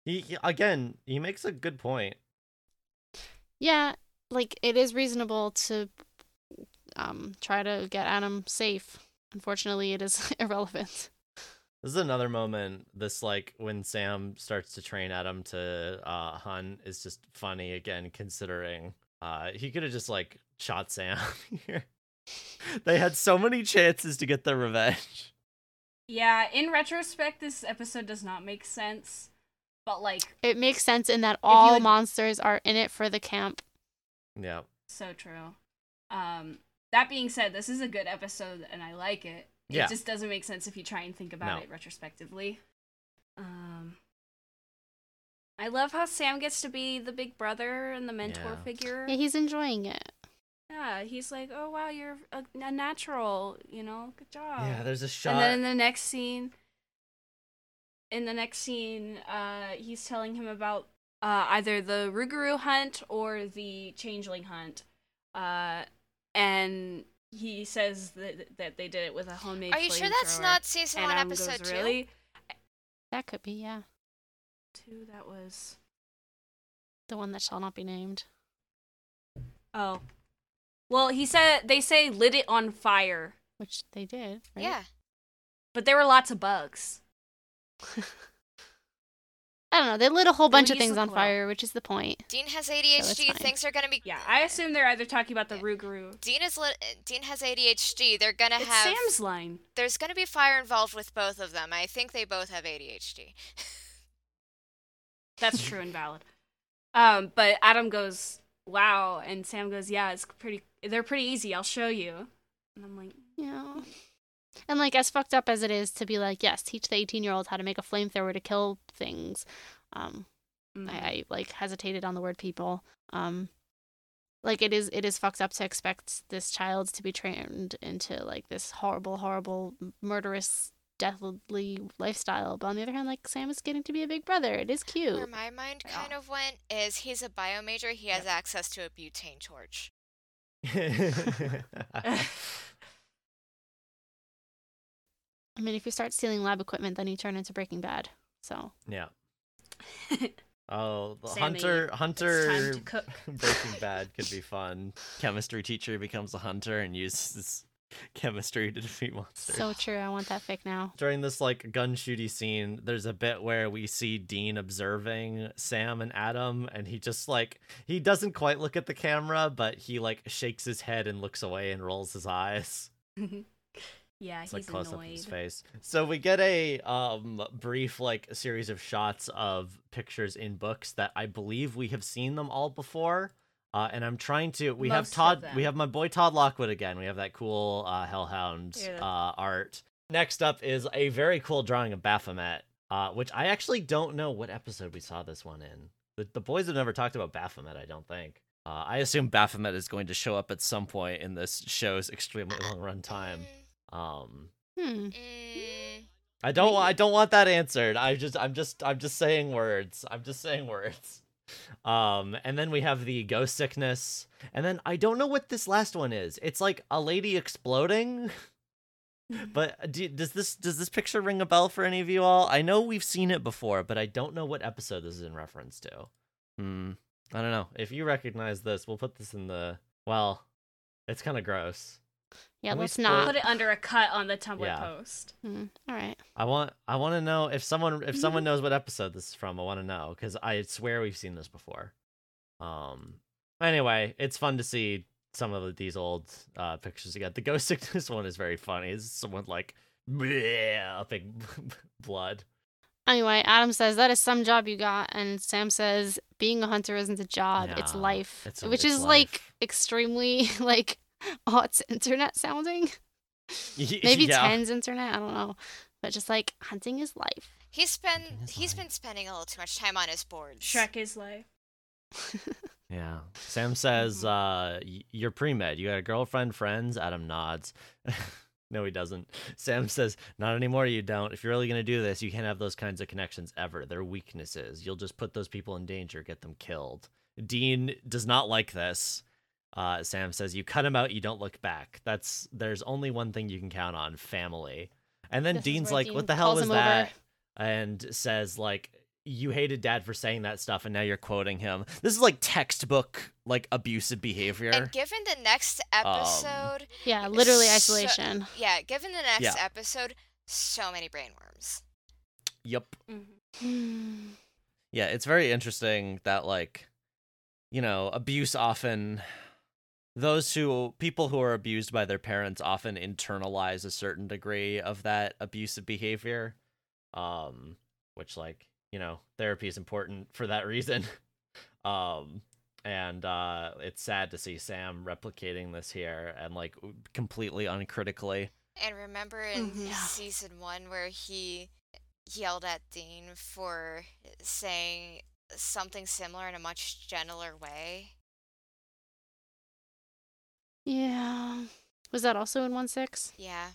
C: He, he again. He makes a good point.
B: Yeah, like it is reasonable to um try to get Adam safe. Unfortunately, it is irrelevant.
C: This is another moment. This like when Sam starts to train Adam to uh, Hun is just funny again, considering uh, he could have just like shot Sam here. they had so many chances to get their revenge.
A: Yeah, in retrospect, this episode does not make sense. But like,
B: It makes sense in that all
A: had-
B: monsters are in it for the camp.
C: Yeah,
A: so true. Um, that being said, this is a good episode, and I like it.
C: Yeah.
A: It just doesn't make sense if you try and think about
C: No.
A: it retrospectively. Um, I love how Sam gets to be the big brother and the mentor
C: Yeah.
A: figure.
B: Yeah, he's enjoying it.
A: Yeah, he's like, "Oh wow, you're a, a natural, you know, good job."
C: yeah. There's a shot.
A: and then in the next scene, in the next scene, uh, he's telling him about uh, either the Ruguru hunt or the Changeling hunt, uh, and he says that that they did it with a homemade.
D: Are you sure that's
A: flamethrower.
D: not season
A: And
D: one,
A: Adam
D: episode
A: goes,
D: two?
A: Really?
B: That could be, yeah.
A: Two. That was.
B: The one that shall not be named.
A: Oh. Well, he said they say lit it on fire,
B: Which they did, right?
D: Yeah.
A: but there were lots of bugs.
B: I don't know. They lit a whole bunch of
A: use the
B: things on
A: coil.
B: fire, which is the point.
D: Dean has ADHD.
B: fine.
D: Things are gonna be.
A: Yeah, I assume they're either talking about the
D: Yeah.
A: Ruguru.
D: Dean is li- Dean has ADHD. They're gonna
A: It's
D: have.
A: Sam's line.
D: There's gonna be fire involved with both of them. I think they both have ADHD.
A: That's true and valid. Um, but Adam goes, "Wow," and Sam goes, "Yeah, it's pretty. They're pretty easy. I'll show you." And I'm like,
B: Yeah. And like as fucked up as it is to be like, yes, teach the eighteen year old how to make a flamethrower to kill things. Um,
A: mm.
B: I, I like hesitated on the word people. Um like it is it is fucked up to expect this child to be trained into like this horrible, horrible, murderous, deathly lifestyle. But on the other hand, like Sam is getting to be a big brother. It is cute.
D: Where my mind
B: Yeah.
D: kind of went is he's a bio major. He has access to a butane torch.
B: I mean, if you start stealing lab equipment, then you turn into Breaking Bad. So
C: Yeah. Oh, the
A: Sammy,
C: hunter,
A: It's
C: hunter,
A: time to cook.
C: Breaking Bad could be fun. Chemistry teacher becomes a hunter and uses chemistry to defeat monsters.
B: so true. I want that fic now.
C: during this like gun shooty scene, there's a bit where we see Dean observing Sam and Adam, and he just like he doesn't quite look at the camera, but he like shakes his head and looks away and rolls his eyes.
A: yeah,
C: It's like
A: he's
C: close up of
A: annoyed.
C: his face. So we get a um brief like series of shots of pictures in books that I believe we have seen them all before. Uh, and I'm trying to. We
A: Most
C: have
A: of
C: Todd.
A: them.
C: We have my boy Todd Lockwood again. We have that cool uh, Hellhound
A: Yeah.
C: uh, art. Next up is a very cool drawing of Baphomet, uh, which I actually don't know what episode we saw this one in. The, the boys have never talked about Baphomet, I don't think. Uh, I assume Baphomet is going to show up at some point in this show's extremely long run time. Um,
B: Hmm.
D: Mm, mm.
C: I don't. wa- I don't want that answered. I just. I'm just. I'm just saying words. I'm just saying words. Um, and then we have the ghost sickness, and then I don't know what this last one is. It's like a lady exploding. But do, does this does this picture ring a bell for any of you all? I know we've seen it before, but I don't know what episode this is in reference to. Hmm. I don't know. If you recognize this, we'll put this in the. Well, it's kind of gross.
B: Yeah,
C: Can we
B: let's
C: split-
B: not.
A: Put it under a cut on the Tumblr
C: Yeah.
A: post.
B: Hmm. All right.
C: I want I want to know if someone if someone knows what episode this is from. I want to know because I swear we've seen this before. Um. Anyway, it's fun to see some of these old uh, pictures again. The ghost sickness one is very funny. It's someone like bleh, upping blood.
B: Anyway, Adam says that is some job you got, and Sam says being a hunter isn't a job; it's
C: No,
B: life,
C: it's-
B: which
C: it's
B: is like
C: life.
B: extremely like aughts internet sounding. Maybe tens internet. I don't know, but just like hunting is life.
D: He's
C: Hunting
D: been
C: is
D: he's
C: life.
D: been spending a little too much time on his boards.
A: Shrek is life.
C: Yeah. Sam
B: Mm-hmm.
C: says, uh, y- "You're pre-med. You got a girlfriend, friends." Adam nods. no, he doesn't. Sam says, "Not anymore. You don't. If you're really gonna do this, you can't have those kinds of connections ever. They're weaknesses. You'll just put those people in danger, get them killed." Dean does not like this. Uh, Sam says, "You cut him out. You don't look back. That's there's only one thing you can count on: family." And then
B: This is
C: Dean's
B: where
C: like,
B: Dean
C: "What the hell
B: calls
C: was
B: him over.
C: that?" and says like you hated dad for saying that stuff and now you're quoting him this is like textbook like abusive behavior
D: And given the next
C: Um.
D: episode,
B: Yeah, literally
D: So-
B: isolation.
D: yeah, given the next
C: Yeah.
D: episode, so many brainworms.
C: yep
A: Mhm.
B: Hmm.
C: yeah it's very interesting that like you know abuse often those who people who are abused by their parents often internalize a certain degree of that abusive behavior um which like you know therapy is important for that reason um and uh it's sad to see sam replicating this here and like w- completely uncritically
D: And remember in
B: Mhm. Yeah.
D: season one where he yelled at Dean for saying something similar in a much gentler way?
B: Yeah. Was that also in one six?
D: Yeah.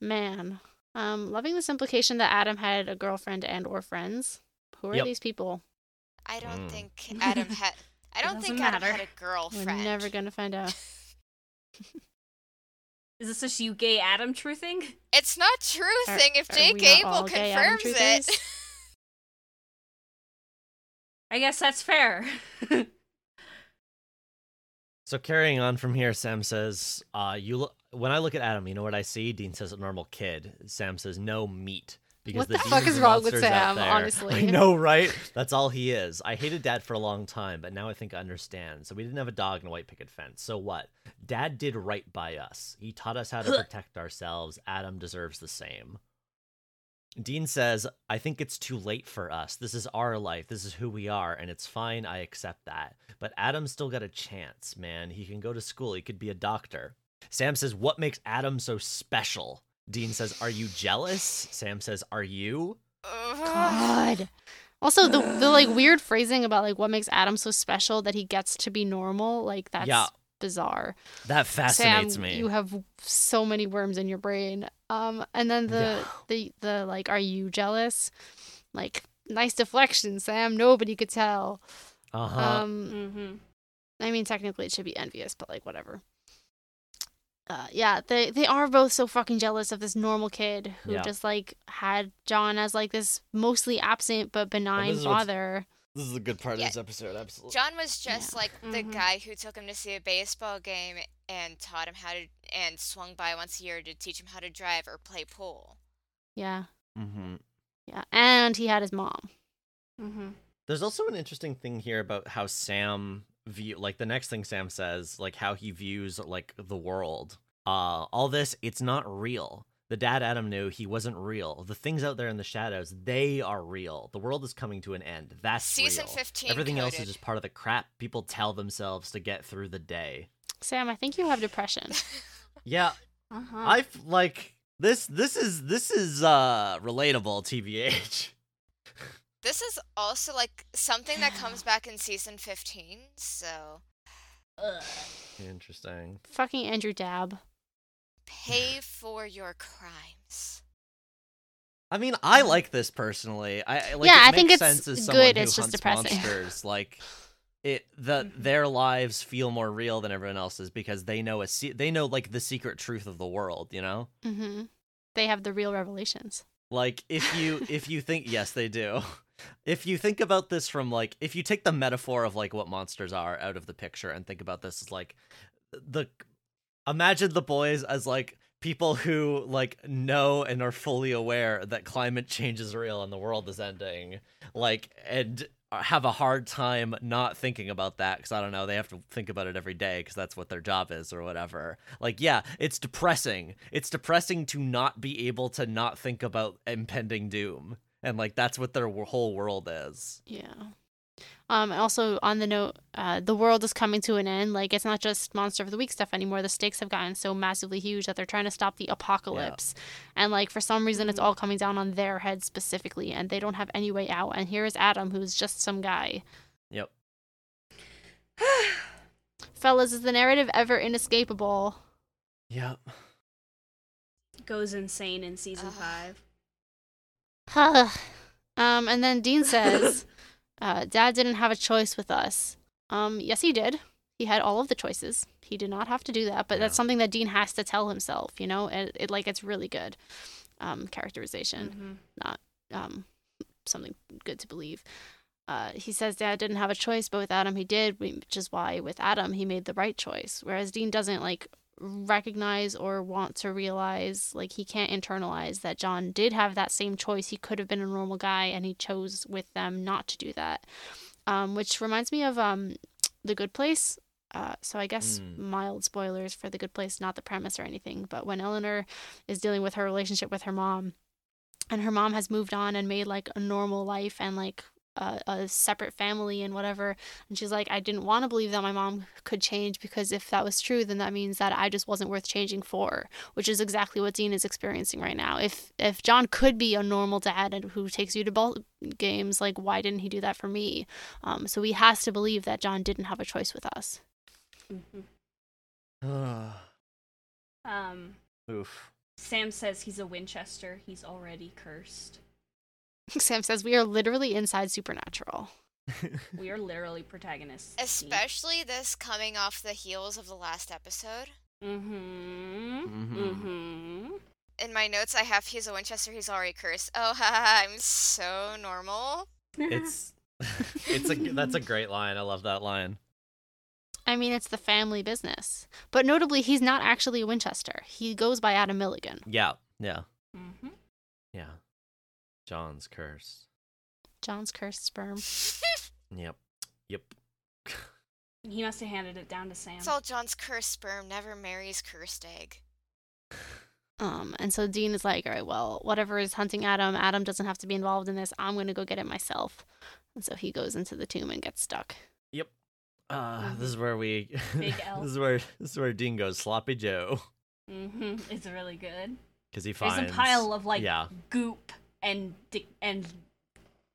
B: Man, um, loving this implication that Adam had a girlfriend and or friends. Who are
C: Yep.
B: these people?
D: I don't
C: Mm.
D: think Adam had. I don't think
A: doesn't
D: Adam had
A: matter.
D: a girlfriend.
B: We're never gonna find out.
A: Is this just you gay Adam truthing?
D: It's not true
B: Are-
D: thing if
B: are
D: Jake
B: we not
D: Abel
B: all gay Adam
D: confirms it.
A: I guess that's fair.
C: So carrying on from here, Sam says, uh, "You lo- when I look at Adam, you know what I see?" Dean says, "A normal kid." Sam says, "No meat."
B: What the
C: demons
B: fuck is
C: and
B: wrong with
C: monsters
B: Sam,
C: out there-
B: honestly?
C: I know, right? That's all he is. I hated Dad for a long time, but now I think I understand. So we didn't have a dog and a white picket fence. So what? Dad did right by us. He taught us how to protect ourselves. Adam deserves the same. Dean says, I think it's too late for us. This is our life. This is who we are, and it's fine. I accept that. But Adam's still got a chance, man. He can go to school. He could be a doctor. Sam says, What makes Adam so special? Dean says, Are you jealous? Sam says, Are you?
B: God. Also, the the like weird phrasing about like what makes Adam so special that he gets to be normal, like that's
C: Yeah.
B: bizarre.
C: That fascinates
B: Sam,
C: me.
B: you have so many worms in your brain. Um, and then the the the like, are you jealous? Like, nice deflection, Sam. Nobody could tell.
C: uh huh.
B: Um,
A: mm-hmm.
B: I mean, technically it should be envious, but like whatever. uh, yeah, they they are both so fucking jealous of this normal kid who
C: Yeah.
B: just like had John as like this mostly absent but benign
C: is what's-
B: father.
C: This is a good part
D: Yeah.
C: of this episode, absolutely.
D: John was just like the
B: Mhm.
D: guy who took him to see a baseball game and taught him how to and swung by once a year to teach him how to drive or play pool.
B: Yeah,
C: mm-hmm.
B: yeah, and he had his mom.
A: Mm-hmm.
C: There's also an interesting thing here about how Sam view like the next thing Sam says, like how he views like the world. Uh all this it's not real. The dad Adam knew he wasn't real. The things out there in the shadows, they are real. The world is coming to an end. That's
D: Season
C: real.
D: 15
C: Everything else is
D: coded.
C: just part of the crap people tell themselves to get through the day.
B: Sam, I think you have depression.
C: Yeah,
A: Uh-huh.
C: I've like this this is this is uh relatable TVH.
D: This is also like something that comes back in season 15, so
C: Interesting.
B: fucking Andrew Dab.
D: pay for your crimes.
C: I mean, I like this personally. I I- like.
B: Yeah,
C: it
B: I think
C: makes
B: it's
C: sense as
B: good,
C: someone who
B: it's just
C: hunts
B: depressing.
C: Monsters. Like it, the their lives feel more real than everyone else's because they know a se- they know like the secret truth of the world. You know,
B: Mm-hmm. They have the real revelations.
C: like if you if you think yes, they do. If you think about this from like if you take the metaphor of like what monsters are out of the picture and think about this as like the imagine the boys as like people who like know and are fully aware that climate change is real and the world is ending like and have a hard time not thinking about that because i don't know they have to think about it every day because that's what their job is or whatever like yeah it's depressing it's depressing to not be able to not think about impending doom and like that's what their wo- whole world is
B: Yeah. Um, and also on the note, uh, the world is coming to an end. Like it's not just Monster of the Week stuff anymore. The stakes have gotten so massively huge that they're trying to stop the apocalypse. And like for some reason it's all coming down on their heads specifically and they don't have any way out. And here is Adam who's just some guy.
C: yep
B: Fellas, is the narrative ever inescapable?
C: yep
A: Goes insane in season
D: Ugh.
A: five.
B: um, and then Dean says, uh, Dad didn't have a choice with us. Um, yes, he did. He had all of the choices. He did not have to do that, but
C: Yeah.
B: that's something that Dean has to tell himself, you know? It, it like, it's really good um, characterization,
A: Mm-hmm.
B: um, something good to believe. Uh, he says dad didn't have a choice, but with Adam he did, which is why with Adam he made the right choice. Whereas Dean doesn't like recognize or want to realize, like he can't internalize that John did have that same choice. He could have been a normal guy, and he chose with them not to do that. Um, which reminds me of um, the Good Place. Uh, so I guess
C: Mm.
B: mild spoilers for the Good Place, not the premise or anything. But when Eleanor is dealing with her relationship with her mom, and her mom has moved on and made like a normal life and like a, a separate family and whatever. And she's like, I didn't want to believe that my mom could change because if that was true, then that means that I just wasn't worth changing for, which is exactly what Dean is experiencing right now. If if John could be a normal dad and who takes you to ball games, like why didn't he do that for me? Um, so he has to believe that John didn't have a choice with us.
A: Mm-hmm. Um,
C: oof
A: Sam says he's a Winchester. He's already cursed.
B: Sam says we are literally inside supernatural.
A: We are literally protagonists.
D: Especially this coming off the heels of the last episode.
A: Mm-hmm.
C: Mhm.
A: Mm-hmm.
D: In my notes, I have he's a Winchester, he's already cursed. Oh, haha, I'm so normal.
A: Mm-hmm.
C: it's it's a that's a great line i love that line
B: I mean, it's the family business. But notably, he's not actually a Winchester. He goes by Adam Milligan.
C: yeah yeah
A: mm-hmm.
C: yeah john's curse
B: John's cursed sperm.
C: yep yep
A: He must have handed it down to Sam.
D: It's all John's cursed sperm, never Mary's cursed egg.
B: Um, and so Dean is like, all right, well, whatever is hunting Adam, Adam doesn't have to be involved in this. I'm going to go get it myself. And so he goes into the tomb and gets stuck.
C: uh this is where we
A: Mm-hmm. Big L.
C: this is where this is where dean goes sloppy joe
A: mm-hmm. It's really good.
C: because he
A: There's
C: finds
A: a pile of like
C: yeah
A: goop and di- and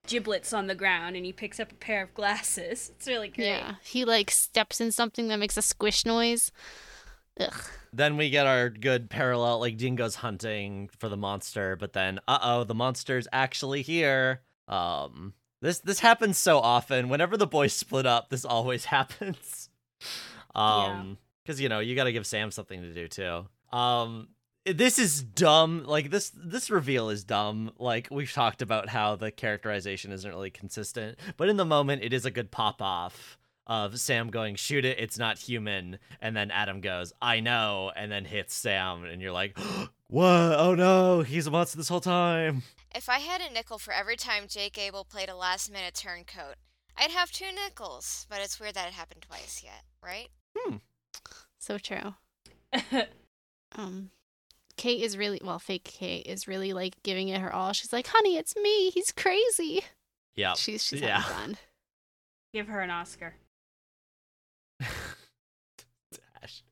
A: giblets on the ground, and he picks up a pair of glasses. It's really great.
B: Yeah. He like steps in something that makes a squish noise. Ugh.
C: then we get our good parallel like dean goes hunting for the monster but then uh-oh the monster's actually here um this this happens so often whenever the boys split up this always happens um because you know you got to give Sam something to do too. Um, this is dumb. Like this this reveal is dumb. Like we've talked about how the characterization isn't really consistent, but in the moment it is a good pop off of Sam going shoot it. It's not human, and then Adam goes I know, and then hits Sam, and you're like. What? Oh no, he's a monster this whole time.
D: If I had a nickel for every time Jake Abel played a last minute turncoat, I'd have two nickels. But it's weird that it happened twice yet, right?
B: So true. Um, Kate is really well, fake Kate is really like giving it her all. She's like, "Honey, it's me. He's crazy."
A: Oh,
C: Yeah.
B: She's she's
C: Yeah.
B: having fun.
A: Give her an Oscar.
C: Dash.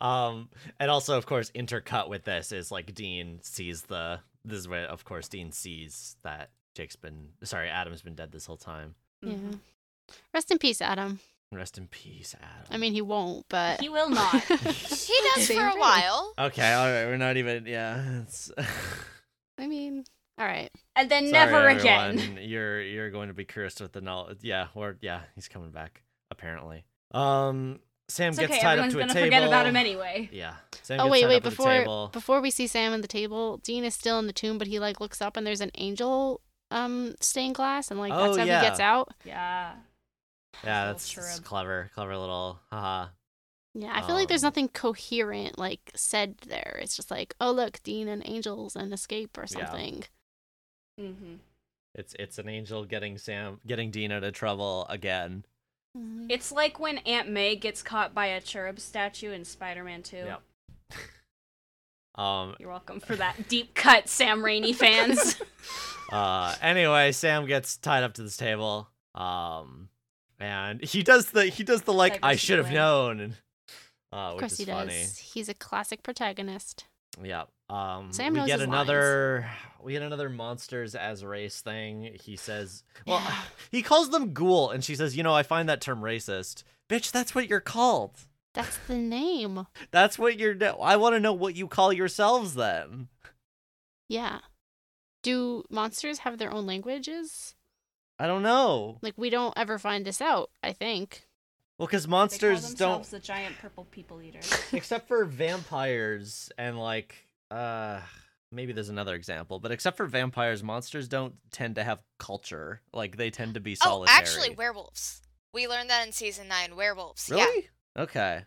C: Um, and also, of course, intercut with this is like Dean sees the. This is where, of course, Dean sees that Jake's been. Sorry, Adam's been dead this whole time.
A: Mhm.
B: Yeah. Rest in peace, Adam.
C: Rest in peace, Adam.
B: I mean, he won't, but
A: He will not.
D: He does
B: Say
D: for a
B: really.
D: while.
C: okay, all right, we're not even. Yeah. It's...
B: I mean, all right.
A: And then
C: Sorry,
A: never again.
C: everyone. You're you're going to be cursed with the knowledge. Yeah, or yeah, he's coming back apparently. Um, Sam
A: It's
C: gets
A: okay.
C: tied
A: Everyone's
C: up to a
A: gonna
C: table.
A: forget about him anyway.
C: Yeah. Sam
B: Oh
C: gets
B: wait,
C: tied
B: wait.
C: up at a table.
B: Before before we see Sam at the table, Dean is still in the tomb, but he like looks up and there's an angel um stained glass, and like
C: Oh,
B: that's how
C: yeah.
B: he gets out.
A: Yeah.
C: Yeah,
A: Little
C: that's, that's
A: cherub.
C: clever, clever little. Haha.
B: Yeah, I feel like there's
C: Um,
B: nothing coherent like said there. It's just like, oh look, Dean and angels and escape or
C: Yeah.
B: something.
A: Mm-hmm.
C: It's it's an angel getting Sam getting Dean out of trouble again.
B: Mhm.
A: It's like when Aunt May gets caught by a cherub statue in Spider-Man 2.
C: Yep. Um.
A: You're welcome for that deep cut, Sam Rainey fans.
C: Uh. Anyway, Sam gets tied up to this table. Um. And he does the he does the like I
A: Diversity
C: should have
A: win.
C: known. And, uh,
B: Of
C: which
B: course
C: is
B: he
C: funny.
B: does. He's a classic protagonist.
C: Yeah. Um,
B: Sam
C: we
B: knows
C: get
B: his
C: another we get another monsters as race thing. He says, well,
B: Yeah.
C: he calls them ghoul and she says, "You know, I find that term racist." Bitch, that's what you're called.
B: That's the name.
C: That's what you're I want to know what you call yourselves then.
B: Yeah. Do monsters have their own languages?
C: I don't know.
B: Like we don't ever find this out, I think.
C: Well, cuz monsters
A: they call
C: don't
A: themselves the giant purple people eater.
C: except for vampires and like uh maybe there's another example, but except for vampires, monsters don't tend to have culture. Like they tend to be solitary.
D: Oh, actually, werewolves. We learned that in season nine. Werewolves. Yeah.
C: Really? Okay.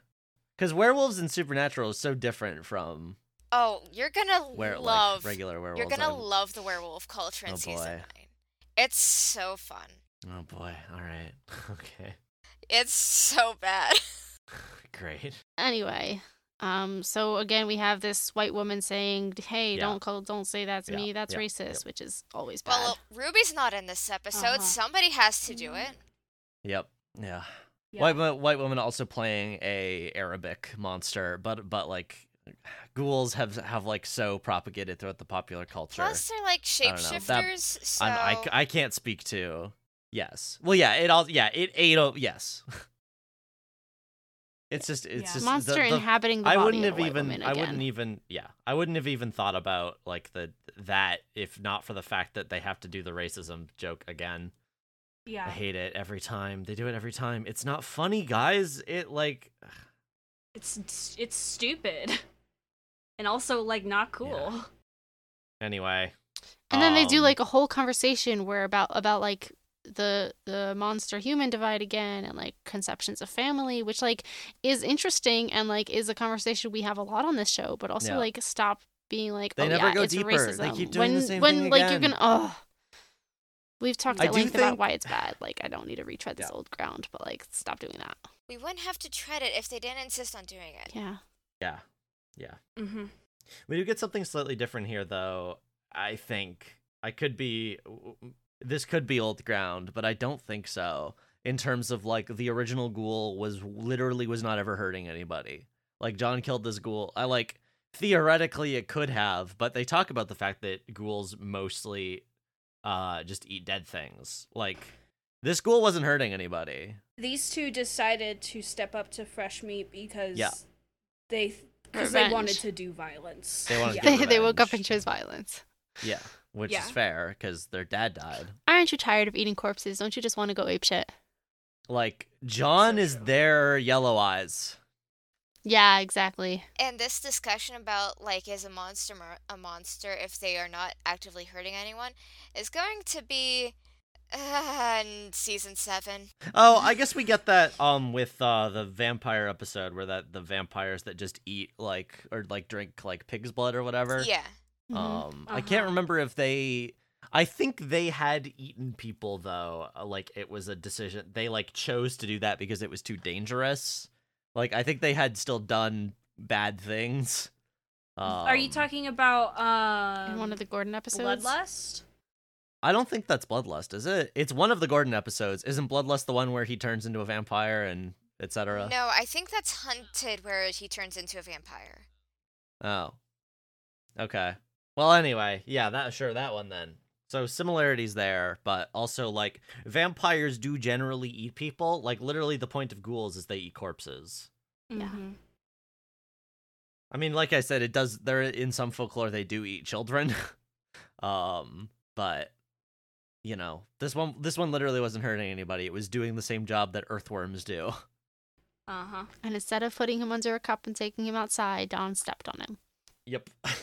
C: Because werewolves and supernatural is so different from
D: Oh, you're gonna
C: where
D: love.
C: like regular werewolves.
D: you're gonna
C: I-
D: love the werewolf culture in
C: Oh,
D: season
C: boy.
D: nine. It's so fun.
C: oh boy! All right. Okay.
D: It's so bad.
C: Great.
B: Anyway, um so again we have this white woman saying, "Hey,
C: Yeah.
B: don't call don't say that's
C: Yeah,
B: me. That's
C: yeah,
B: racist,"
C: yeah.
B: which is always bad.
D: well, Ruby's not in this episode.
A: Uh-huh.
D: Somebody has to do it.
C: Yep. Yeah.
A: Yeah.
C: White wo- white woman also playing a Arabic monster, but but like ghouls have have like so propagated throughout the popular culture.
D: Plus, they're like
C: don't know. That-
D: shapeshifters. So
C: I'm- I c- I can't speak to. Yes. Well, yeah. It all. Yeah. It ate. o- Yes. it's just. It's
A: Yeah.
C: just the-
B: Monster
C: the,
B: inhabiting the
C: I
B: body
C: wouldn't
B: of a
C: have
B: white
C: even.
B: woman
C: I
B: again.
C: wouldn't even. Yeah, I wouldn't have even thought about like the that if not for the fact that they have to do the racism joke again. I
A: yeah.
C: hate it every time. They do it every time. It's not funny, guys. It like
A: It's it's stupid. And also like not cool.
C: anyway.
B: And then they do
C: Um,
B: like a whole conversation where about about like the the monster human divide again and like conceptions of family, which like is interesting and like is a conversation we have a lot on this show, but also
C: Yeah.
B: like stop being like
C: They
B: oh,
C: never
B: yeah,
C: go
B: it's
C: deeper. They
B: racism.
C: keep doing
B: when
C: the same
B: when
C: thing
B: like you're
C: again.
B: gonna oh We've talked
C: I
B: at
C: do
B: length about
C: think-
B: why it's bad. Like I don't need to retread this
C: Yeah.
B: old ground, but like stop doing that.
D: we wouldn't have to tread it if they didn't insist on doing it.
B: Yeah.
C: Yeah.
A: Mm-hmm.
C: We do get something slightly different here, though. I think I could be. This could be old ground, but I don't think so. In terms of like the original ghoul was literally was not ever hurting anybody. Like John killed this ghoul. I like theoretically it could have, but they talk about the fact that ghouls mostly uh just eat dead things. Like this ghoul wasn't hurting anybody.
A: These two decided to step up to fresh meat because
C: Yeah.
A: they because they
B: Revenge.
A: wanted to do violence.
C: They wanted to
A: yeah.
B: They, they woke up
C: revenge.
B: and chose violence.
C: Yeah, which
A: Yeah.
C: is fair because their dad died.
B: Aren't you tired of eating corpses? Don't you just want to go ape shit?
C: Like John
A: So
C: is
A: true.
C: their yellow eyes.
B: Yeah, exactly.
D: And this discussion about like is a monster mo- a monster if they are not actively hurting anyone is going to be uh, in season seven.
C: Oh, I guess we get that um with uh the vampire episode where that the vampires that just eat like or like drink like pig's blood or whatever.
D: Yeah,
B: Mhm.
C: Um, I can't
A: Uh-huh.
C: remember if they. I think they had eaten people though. uh, Like it was a decision they like chose to do that because it was too dangerous. Like I think they had still done bad things. Um,
A: Are you talking about um,
B: in one of the Gordon episodes.
A: bloodlust?
C: I don't think that's Bloodlust, is it? It's one of the Gordon episodes. Isn't Bloodlust the one where he turns into a vampire and etc.?
D: no, I think that's hunted where he turns into a vampire.
C: Oh. Okay. Well, anyway, yeah, that sure that one then. So similarities there, but also like vampires do generally eat people. Like literally, the point of ghouls is they eat corpses.
B: Yeah.
A: Mhm.
C: I mean, like I said, it does. There in some folklore they do eat children. um, but you know, this one this one literally wasn't hurting anybody. It was doing the same job that earthworms do.
A: Uh huh.
B: And instead of putting him under a cup and taking him outside, Don stepped on him.
C: Yep.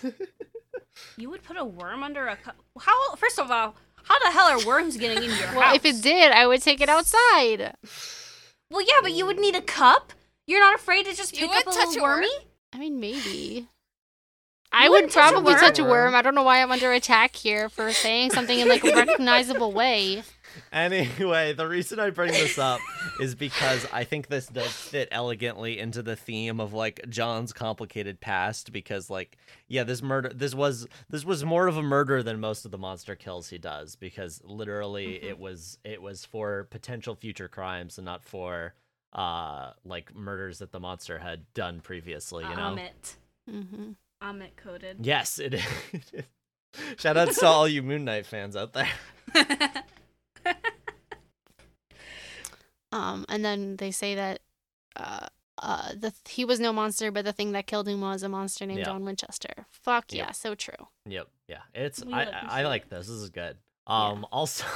A: You would put a worm under a cup. How? First of all, how the hell are worms getting in your house?
B: Well, if it did, I would take it outside.
A: Well, yeah, but you would need a cup. You're not afraid to just
D: You
A: pick up a
D: would
A: little
D: touch a worm.
A: wormy?
B: I mean, maybe. I
A: You
B: would
A: wouldn't touch a
B: probably
A: worm?
B: touch a worm. I don't know why I'm under attack here for saying something in like a recognizable way.
C: Anyway, the reason I bring this up is because I think this does fit elegantly into the theme of like John's complicated past because like yeah, this murder this was this was more of a murder than most of the monster kills he does because literally it was it was for potential future crimes and not for uh like murders that the monster had done previously,
A: Oh,
C: you know.
A: Amit.
B: hmm
A: Amit coded.
C: Yes, it is. Shout out to all you Moon Knight fans out there.
B: Um, and then they say that uh, uh, the he was no monster, but the thing that killed him was a monster named
C: Yeah.
B: John Winchester. Fuck
C: Yep.
B: yeah, so true.
C: Yep. Yeah. It's
A: We
C: I
A: like to
C: I, I
A: see
C: like this. This is good. Um also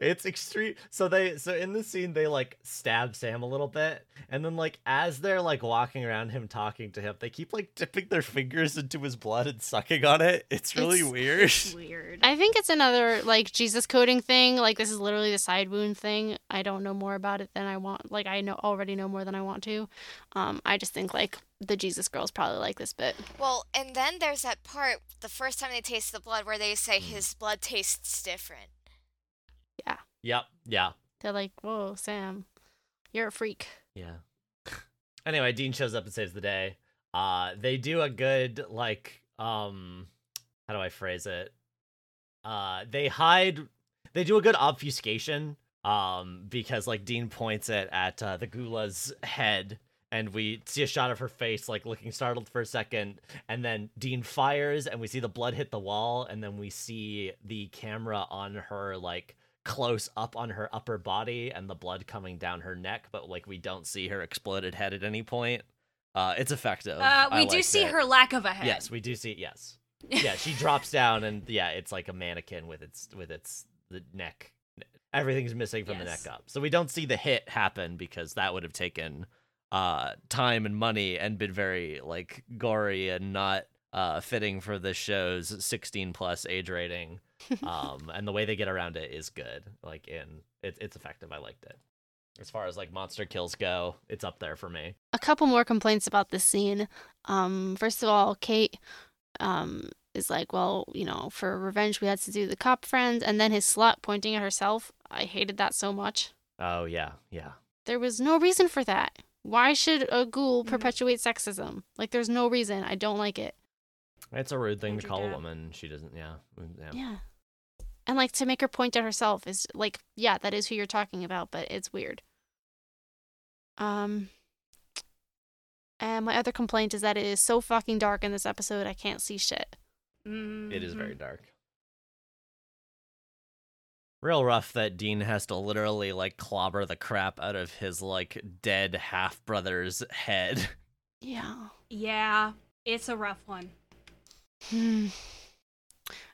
C: it's extreme so they so in the scene they like stab Sam a little bit and then like as they're like walking around him talking to him they keep like dipping their fingers into his blood and sucking on it. It's really
B: It's-
C: weird.
A: Weird.
B: I think it's another like Jesus coding thing. Like this is literally the side wound thing. I don't know more about it than I want. Like I know already know more than I want to. Um, I just think like the Jesus girls probably like this bit.
D: Well, and then there's that part the first time they taste the blood where they say his blood tastes different.
C: Yep. Yeah.
B: They're like, "Whoa, Sam, you're a freak."
C: Yeah. Anyway, Dean shows up and saves the day. Uh they do a good like um how do I phrase it? Uh they hide they do a good obfuscation um because like Dean points it at uh, the Gula's head and we see a shot of her face like looking startled for a second and then Dean fires and we see the blood hit the wall and then we see the camera on her like close up on her upper body and the blood coming down her neck, but like we don't see her exploded head at any point. Uh, it's effective.
A: uh,
C: I
A: we do
C: liked
A: see
C: it.
A: her lack of a head.
C: Yes, we do see. Yes, yeah, she drops down and yeah, it's like a mannequin with its with its the neck. Everything's missing from
A: Yes.
C: the neck up, so we don't see the hit happen because that would have taken uh time and money and been very like gory and not uh fitting for the show's 16 plus age rating um and the way they get around it is good like in it, it's effective i liked it as far as like monster kills go it's up there for me
B: a couple more complaints about this scene. Um, first of all, Kate um, is like, well, you know, for revenge, we had to do the cop friend, and then his slut pointing at herself. I hated that so much.
C: oh yeah yeah
B: There was no reason for that. Why should a ghoul
A: Mhm.
B: perpetuate sexism? Like, there's no reason. I don't like it.
C: it's a rude thing to
A: Andrew
C: call a
A: Dabb.
C: woman she doesn't yeah mm, yeah,
B: Yeah. And, like, to make her point at herself is like, yeah, that is who you're talking about, but it's weird. Um, and my other complaint is that it is so fucking dark in this episode, I can't see shit.
C: it is
A: Mm-hmm.
C: very dark real rough that dean has to literally like clobber the crap out of his like dead half brother's head
B: Yeah.
A: Yeah, it's a rough one.
B: Hmm.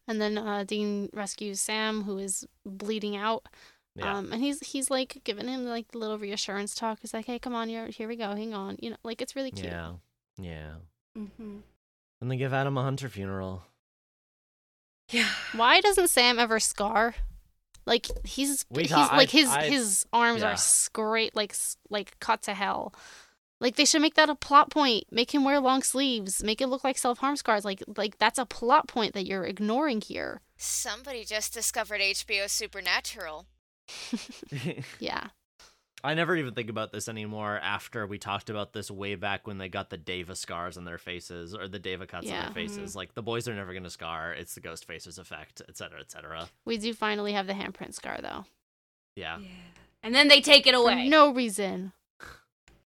B: And then uh, Dean rescues Sam, who is bleeding out,
C: Yeah.
B: Um, and he's he's like giving him like the little reassurance talk. He's like, "Hey, come on, here, here we go. Hang on." You know, like it's really cute.
C: Yeah. Yeah.
A: Mm-hmm.
C: And they give Adam a hunter funeral.
A: Yeah.
B: Why doesn't Sam ever scar? Like he's
C: We
B: he's
C: thought- I-
B: like his
C: I-
B: his arms
C: yeah.
B: are scraped like s- like cut to hell. Like they should make that a plot point. Make him wear long sleeves. Make it look like self harm scars. Like like that's a plot point that you're ignoring here.
D: Somebody just discovered HBO Supernatural.
B: Yeah.
C: I never even think about this anymore after we talked about this way back when they got the Deva scars on their faces or the Deva cuts on
B: Yeah.
C: their faces. Like the boys are never gonna scar, it's the ghost faces effect, et cetera, et cetera.
B: We do finally have the handprint scar though.
C: Yeah.
A: And then they take it
B: For
A: away.
B: no reason.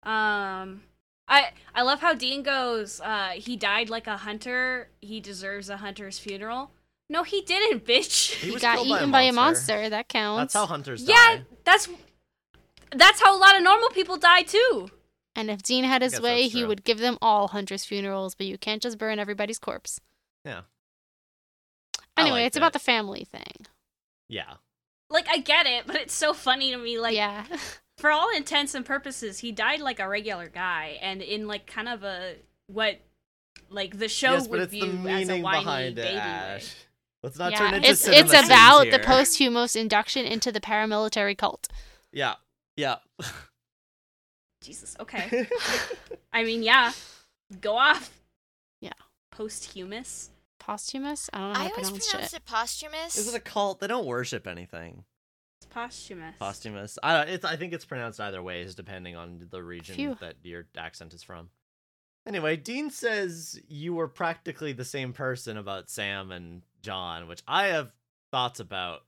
A: Um, I I love how Dean goes. Uh, he died like a hunter. He deserves a hunter's funeral. No, he didn't, bitch.
C: He
B: He,
C: was
B: got
C: killed
B: eaten
C: by a
B: by a,
C: monster.
B: monster. That counts.
C: That's how hunters
A: Yeah,
C: die.
A: that's that's how a lot of normal people die too.
B: And if Dean had his
C: guess
B: way,
C: that's
B: he
C: true.
B: would give them all hunters' funerals, but you can't just burn everybody's corpse.
C: Yeah. I
B: Anyway,
C: liked
B: it's about
C: it.
B: the family thing.
C: Yeah.
A: Like I get it, but it's so funny to me. Like
B: yeah.
D: uh,
A: for all intents and purposes, he died like a regular guy, and in like kind of a what like the show
C: yes, but
A: would
C: it's the
A: view as a
C: meaning
A: whiny
C: behind it,
A: baby.
C: Ash.
A: wig.
C: Let's not
B: yeah.
C: turn into
B: it's
C: cinema
B: it's
C: scenes
B: about the
C: here.
B: posthumous induction into the paramilitary cult.
C: Yeah. Yeah.
A: Jesus. Okay. I mean, yeah. Go off.
B: Yeah.
A: Posthumous.
B: Posthumous? I don't know how
D: I
B: to
D: always
B: pronounce
D: pronounce
B: shit.
D: it posthumous.
C: Is it a cult? They don't worship anything.
A: It's posthumous.
C: Posthumous. I don't, it's, I think it's pronounced either ways, depending on the region
B: Phew.
C: that your accent is from. Anyway, Dean says you were practically the same person about Sam and John, which I have thoughts about.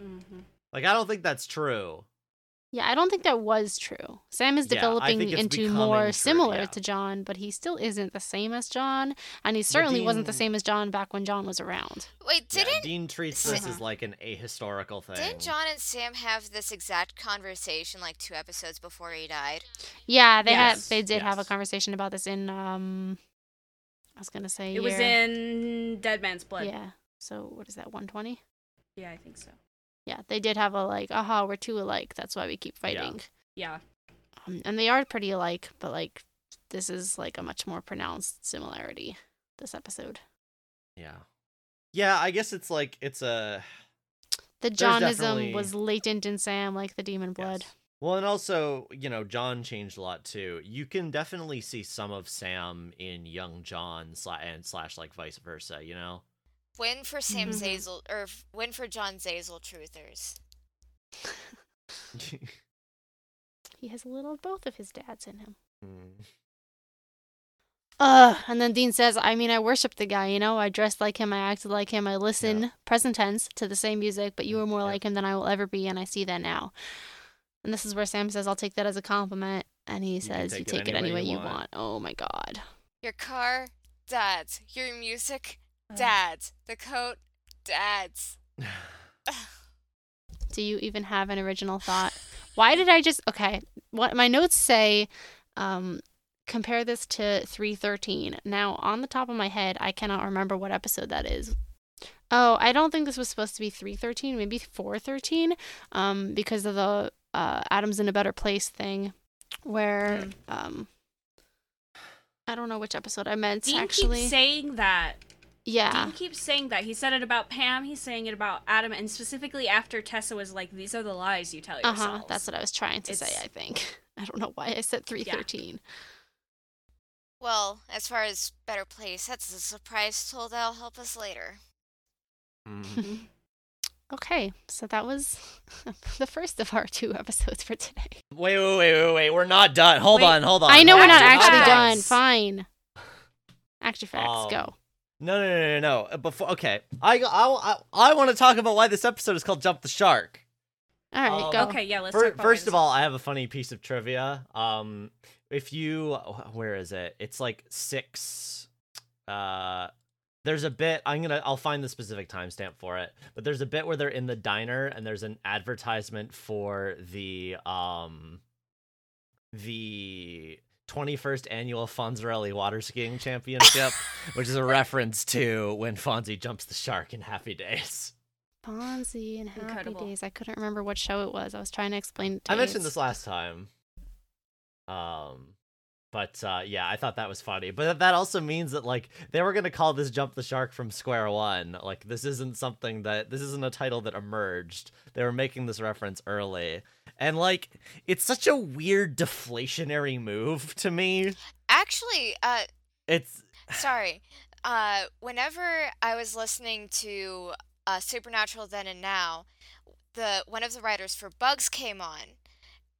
A: Mhm.
C: Like, I don't think that's true.
B: Yeah, I don't think that was true. Sam is
C: Yeah, I
B: developing
C: think it's
B: into
C: becoming
B: more
C: true,
B: similar
C: yeah.
B: to John, but he still isn't the same as John, and he
C: But
B: certainly wasn't the
C: Dean-
B: same as John back when John was around.
D: Wait,
C: Yeah,
D: didn't
C: Dean treats this
B: Uh-huh.
C: as like an ahistorical thing.
D: didn't John and Sam have this exact conversation like two episodes before he died?
B: Yeah, they
C: Yes,
B: had they did have a
C: yes.
B: conversation about this in um I was gonna say
A: It was
B: year-
A: in Dead Man's Blood. Yeah,
B: Yeah. So what is that, one twenty?
A: I think so.
B: Yeah, they did have a like, aha, we're two alike, that's why we keep
C: Yeah.
B: fighting.
A: Yeah.
B: Um, and they are pretty alike, but like this is like a much more pronounced similarity this episode.
C: Yeah. Yeah, I guess it's like, it's a.
B: The
C: There's
B: Johnism
C: definitely-
B: was latent in Sam, like the demon blood.
C: Yes. Well, and also, you know, John changed a lot too. You can definitely see some of Sam in young John sla- and slash like vice versa. You know,
D: Win for Sam
A: Mhm.
D: Zazel or f- win for John Zazel truthers.
B: He has a little of both of his dads in him.
C: Mm.
B: Ugh. And then Dean says, I mean, I worship the guy, you know? I dressed like him, I acted like him, I listen, present tense, to the same music, but you were more
C: Yeah.
B: like him than I will ever be, and I see that now. And this is where Sam says, I'll take that as a compliment. And he
C: can
B: says, You take it any way you want. Oh my God.
D: Your car, dads. Your music, dads. The coat, dads.
B: Do you even have an original thought? Why did I just. Okay. What my notes say, um, compare this to 313. Now, on the top of my head, I cannot remember what episode that is. Oh, I don't think this was supposed to be 313, maybe 413, um, because of the uh, Adam's in a Better Place thing, where
A: Mm.
B: um, I don't know which episode I meant
A: Dean
B: actually.
A: keeps saying that.
B: yeah,
A: Dean keeps saying that. He said it about Pam. He's saying it about Adam, and specifically after Tessa was like, "These are the lies you tell
B: uh
A: yourselves."
B: huh. That's what I was trying to say.
A: It's-
B: I think I don't know why I said 313.
D: Well, as far as Better Place, that's a surprise tool that'll help us later.
C: Mm.
B: Okay, so that was the first of our two episodes for today.
C: wait, wait, wait, wait, wait. We're not done. Hold
A: Wait.
C: on, hold on.
B: I know we're
C: hold
B: not
C: on.
B: actually
A: facts.
B: done. Fine. Action facts,
C: Um,
B: go.
C: No, no, no, no, no. Uh, Before, okay. I, I, I, want to talk about why this episode is called "Jump the Shark."
B: All right,
C: um,
B: go.
A: Okay, yeah. Let's
C: Fir-
A: talk about
C: first
A: Wayne's-
C: of all, I have a funny piece of trivia. Um, if you, wh- where is it? It's like six. Uh, there's a bit. I'm gonna. I'll find the specific timestamp for it. But there's a bit where they're in the diner and there's an advertisement for the um, the 21st annual Fonzarelli water skiing championship, which is a reference to when Fonzie jumps the shark in Happy Days.
B: Fonzie and Happy
A: Incredible.
B: Days. I couldn't remember what show it was. I was trying to explain. It to
C: I mentioned
B: Ace.
C: this last time. Um but uh yeah, I thought that was funny. But that also means that like they were going to call this Jump the Shark from Square One. Like this isn't something that this isn't a title that emerged. They were making this reference early. And like it's such a weird deflationary move to me.
D: Actually, uh,
C: It's
D: sorry. Uh, whenever I was listening to uh, Supernatural Then and Now, the one of the writers for Bugs came on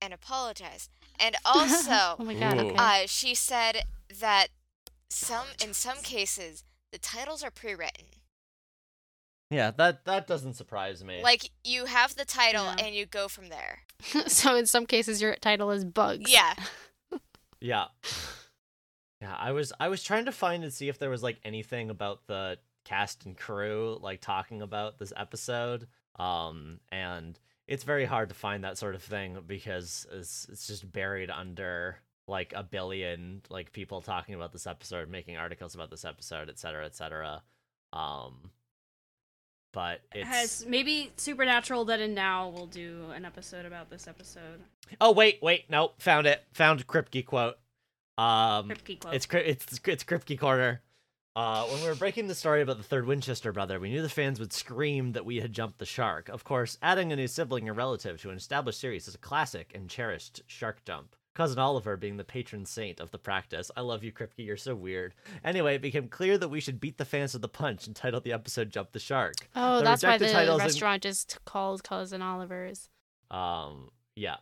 D: and apologized, and
B: oh
D: also
B: my god.
C: Ooh.
B: Okay.
D: uh, she said that some in some cases the titles are pre-written.
C: yeah, that that doesn't surprise me.
D: Like you have the title
B: Yeah.
D: and you go from there.
B: so in some cases, your title is Bugs.
D: Yeah.
C: Yeah. Yeah, I was I was trying to find and see if there was like anything about the cast and crew like talking about this episode. Um and it's very hard to find that sort of thing because it's it's just buried under like a billion like people talking about this episode, making articles about this episode, et cetera, et cetera. Um but it's
A: Has maybe Supernatural then and now we'll do an episode about this episode.
C: Oh wait, wait, no, found it. Found Kripke quote. Um
A: Kripke quote.
C: It's Kri- it's it's Kripke corner. Uh, when we were breaking the story about the third Winchester brother, we knew the fans would scream that we had jumped the shark. Of course, adding a new sibling or relative to an established series is a classic and cherished shark jump. Cousin Oliver being the patron saint of the practice. I love you, Kripke. You're so weird. Anyway, it became clear that we should beat the fans to the punch and title the episode "Jump the Shark."
B: Oh,
C: The
B: that's why the
C: rejected titles in-
B: restaurant just called Cousin Oliver's.
C: Um, yeah.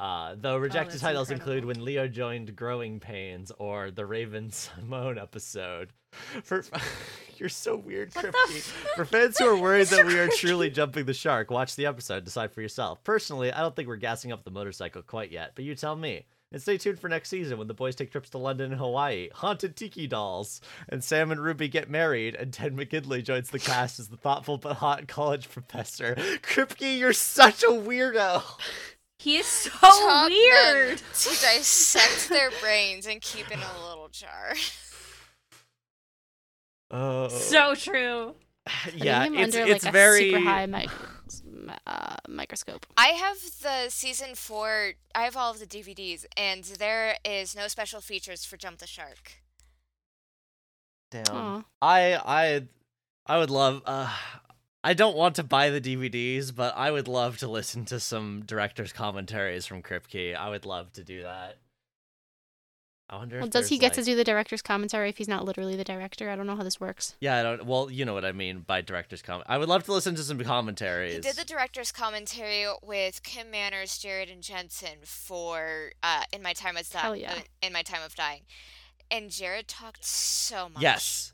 C: Uh, though rejected
A: that's
C: titles include
A: incredible.
C: when Leo joined Growing Pains or the Raven Simone episode. For you're so weird, Kripke. For fans who are worried that we are truly jumping the shark, watch the episode. Decide for yourself. Personally, I don't think we're gassing up the motorcycle quite yet, but you tell me. And stay tuned for next season when the boys take trips to London and Hawaii, haunted tiki dolls, and Sam and Ruby get married, and Ted McKinley joins the cast as the thoughtful but hot college professor. Kripke, you're such a weirdo.
A: he is so
B: Oh,
D: Top men
A: weird.
D: to dissect their brains and keep in a little jar.
C: Oh,
A: So true.
B: Putting
C: Uh, yeah,
B: him
C: it's,
B: under
C: it's
B: like
C: very
B: a super high mic- uh, microscope.
D: I have the season four. I have all of the DVDs, and there is no special features for Jump the Shark.
C: Damn.
B: Aw.
C: I I I would love uh I don't want to buy the DVDs, but I would love to listen to some director's commentaries from Kripke. I would love to do that. I wonder
B: Well,
C: if
B: does he
C: there's,
B: get to
C: like-
B: do the director's commentary if he's not literally the director? I don't know how this works.
C: Yeah, I don't well, you know what I mean by director's comment. I would love to listen to some commentaries.
D: He did the director's commentary with Kim Manners, Jared, and Jensen for uh, "In My Time as Di-
B: Hell yeah.
D: uh, In My Time of Dying," and Jared talked so much.
C: yes.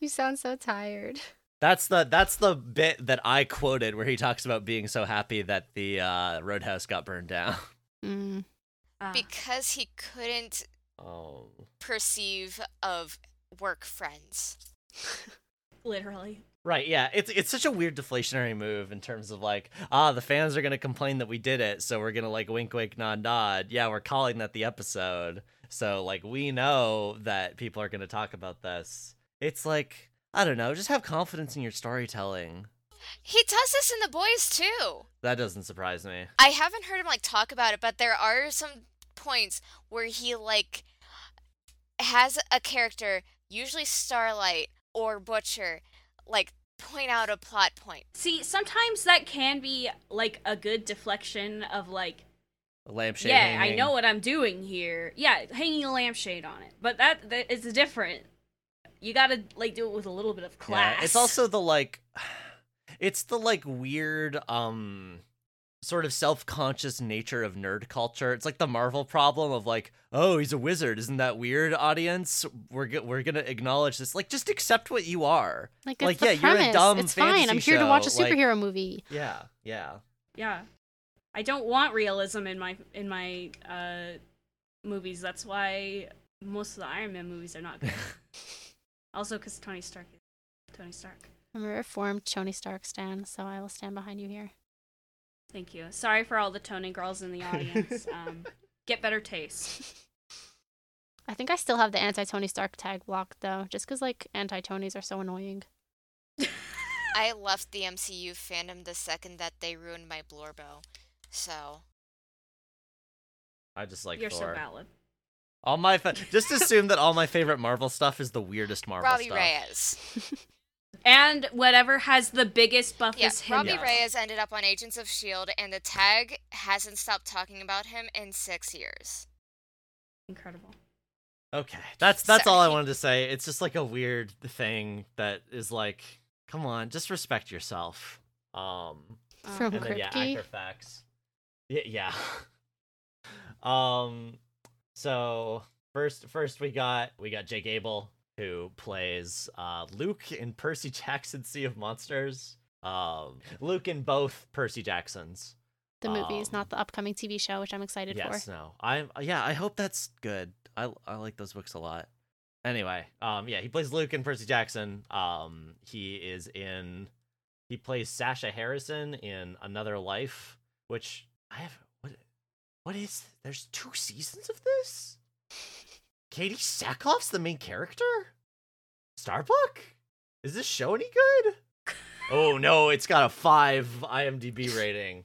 B: you sound so tired.
C: That's the that's the bit that I quoted where he talks about being so happy that the uh, roadhouse got burned down.
B: Mm.
A: Ah.
D: because he couldn't
C: Oh.
D: perceive of work friends.
A: literally.
C: Right, yeah. It's it's such a weird deflationary move in terms of like, ah, the fans are gonna complain that we did it, so we're gonna like wink wink nod nod. Yeah, we're calling that the episode. So like we know that people are gonna talk about this. It's like I don't know, just have confidence in your storytelling.
D: He does this in the boys too.
C: That doesn't surprise me.
D: I haven't heard him like talk about it, but there are some points where he like has a character, usually Starlight or Butcher, like point out a plot point.
A: See, sometimes that can be like a good deflection of like,
C: A lampshade.
A: yeah, I
C: hanging.
A: know what I'm doing here. Yeah, hanging a lampshade on it, but that, that is different. You gotta like do it with a little bit of class.
C: Yeah, it's also the like it's the like weird um sort of self-conscious nature of nerd culture. It's like the Marvel problem of like, "Oh, he's a wizard. Isn't that weird, audience? We're go- we're going to acknowledge this. Like just accept what you are."
B: Like, it's
C: Like,
B: the
C: yeah, you're a
B: premise.
C: dumb
B: it's fine. I'm
C: fantasy
B: here to watch a
C: show, like-
B: superhero movie.
C: Yeah. Yeah.
A: yeah. I don't want realism in my in my uh, movies. That's why most of the Iron Man movies are not good. also, because Tony Stark is Tony Stark.
B: I'm a reformed Tony Stark stan, so I will stand behind you here.
A: Thank you. Sorry for all the Tony girls in the audience. um, get better taste.
B: I think I still have the anti Tony Stark tag blocked though, just because like anti Tonys are so annoying.
D: I left the MCU fandom the second that they ruined my Blorbo. So
C: I just like
A: You're so
C: Thor.
A: valid.
C: all my fa- just assume that all my favorite Marvel stuff is the weirdest Marvel
D: Robbie
C: stuff.
D: Reyes.
A: And whatever has the biggest buff
D: Yeah,
A: is him.
D: Robbie
C: Yes.
D: Reyes ended up on Agents of Shield, E and the tag hasn't stopped talking about him in six years.
A: Incredible.
C: Okay, that's that's all I
D: Sorry.
C: wanted to say. It's just like a weird thing that is like, come on, just respect yourself. Um,
B: From
C: and then yeah,
B: Kripke?
C: actor facts. Yeah, yeah. um, so first, first we got we got Jake Abel who plays uh Luke in Percy Jackson Sea of Monsters. Um, Luke in both Percy Jacksons.
B: the movies,
C: Um,
B: not the upcoming TV show, which I'm excited
C: yes,
B: for.
C: no. I yeah, I hope that's good. I I like those books a lot. Anyway, um yeah, he plays Luke in Percy Jackson. Um he is in he plays Sasha Harrison in Another Life, which I have what what is there's two seasons of this? Katie Sackhoff's the main character? Starbuck? Is this show any good? oh no, it's got a 5 IMDb rating.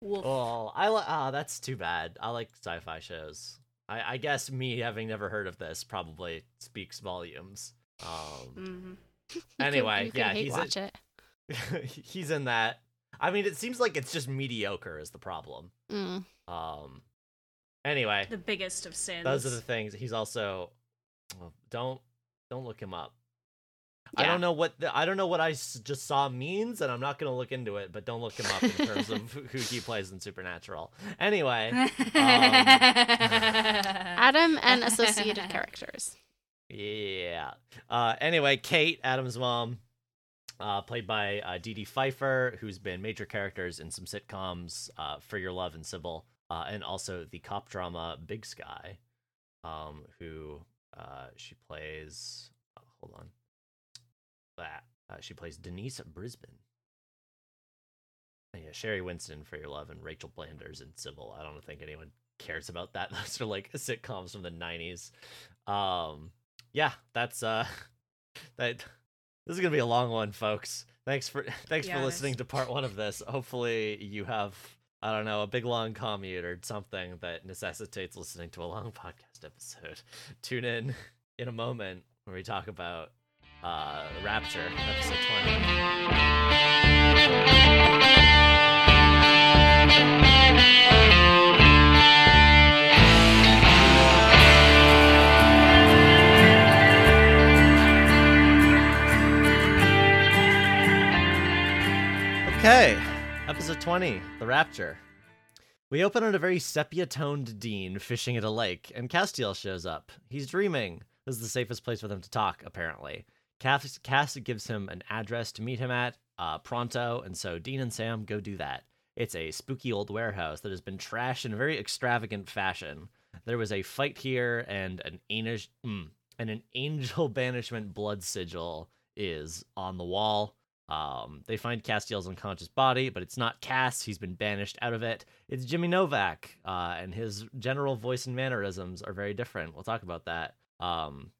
A: Wolf.
C: Oh, I li- ah, that's too bad. I like sci-fi shows. I, I guess me having never heard of this probably speaks volumes. Um,
A: hmm
B: You could-
C: anyway,
B: you could
C: yeah,
B: hate
C: he's a-
B: watch it.
C: he's in that. I mean, it seems like it's just mediocre is the problem.
B: Mm.
C: Um, anyway,
A: The biggest of sins.
C: those are the things. He's also well, don't don't look him up. I
B: Yeah.
C: don't know what the, I don't know what I s- just saw means, and I'm not gonna look into it. But don't look him up in terms of who- who he plays in Supernatural. Anyway.
B: Adam and associated characters.
C: Yeah. Uh, anyway, Kate, Adam's mom, uh, played by uh, Dee Dee Pfeiffer, who's been major characters in some sitcoms, uh, For Your Love and Sybil, uh, and also the cop drama Big Sky, um, who uh, she plays. oh, hold on. That. Uh, she plays Denise Brisbane. Yeah, Sherry Winston for Your Love and Rachel Blanders in Sybil. I don't think anyone cares about that. Those are like sitcoms from the 90s. Um, yeah, that's uh that this is gonna be a long one, folks. Thanks for thanks
A: Yeah,
C: for
A: it
C: listening
A: is.
C: to part one of this. Hopefully you have I don't know, a big long commute or something that necessitates listening to a long podcast episode. Tune in in a moment when we talk about uh Rapture, episode twenty. Okay, episode 20 The Rapture. We open on a very sepia toned Dean fishing at a lake, and Castiel shows up. He's dreaming. This is the safest place for them to talk, apparently. Cass, Cass gives him an address to meet him at, uh, pronto, and so Dean and Sam go do that. It's a spooky old warehouse that has been trashed in a very extravagant fashion. There was a fight here, and an, anish, mm, and an angel banishment blood sigil is on the wall. Um, they find Castiel's unconscious body, but it's not Cass. He's been banished out of it. It's Jimmy Novak, uh, and his general voice and mannerisms are very different. We'll talk about that. Um,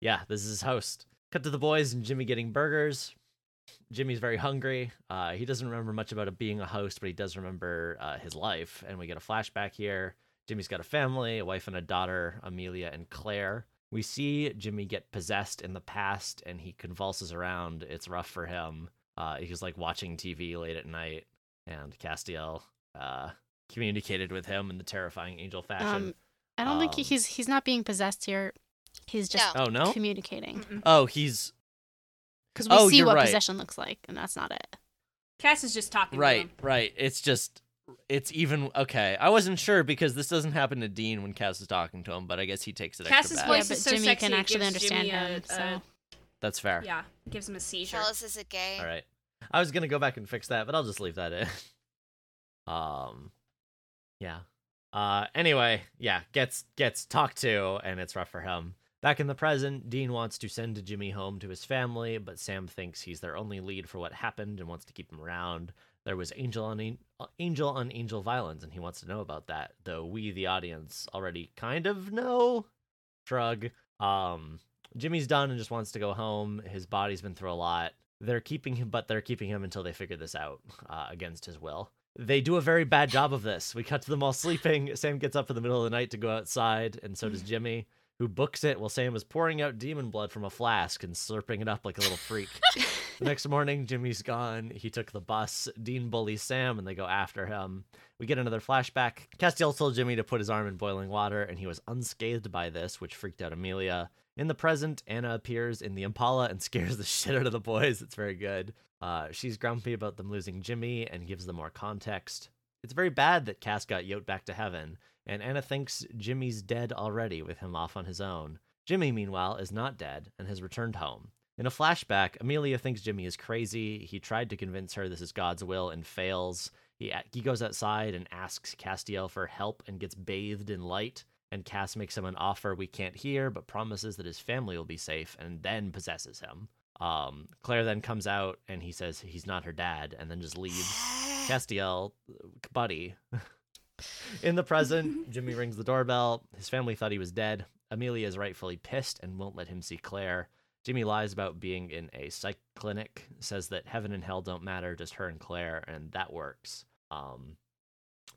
C: yeah, this is his host. Cut to the boys and Jimmy getting burgers. Jimmy's very hungry. Uh, he doesn't remember much about it being a host, but he does remember uh, his life. And we get a flashback here. Jimmy's got a family, a wife and a daughter, Amelia and Claire. We see Jimmy get possessed in the past, and he convulses around. It's rough for him. Uh, he was like watching TV late at night, and Castiel uh, communicated with him in the terrifying angel fashion.
B: Um, I don't think he-
C: Um,
B: he's he's not being possessed here. He's just
D: No.
C: oh no!
B: communicating
C: Oh, he's
B: because we
C: Oh,
B: see
C: you're
B: what
C: right.
B: possession looks like, and that's not it.
A: Cass is just talking. to
C: Right,
A: him.
C: right. It's just it's even okay. I wasn't sure because this doesn't happen to Dean when Cass is talking to him, but I guess he takes it
A: Cass's
C: extra bad.
B: Yeah,
A: voice
B: but
A: is so
B: Jimmy
A: sexy.
B: can
A: it
B: actually
A: gives
B: understand
A: Jimmy a-
B: him, so-
A: a-
C: That's fair.
A: yeah, it gives him a seizure.
D: Charles is a gay.
C: All right. I was gonna go back and fix that, but I'll just leave that in. um, yeah. Uh, anyway, yeah, gets gets talked to, and it's rough for him. Back in the present, Dean wants to send Jimmy home to his family, but Sam thinks he's their only lead for what happened and wants to keep him around. There was angel on an- angel on angel violence, and he wants to know about that. Though we, the audience, already kind of know. Shrug. Um, Jimmy's done and just wants to go home. His body's been through a lot. They're keeping him, but they're keeping him until they figure this out uh, against his will. They do a very bad job of this. We cut to them all sleeping. Sam gets up in the middle of the night to go outside, and so does Jimmy, who books it while Sam is pouring out demon blood from a flask and slurping it up like a little freak. the next morning, Jimmy's gone. He took the bus. Dean bullies Sam, and they go after him. We get another flashback. Castiel told Jimmy to put his arm in boiling water, and he was unscathed by this, which freaked out Amelia. In the present, Anna appears in the Impala and scares the shit out of the boys. It's very good. Uh, she's grumpy about them losing Jimmy and gives them more context. It's very bad that Cass got yoked back to heaven, and Anna thinks Jimmy's dead already with him off on his own. Jimmy, meanwhile, is not dead and has returned home. In a flashback, Amelia thinks Jimmy is crazy. He tried to convince her this is God's will and fails. He, he goes outside and asks Castiel for help and gets bathed in light. And Cass makes him an offer we can't hear, but promises that his family will be safe and then possesses him. Um, Claire then comes out and he says he's not her dad and then just leaves. Castiel, buddy. In the present, Jimmy rings the doorbell. His family thought he was dead. Amelia is rightfully pissed and won't let him see Claire. Jimmy lies about being in a psych clinic, says that heaven and hell don't matter, just her and Claire, and that works. Um,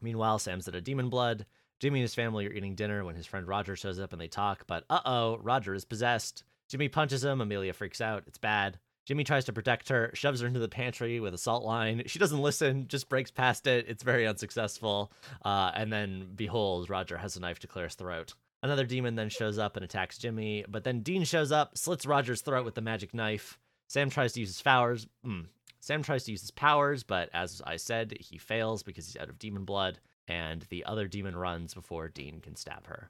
C: meanwhile, Sam's at a demon blood. Jimmy and his family are eating dinner when his friend Roger shows up and they talk, but uh oh, Roger is possessed. Jimmy punches him. Amelia freaks out. It's bad. Jimmy tries to protect her, shoves her into the pantry with a salt line. She doesn't listen, just breaks past it. It's very unsuccessful. Uh, and then, behold, Roger has a knife to Claire's throat. Another demon then shows up and attacks Jimmy, but then Dean shows up, slits Roger's throat with the magic knife. Sam tries to use his powers. Mm. Sam tries to use his powers, but as I said, he fails because he's out of demon blood, and the other demon runs before Dean can stab her.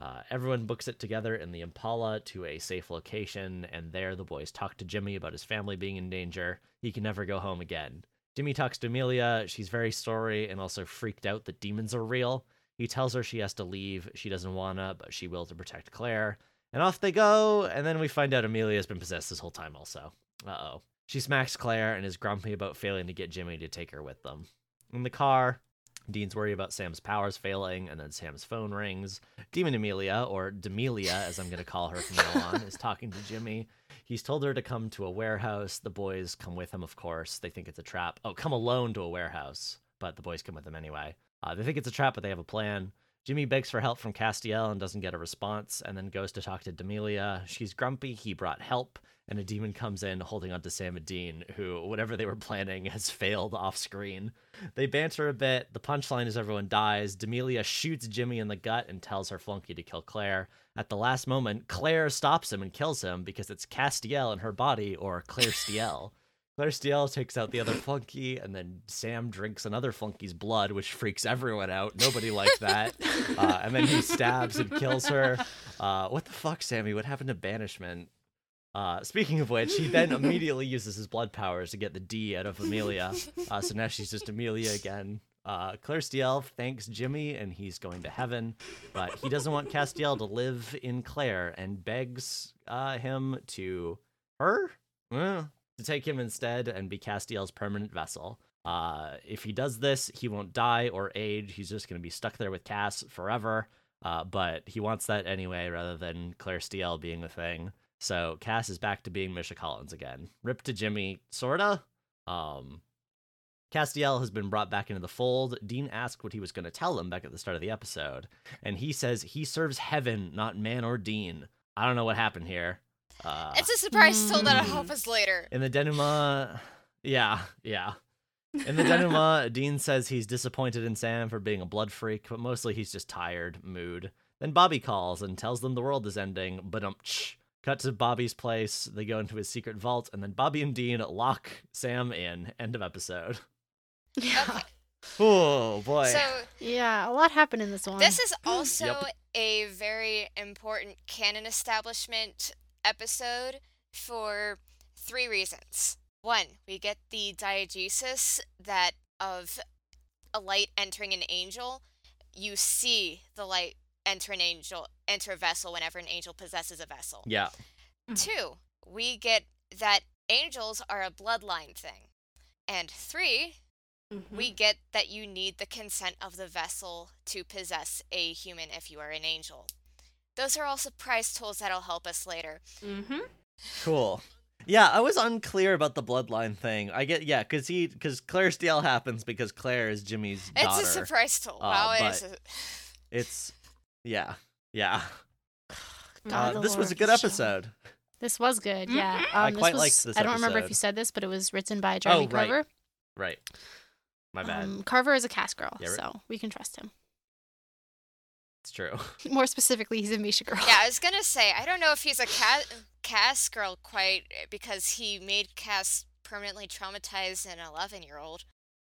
C: Uh, everyone books it together in the Impala to a safe location, and there the boys talk to Jimmy about his family being in danger. He can never go home again. Jimmy talks to Amelia. She's very sorry and also freaked out that demons are real. He tells her she has to leave. She doesn't wanna, but she will to protect Claire. And off they go, and then we find out Amelia's been possessed this whole time, also. Uh oh. She smacks Claire and is grumpy about failing to get Jimmy to take her with them. In the car, Dean's worried about Sam's powers failing, and then Sam's phone rings. Demon Amelia, or Demelia, as I'm going to call her from now on, is talking to Jimmy. He's told her to come to a warehouse. The boys come with him, of course. They think it's a trap. Oh, come alone to a warehouse, but the boys come with him anyway. Uh, they think it's a trap, but they have a plan. Jimmy begs for help from Castiel and doesn't get a response, and then goes to talk to Demelia. She's grumpy. He brought help, and a demon comes in holding onto Sam and Dean, who, whatever they were planning, has failed off screen. They banter a bit. The punchline is everyone dies. Demelia shoots Jimmy in the gut and tells her flunky to kill Claire. At the last moment, Claire stops him and kills him because it's Castiel in her body, or Claire Stiel. Claire Steele takes out the other flunky, and then Sam drinks another flunky's blood, which freaks everyone out. Nobody liked that. Uh, and then he stabs and kills her. Uh, what the fuck, Sammy? What happened to banishment? Uh, speaking of which, he then immediately uses his blood powers to get the D out of Amelia. Uh, so now she's just Amelia again. Uh, Claire Steele thanks Jimmy, and he's going to heaven, but he doesn't want Castiel to live in Claire and begs uh, him to her. Yeah to take him instead and be Castiel's permanent vessel. Uh, if he does this, he won't die or age. He's just going to be stuck there with Cass forever. Uh, but he wants that anyway, rather than Claire Steele being the thing. So Cass is back to being Misha Collins again. Rip to Jimmy, sorta. Um, Castiel has been brought back into the fold. Dean asked what he was going to tell them back at the start of the episode, and he says he serves heaven, not man or Dean. I don't know what happened here. Uh,
D: It's a surprise till that
A: Hmm.
D: help us later.
C: in the denouement, yeah, yeah. In the denouement, Dean says he's disappointed in Sam for being a blood freak, but mostly he's just tired, mood. Then Bobby calls and tells them the world is ending, but um, cut to Bobby's place. They go into his secret vault, and then Bobby and Dean lock Sam in. End of episode.
B: Yeah.
D: Okay.
C: Oh boy.
D: So
B: Yeah, a lot happened in this one.
D: this is also a very important canon establishment episode for three reasons. One, we get the diegesis that of a light entering an angel. You see the light enter an angel, enter a vessel whenever an angel possesses a vessel.
C: yeah,
D: Two, we get that angels are a bloodline thing. And three,
A: Mm-hmm.
C: Mm-hmm.
D: we get that you need the consent of the vessel to possess a human if you are an angel. Those are all surprise tools that'll help us later.
A: Mm-hmm.
C: cool. Yeah, I was unclear about the bloodline thing. I get yeah, because he because Claire Steele happens because Claire is Jimmy's
D: It's
C: daughter. Uh,
D: a surprise to wow. it is a-
C: It's yeah, yeah.
B: God,
C: Uh,
B: the
C: this
B: lore
C: was a
B: of
C: good
B: this show.
C: episode.
B: This was good, yeah.
A: Mhm.
B: Um,
C: I
B: this
C: quite
B: was,
C: liked this
B: I don't remember if
C: episode. Oh,
B: you said this, but it was written by Jeremy
C: right.
B: Carver.
C: Right. My bad.
B: Um, Carver is a cast girl,
C: Yeah, right.
B: so we can trust him.
C: it's true.
B: More specifically, he's a Misha girl.
D: yeah, I was gonna say I don't know if he's a cat Cass girl quite eh, because he made Cass permanently traumatized an eleven year old.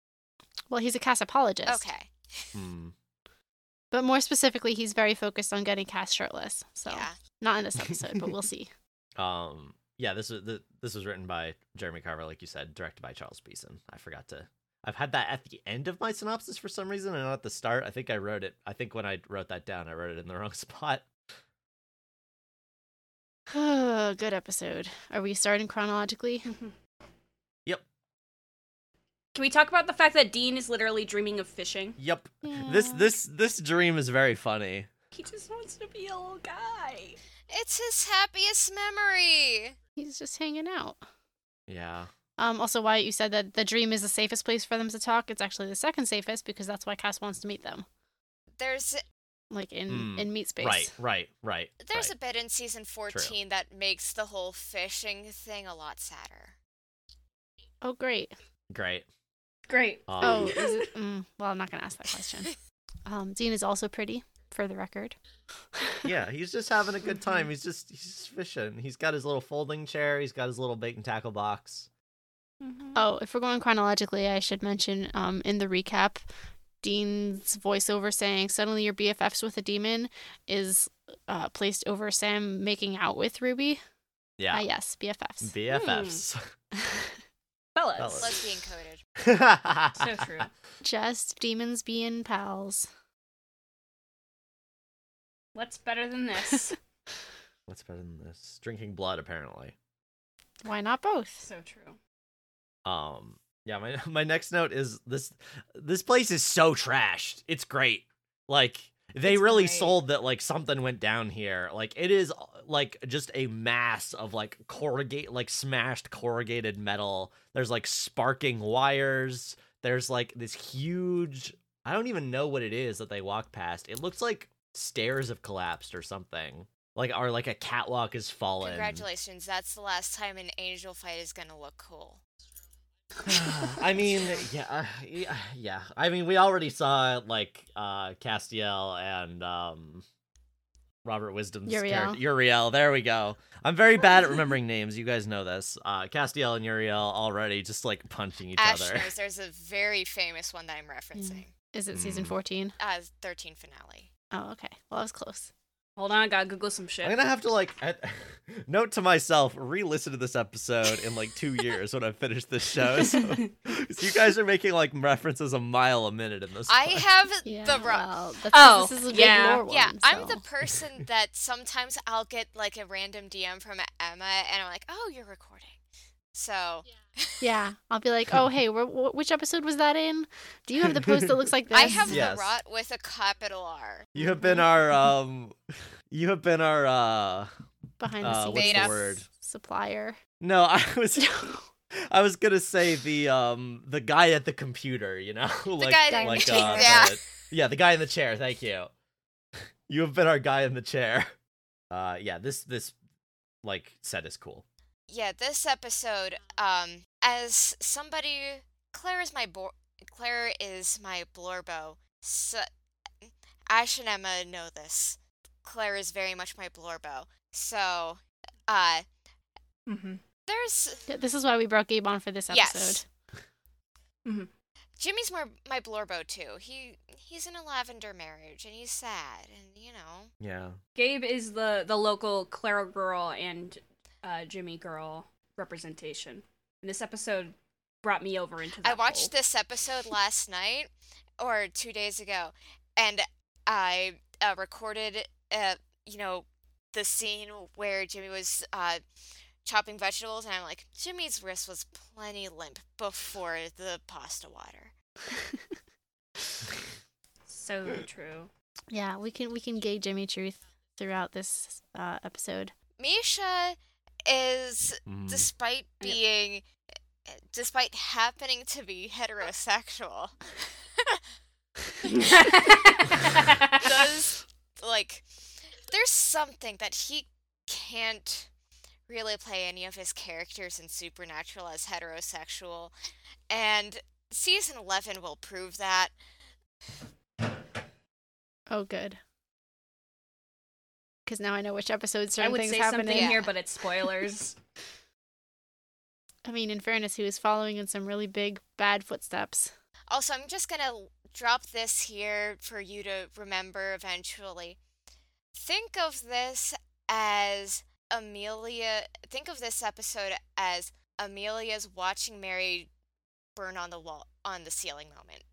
B: Well, he's a cast apologist.
D: Okay.
C: Hmm.
B: But more specifically, he's very focused on getting cast shirtless. So
D: Yeah.
B: not in this episode, but we'll see.
C: Um. Yeah. This was the, this was written by Jeremy Carver, like you said, directed by Charles Beeson. I forgot to. I've had that at the end of my synopsis for some reason, and not at the start. I think I wrote it. I think when I wrote that down, I wrote it in the wrong spot.
B: good episode. Are we starting chronologically?
C: Yep.
A: Can we talk about the fact that Dean is literally dreaming of fishing?
C: Yep. This
B: Yeah.
C: this this dream is very funny.
A: He just wants to be a little guy.
D: It's his happiest memory.
B: He's just hanging out.
C: Yeah.
B: Um, also, why you said that the dream is the safest place for them to talk. It's actually the second safest because that's why Cass wants to meet them,
D: There's
B: like in
C: Mm,
B: in meat space.
C: Right. Right. Right.
D: there's
C: right.
D: a bit in season fourteen that makes the whole fishing thing a lot sadder.
B: Oh, great.
C: great.
A: Great.
C: Um,
B: Oh, is it, mm, well, I'm not gonna ask that question. Um, Dean is also pretty, for the record.
C: yeah, he's just having a good time. He's just he's just fishing. He's got his little folding chair. He's got his little bait and tackle box.
A: Mm-hmm. Uh,
B: Oh, if we're going chronologically, I should mention um, in the recap, Dean's voiceover saying "Suddenly your BFFs with a demon" is uh, placed over Sam making out with Ruby. Ah,
C: Yeah,
B: yes, BFFs.
C: BFFs.
A: Fellas.
C: Fellas.
D: Lesbian coded.
A: Hmm. So true.
B: Just demons being pals.
A: What's better than this?
C: What's better than this? Drinking blood, apparently.
B: Why not both?
A: so true.
C: Um, yeah. My my next note is this. This place is so trashed. It's great. Like they
A: It's
C: really
A: great.
C: sold that. Like something went down here. Like it is uh, like just a mass of like corrugate, like smashed corrugated metal. There's like sparking wires. There's like this huge. I don't even know what it is that they walk past. It looks like stairs have collapsed or something. Like or like a catwalk is fallen.
D: Congratulations, that's the last time an angel fight is gonna look cool.
C: I mean, yeah, uh, yeah, yeah. I mean, we already saw like uh Castiel and um Robert Wisdom's
B: Uriel.
C: character Uriel. There we go. I'm very bad at remembering names. You guys know this. Uh Castiel and Uriel already just like punching each other.
D: Ashner's, there's a very famous one that
B: Mm.
D: I'm referencing.
B: Is it season
C: Mm.
B: 14?
D: Uh, 13 finale.
B: Oh, okay. Well, I was close.
A: Hold on, I gotta Google some shit.
C: I'm gonna have to like at- note to myself, re-listen to this episode in like two years when I finish this show. So,
A: Mm-hmm.
C: 'cause you guys are making like references a mile a minute in this.
D: I
C: one.
D: have
B: Yeah.
D: the wrong.
B: well, that's,
A: Oh,
B: this is a big
A: yeah.
B: lore one,
D: yeah, I'm the
B: so.
D: person that sometimes I'll get like a random DM from Emma, and I'm like, "Oh, you're recording." So
B: Yeah, I'll be like, oh, hey, wh- wh- which episode was that in? Do you have the post that looks like this?
D: I have
C: Yes.
D: the rot with a capital R.
C: You have been our um, you have been our uh.
B: behind
C: Uh,
B: the
C: what's
B: scenes
D: Beta.
C: the word?
B: supplier.
C: No, I was I was gonna say the um the guy at the computer, you know, like
D: guy at the
C: like
D: computer.
C: uh,
D: Yeah.
C: the- yeah, the guy in the chair. Thank you. You have been our guy in the chair. Uh, yeah, this this like set is cool.
D: Yeah, this episode, um, as somebody, Claire is my bo- Claire is my blorbo. So, Ash and Emma know this. Claire is very much my blorbo. So, uh,
A: Mm-hmm.
D: there's
B: Yeah, This is why we brought Gabe on for this episode.
D: Yes. Jimmy's more my blorbo too. He he's in a lavender marriage and he's sad and you know.
C: Yeah,
A: Gabe is the the local Clara girl and uh, Jimmy girl representation. And this episode brought me over into. That
D: I watched this episode last night or two days ago, and I uh, recorded, uh, you know, the scene where Jimmy was uh, chopping vegetables, and I'm like, Jimmy's wrist was plenty limp before the pasta water.
A: So
B: Mm.
A: true.
B: Yeah, we can we can gauge Jimmy Truth throughout this uh, episode.
D: Misha is because
C: Mm-hmm.
D: despite
A: Yep.
D: being despite happening to be heterosexual does like there's something that he can't really play any of his characters in supernatural as heterosexual and season 11 will prove that
B: Oh, good. Because now I know which episodes
A: I
B: certain
A: would
B: things
A: say
B: happen
A: something
B: in.
A: here, but it's spoilers.
B: I mean, in fairness, he was following in some really big bad footsteps.
D: also i'm just gonna l- drop this here for you to remember eventually think of this as amelia think of this episode as amelia's watching mary burn on the wall on the ceiling moment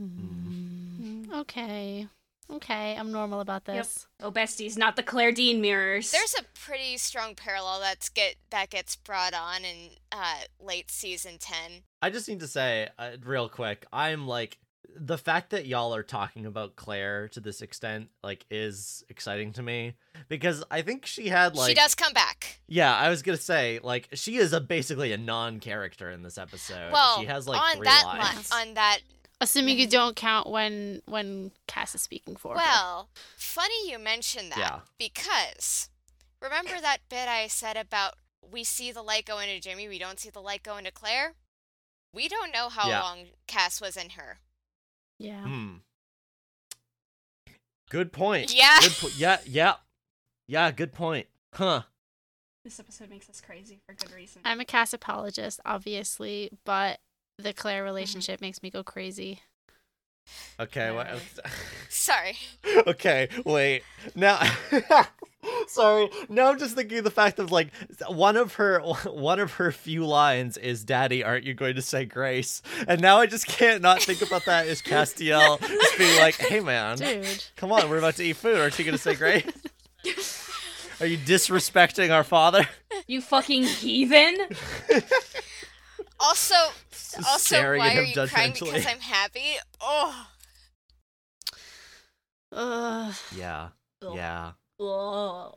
B: Mm. Okay. Okay, I'm normal about
A: Yep.
B: this.
A: oh, besties, not the Claire Dean mirrors.
D: There's a pretty strong parallel that's get that gets brought on in uh, late season ten.
C: I just need to say, uh, real quick, I'm like the fact that y'all are talking about Claire to this extent, like, is exciting to me because I think she had like
D: she does come back.
C: Yeah, I was gonna say like she is a basically a non-character in this episode.
D: Well,
C: uh, she has like
D: on
C: three
D: that li-
C: lines.
D: on that.
B: Assuming you don't count when when Cass is speaking for her.
D: Well, funny you mention that
C: Yeah.
D: because remember that bit I said about we see the light go into Jimmy, we don't see the light go into Claire. We don't know how
C: Yeah.
D: long Cass was in her.
B: Yeah.
C: Hmm. Good point.
D: Yeah.
C: Good po- yeah. Yeah. Yeah. Good point. Huh.
A: this episode makes us crazy for good reason.
B: I'm a Cass apologist, obviously, but the Claire relationship makes me go crazy.
C: Okay. wha-
D: Sorry.
C: okay. Wait. Now. Sorry. Now I'm just thinking of the fact of like one of her one of her few lines is "Daddy, aren't you going to say grace?" And now I just can't not think about that as Castiel just being like, "Hey, man."
B: Dude.
C: Come on, we're about to eat food. Aren't you going to say great? Are you disrespecting our father?
A: you fucking heathen!
D: Also, also,
C: staring at
D: why are
C: him
D: you crying?
C: judgmentally.
D: Because I'm happy. Oh.
B: Ugh.
C: Yeah.
A: Ugh.
C: Yeah.
A: Ugh.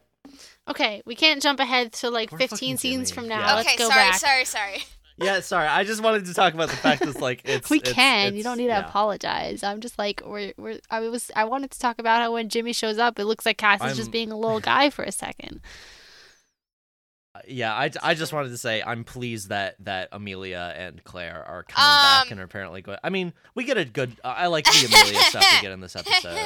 B: Okay, we can't jump ahead to like
C: We're
B: 15
C: fucking
B: scenes
C: Jimmy.
B: from
C: Yeah.
B: now.
C: Uh,
D: okay,
B: Let's go
D: sorry,
B: back.
D: sorry, sorry.
C: Yeah, sorry. I just wanted to talk about the fact that like it's
B: we
C: it's-
B: can. you
C: it's-
B: don't need to
C: yeah.
B: apologize. I'm just like we're, we're I was I wanted to talk about how when Jimmy shows up, it looks like Cass is
C: I'm-
B: just being a little guy for a second.
C: Yeah, I, I just wanted to say I'm pleased that that Amelia and Claire are coming back
D: Um.
C: and are apparently going. I mean, we get a good. I like the Amelia stuff we get in this episode.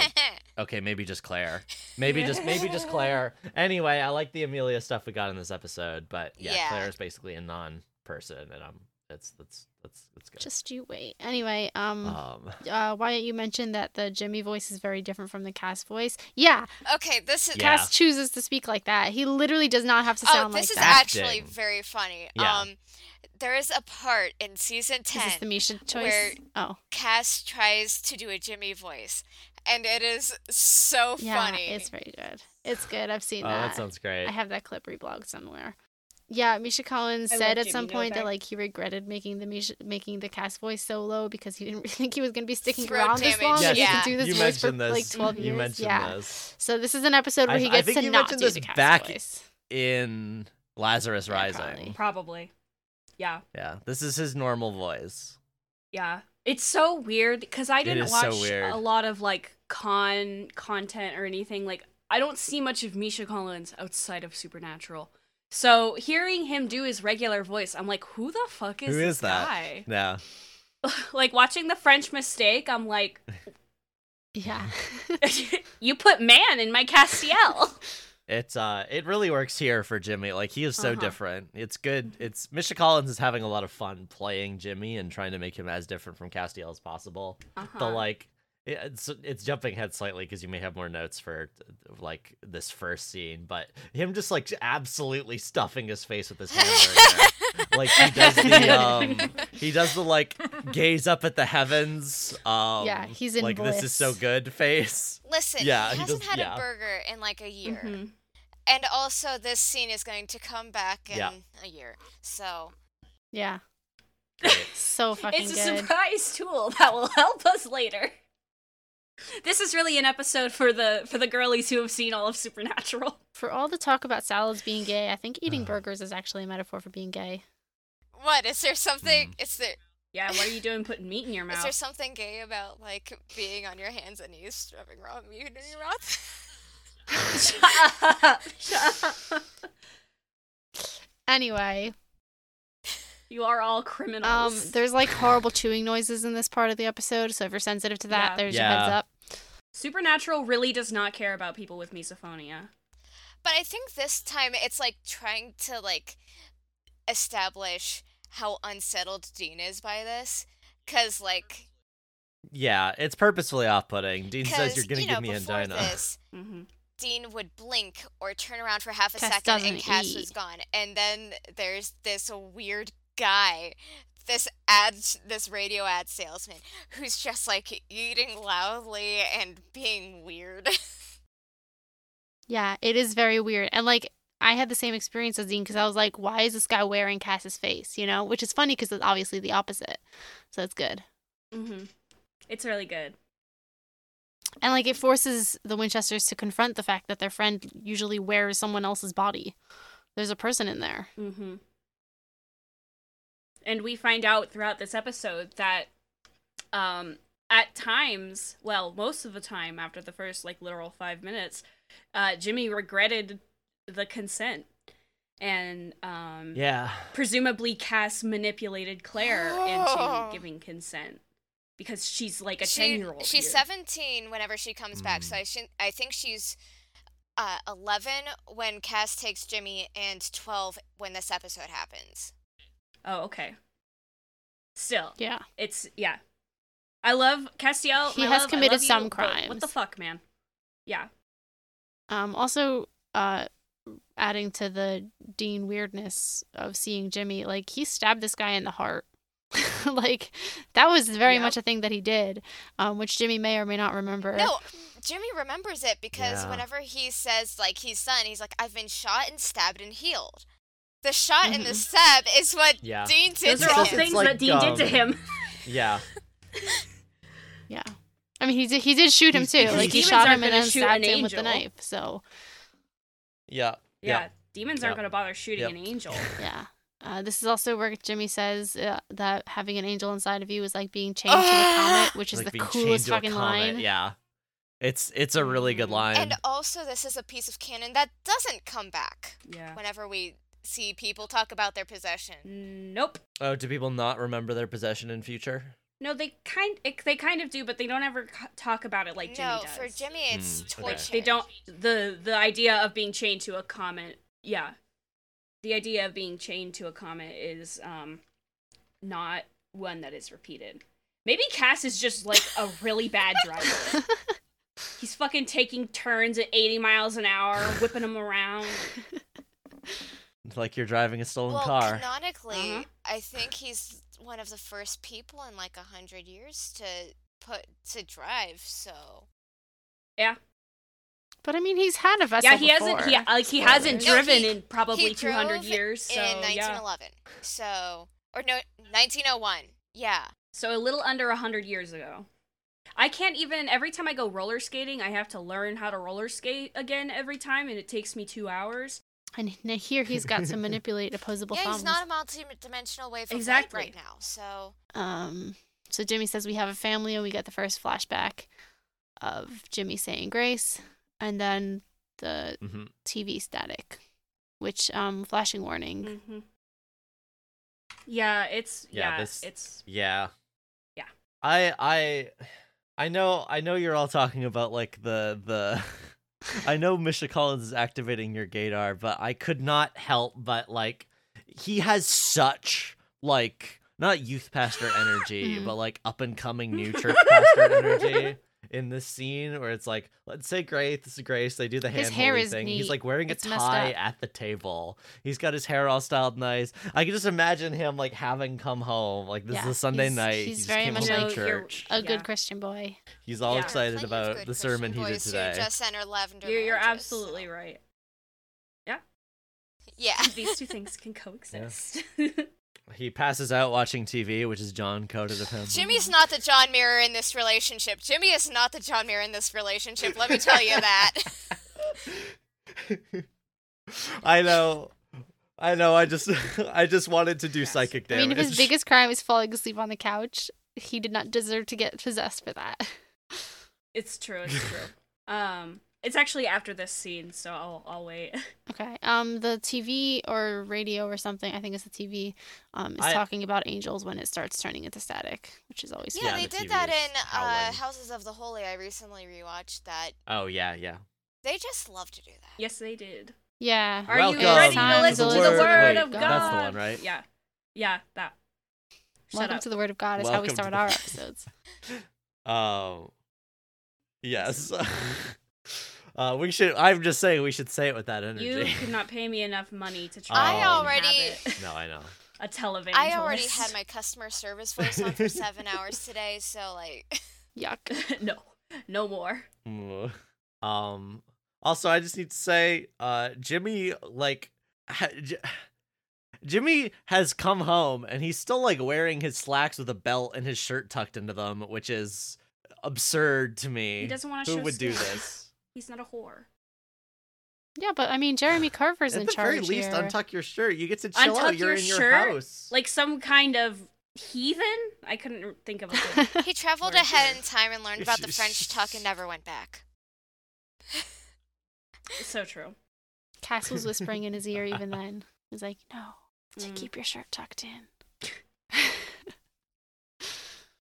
C: Okay, maybe just Claire. Maybe just maybe just Claire. Anyway, I like the Amelia stuff we got in this episode, but yeah,
D: Yeah.
C: Claire is basically a non-person, and I'm that's that's that's that's good.
B: Just you wait. Anyway, um
C: um,
B: uh Wyatt, you mentioned that the Jimmy voice is very different from the Cass voice. Yeah,
D: okay, this is
C: Yeah.
B: Cass chooses to speak like that. He literally does not have to
D: oh,
B: sound
D: this is
B: like that.
D: actually
C: Acting.
D: very funny.
C: Yeah.
D: Um, there is a part in season
B: Is this the
D: ten.
B: Misha choice?
D: where-
B: oh,
D: Cass tries to do a Jimmy voice, and it is so
B: yeah,
D: funny.
B: it's very good. It's good. I've
C: oh,
B: seen that.
C: that sounds great.
B: I have that clip reblogged somewhere. Yeah, Misha Collins
A: I
B: said
A: love
B: at some
A: Jimmy
B: point that
A: Novak.
B: like he regretted making the Misha, making the cast voice so low because he didn't really think he was going to be sticking
D: Throat
B: around
D: damage,
B: this long. and he
D: yeah.
B: could do this
C: you
B: voice for
C: mentioned this.
B: like twelve years.
C: You mentioned
B: yeah.
C: this
B: So this is an episode where
C: I-
B: he
C: I
B: gets
C: think
B: to
C: you
B: not
C: mentioned
B: do
C: this
B: the cast
C: back-
B: voice.
C: in Lazarus
B: Yeah,
C: Rising.
B: probably.
A: Probably. Yeah,
C: Yeah, this is his normal voice.
A: yeah. It's so weird because I
C: It
A: didn't
C: is so
A: watch
C: weird.
A: a lot of like con content or anything. Like I don't see much of Misha Collins outside of Supernatural. So hearing him do his regular voice, I'm like, who the fuck is
C: Who
A: this
C: is that?
A: guy?
C: Yeah,
A: like watching the French Mistake, I'm like,
B: Yeah.
A: you put man in my Castiel.
C: it's uh, it really works here for Jimmy. Like he is so
A: Uh-huh.
C: different. It's good. It's Misha Collins is having a lot of fun playing Jimmy and trying to make him as different from Castiel as possible. the
A: Uh-huh.
C: like it- it's it's jumping ahead slightly because you may have more notes for like this first scene but him just like absolutely stuffing his face with his hand right now. like he does the um he does the like gaze up at the heavens um
B: Yeah, he's in
C: like this is so
B: bliss.
C: good face
D: Listen,
C: Yeah,
D: he
C: he
D: hasn't
C: does-
D: had
C: yeah.
D: a burger in like a year,
A: Mhm.
D: and also this scene is going to come back in
C: Yeah.
D: a year. So
B: yeah.
C: Great.
B: So fucking
A: It's a
B: good.
A: surprise tool that will help us later. This is really an episode for the for the girlies who have seen all of Supernatural.
B: For all the talk about salads being gay, I think eating burgers is actually a metaphor for being gay.
D: What is there something? Is there
A: Yeah, what are you doing putting meat in your
D: is
A: mouth?
D: there something gay about like being on your hands and knees, shoving raw meat in your mouth?
A: Shut up. Shut up.
B: Anyway,
A: You are all criminals.
B: um, there's like horrible chewing noises in this part of the episode, so if you're sensitive to that,
A: Yeah.
B: there's your
C: Yeah.
B: heads up.
A: Supernatural really does not care about people with misophonia.
D: but I think this time it's like trying to like establish how unsettled Dean is by this, because like
C: Yeah, it's purposefully off-putting. Dean says
D: because
C: you're gonna
D: you know
C: give me
D: before
C: angina.
D: this.
A: hmm
D: Dean would blink or turn around for half a
B: Cass
D: second and
B: doesn't
D: Cass was
B: eat.
D: gone. And then there's this weird guy, this ad, this radio ad salesman, who's just like eating loudly and being weird.
B: Yeah, it is very weird. And like I had the same experience as Dean because I was like, why is this guy wearing Cass's face? You know, which is funny because it's obviously the opposite. So it's good.
A: hmm It's really good.
B: And like it forces the Winchesters to confront the fact that their friend usually wears someone else's body. There's a person in there.
A: Mm-hmm. And we find out throughout this episode that um at times, well, most of the time after the first like literal 5 minutes, uh Jimmy regretted the consent and um
C: Yeah.
A: presumably Cass manipulated Claire into
D: Oh.
A: giving consent because she's like a
D: She-
A: 10-year-old.
D: She's
A: here.
D: 17 whenever she comes back. So
C: Mm.
D: I, shin- I think she's uh, 11 when Cass takes Jimmy and 12 when this episode happens.
A: Oh, okay. Still,
B: Yeah.
A: it's yeah. I love Castiel.
B: He
A: I love-
B: has
A: I
B: committed
A: love you,
B: some
A: but What the
B: crimes.
A: fuck, man? Yeah.
B: Um, also, uh, adding to the Dean weirdness of seeing Jimmy, like he stabbed this guy in the heart. like that was very
A: Yep.
B: much a thing that he did, um, which Jimmy may or may not remember.
D: No, Jimmy remembers it because
C: Yeah.
D: whenever he says like he's done, he's like, I've been shot and stabbed and healed. The shot and the stab is what
C: Yeah.
D: Dean did
A: Mm-hmm. Those
D: to
A: are all
C: it's
D: him.
A: things
C: like,
A: that Dean did to
C: um,
A: him.
C: Yeah.
B: Yeah. I mean, he did. He did shoot him
C: He's-
B: too.
C: because
B: Like he
A: demons aren't
B: shot him and
A: gonna
B: then
A: shoot
B: stabbed
A: an
B: him with the
A: angel.
B: knife. So
C: Yeah.
A: Yeah. Demons aren't
C: Yep.
A: going to bother shooting
C: Yep.
A: an angel.
B: yeah. Uh, this is also where Jimmy says uh, that having an angel inside of you is like being chained to a comet, which is
C: Like
B: the
C: being chained
B: coolest
C: to a
B: fucking
C: comet,
B: line.
C: Yeah. It's it's a really good
A: Mhm.
C: line.
D: Mm, And also this is a piece of canon that doesn't come back
A: Yeah.
D: whenever we see people talk about their possession.
A: Nope.
C: oh, do people not remember their possession in future?
A: No, they kind it, they kind of do, but they don't ever c- talk about it like Jimmy
D: no,
A: does.
D: for Jimmy it's
C: Mm, okay.
D: torture.
A: They don't the the idea of being chained to a comet. Yeah. The idea of being chained to a comet is um not one that is repeated. Maybe Cass is just like a really bad driver. He's fucking taking turns at 80 miles an hour, whipping them around.
C: It's Like you're driving a stolen
D: Well,
C: car.
D: canonically,
A: Uh-huh.
D: I think he's one of the first people in like a hundred years to put to drive. So
B: But I mean, he's had a vessel.
A: yeah, he hasn't he
B: before.
A: like he hasn't
D: No,
A: driven
D: he-
A: in probably
D: he
A: 200
D: drove
A: years, so
D: in
A: yeah.
D: 1911. So, or no, 1901. Yeah.
A: So a little under 100 years ago. I can't even, every time I go roller skating, I have to learn how to roller skate again every time, and it takes me two hours.
B: And now here he's got to manipulate opposable
D: yeah,
B: thumbs.
D: he's not a multi-dimensional wave of
A: Exactly.
D: light right now. So,
B: Um, so Jimmy says we have a family, and we get the first flashback of Jimmy saying grace, and then the
C: hmm
B: TV static, which um, flashing warning.
D: Mm,
A: Mm-hmm. Yeah, it's, yeah,
C: Yeah, this-
A: it's,
C: Yeah.
A: Yeah.
C: I I I know I know you're all talking about like the the I know Misha Collins is activating your gaydar, but I could not help but like he has such like not youth pastor energy,
B: Mhm.
C: but like up and coming new church pastor energy in this scene where it's like, let's say Grace, this is Grace, they do the
B: His
C: hand
B: hair
C: holding
B: is
C: thing. He's
B: neat.
C: like wearing
B: It's
C: a
B: messed
C: tie
B: up.
C: at the table. He's got his hair all styled nice. I can just imagine him like having come home. Like this
B: Yeah,
C: is a Sunday
B: he's-
C: night. he
B: he's
C: just
B: very
C: came
B: much
C: home from
A: like- No, you're-
C: church.
B: A
A: Yeah.
B: good Christian boy.
C: He's all
A: Yeah.
C: excited
D: Plenty of
C: about
D: good
C: the sermon he
D: Christian
C: did
D: boys who
C: today.
D: Just enter lavender.
A: you're, you're
D: marriages, so-
A: absolutely right.
D: Yeah.
A: These two things can coexist.
C: He passes out watching TV, which is John coded of him.
D: Jimmy's not the John Mirror in this relationship. Jimmy is not the John Mirror in this relationship. Let me tell you that.
C: I know. I know. I just I just wanted to do
A: Yes.
C: psychic
B: I
C: damage.
B: mean, if his biggest crime is falling asleep on the couch, he did not deserve to get possessed for that.
A: It's true. It's true. um, it's actually after this scene, so I'll I'll wait.
B: Okay. Um, the TV or radio or something, I think it's the TV, um, is
C: I-
B: talking about angels when it starts turning into static, which is always
D: Yeah,
C: Yeah,
D: they
C: the TV
D: did that
C: is
D: in uh,
C: howling.
D: Houses of the Holy. I recently rewatched that.
C: oh yeah, yeah.
D: They just love to do that.
A: Yes, they did.
B: Yeah.
A: Are
C: Welcome
A: you ready to
B: Sometimes
A: listen to the
B: the
A: word,
B: word
A: of
B: of
A: God?
B: God. That's
C: the one, right?
A: Yeah, yeah, that. Shut
B: Welcome
A: up.
B: to the Word of God is how we
C: Welcome to
B: start
C: the-
B: our episodes.
C: Um. Yes. uh, we should. I'm just saying we should say it with that energy.
A: you could not pay me enough money to try.
C: I
A: and
D: already-
A: inhabit
C: no, I know.
A: a televangelist.
D: I already had my customer service voice on for seven hours today, so like,
B: Yuck.
A: no, no more.
C: Mm. Um. Also, I just need to say, uh, Jimmy, like, ha- J- Jimmy has come home and he's still like wearing his slacks with a belt and his shirt tucked into them, which is absurd to me.
A: He doesn't want to.
C: Who
A: show
C: would do
A: skin.
C: this?
A: He's not a whore.
B: Yeah, but I mean, Jeremy Carver's
C: At
B: in
C: the
B: charge
C: very least,
B: here.
C: untuck your shirt. You get to chill out.
A: Untuck
C: You're
A: your
C: in your
A: shirt?
C: house.
A: Like some kind of heathen. I couldn't think of a. Good...
D: he traveled
A: Word
D: ahead
A: there.
D: in time and learned about the French tuck and never went back.
A: so true.
B: Cass was whispering in his ear even then. He's like, "No, to
A: Mm.
B: keep your shirt tucked in."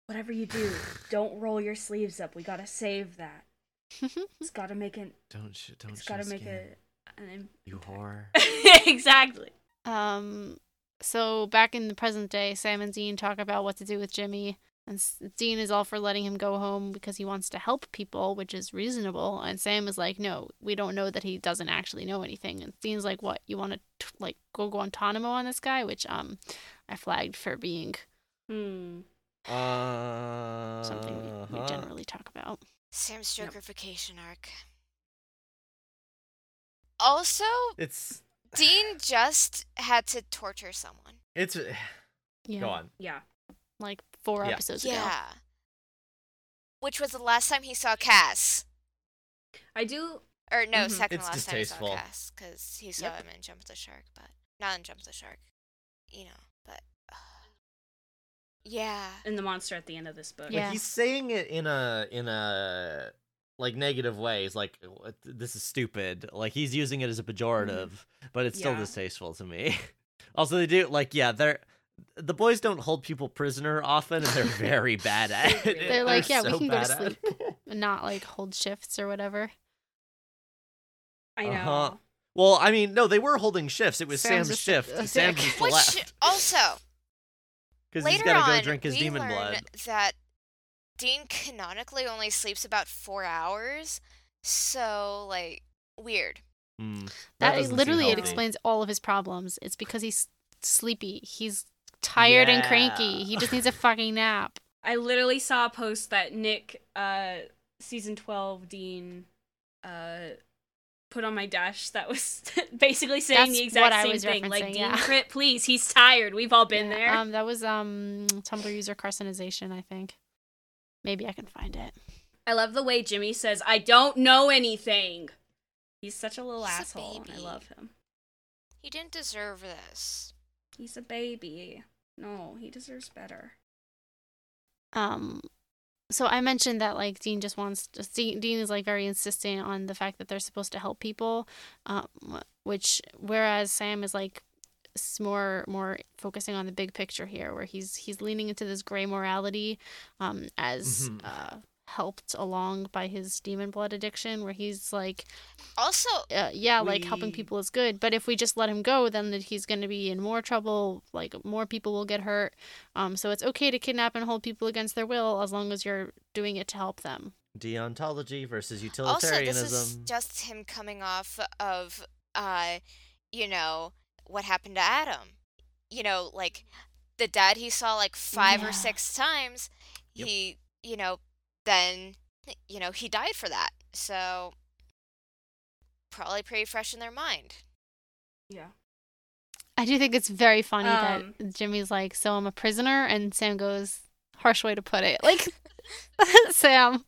A: Whatever you do, don't roll your sleeves up. We gotta save that. It's gotta make an.
C: don't sh- don't.
A: It's
C: show
A: gotta make
C: skin,
A: a. An...
C: You whore.
A: exactly.
B: um, so back in the present day, Sam and Dean talk about what to do with Jimmy, and S- Dean is all for letting him go home because he wants to help people, which is reasonable. And Sam is like, "No, we don't know that he doesn't actually know anything." And Dean's like, "What? You want to like go Guantanamo on this guy?" Which um, I flagged for being
A: Hmm.
C: Uh,
B: something we, we generally talk about.
D: Sam's
A: Yep.
D: Jokerfication arc. Also,
C: It's
D: Dean just had to torture someone.
C: it's.
B: Yeah,
C: Go on.
A: Yeah.
B: like four
C: Yeah.
B: episodes ago.
D: Yeah. Which was the last time he saw Cass.
A: I do.
D: Or no,
A: Mhm.
D: second
C: Mm-hmm. It's
D: last
C: distasteful.
D: time he saw Cass, because he saw him in Jump the Shark, but not in Jump the Shark, you know. But uh, yeah,
A: And the monster at the end of this book.
C: But
B: Yeah.
C: he's saying it in a in a like negative way. He's like, "What- "This is stupid." Like he's using it as a
B: Mm-hmm.
C: pejorative, but it's still
A: Yeah.
C: distasteful to me. also, they do like, yeah, they're the boys don't hold people prisoner often, and they're very bad at
A: They
C: it.
A: really
B: They're like, "Yeah, we
C: so
B: can go to
C: bad at it."
B: and not like hold shifts or whatever.
A: I know.
C: Uh-huh. well, I mean, no, they were holding shifts. It was
B: Sam's
C: Sam's,
B: just a-
C: shift.
B: a
C: Sam's
B: dick.
C: just
D: which
C: left
D: also
C: because he's
D: later
C: gotta
D: on
C: go drink his
D: we
C: demon
D: learn
C: blood.
D: that Dean canonically only sleeps about four hours, so like weird.
C: Mm,
B: That, is
C: doesn't seem
B: literally it
C: healthy.
B: explains all of his problems. It's because he's sleepy. He's tired and cranky.
C: Yeah.
B: He just needs a fucking nap.
A: I literally saw a post that Nick, uh, season 12 Dean, uh, put on my dash that was basically saying
B: That's
A: the exact
B: what I
A: same
B: was
A: thing. Like,
B: referencing,
A: Dean,
B: yeah.
A: crit, please. He's tired. We've all been
B: Yeah,
A: there.
B: Um, that was um Tumblr user carcinization, I think. Maybe I can find it.
A: I love the way Jimmy says, I don't know anything. He's such a little
D: He's a
A: asshole. and I
D: baby.
A: love him.
D: He didn't deserve this.
A: He's a baby. No, he deserves better.
B: Um, so I mentioned that like Dean just wants just Dean, Dean is like very insistent on the fact that they're supposed to help people, um, which whereas Sam is like s- more more focusing on the big picture here, where he's he's leaning into this gray morality, um, as
C: Mhm.
B: uh, helped along by his demon blood addiction, where he's like,
D: Also,
B: uh, yeah, like helping
C: We-
B: people is good, but if we just let him go, then that he's going to be in more trouble. Like more people will get hurt. Um, so it's okay to kidnap and hold people against their will as long as you're doing it to help them.
C: Deontology versus
D: also
C: utilitarianism.
D: this is just him coming off of uh you know what happened to adam you know like the dad he saw like five
B: Yeah.
D: or six times
C: Yep.
D: he you know then you know he died for that so probably pretty fresh in their mind
A: Yeah.
B: I do think it's very funny
A: Um,
B: that Jimmy's like, "So I'm a prisoner," and Sam goes, "Harsh way to put it." Like, Sam,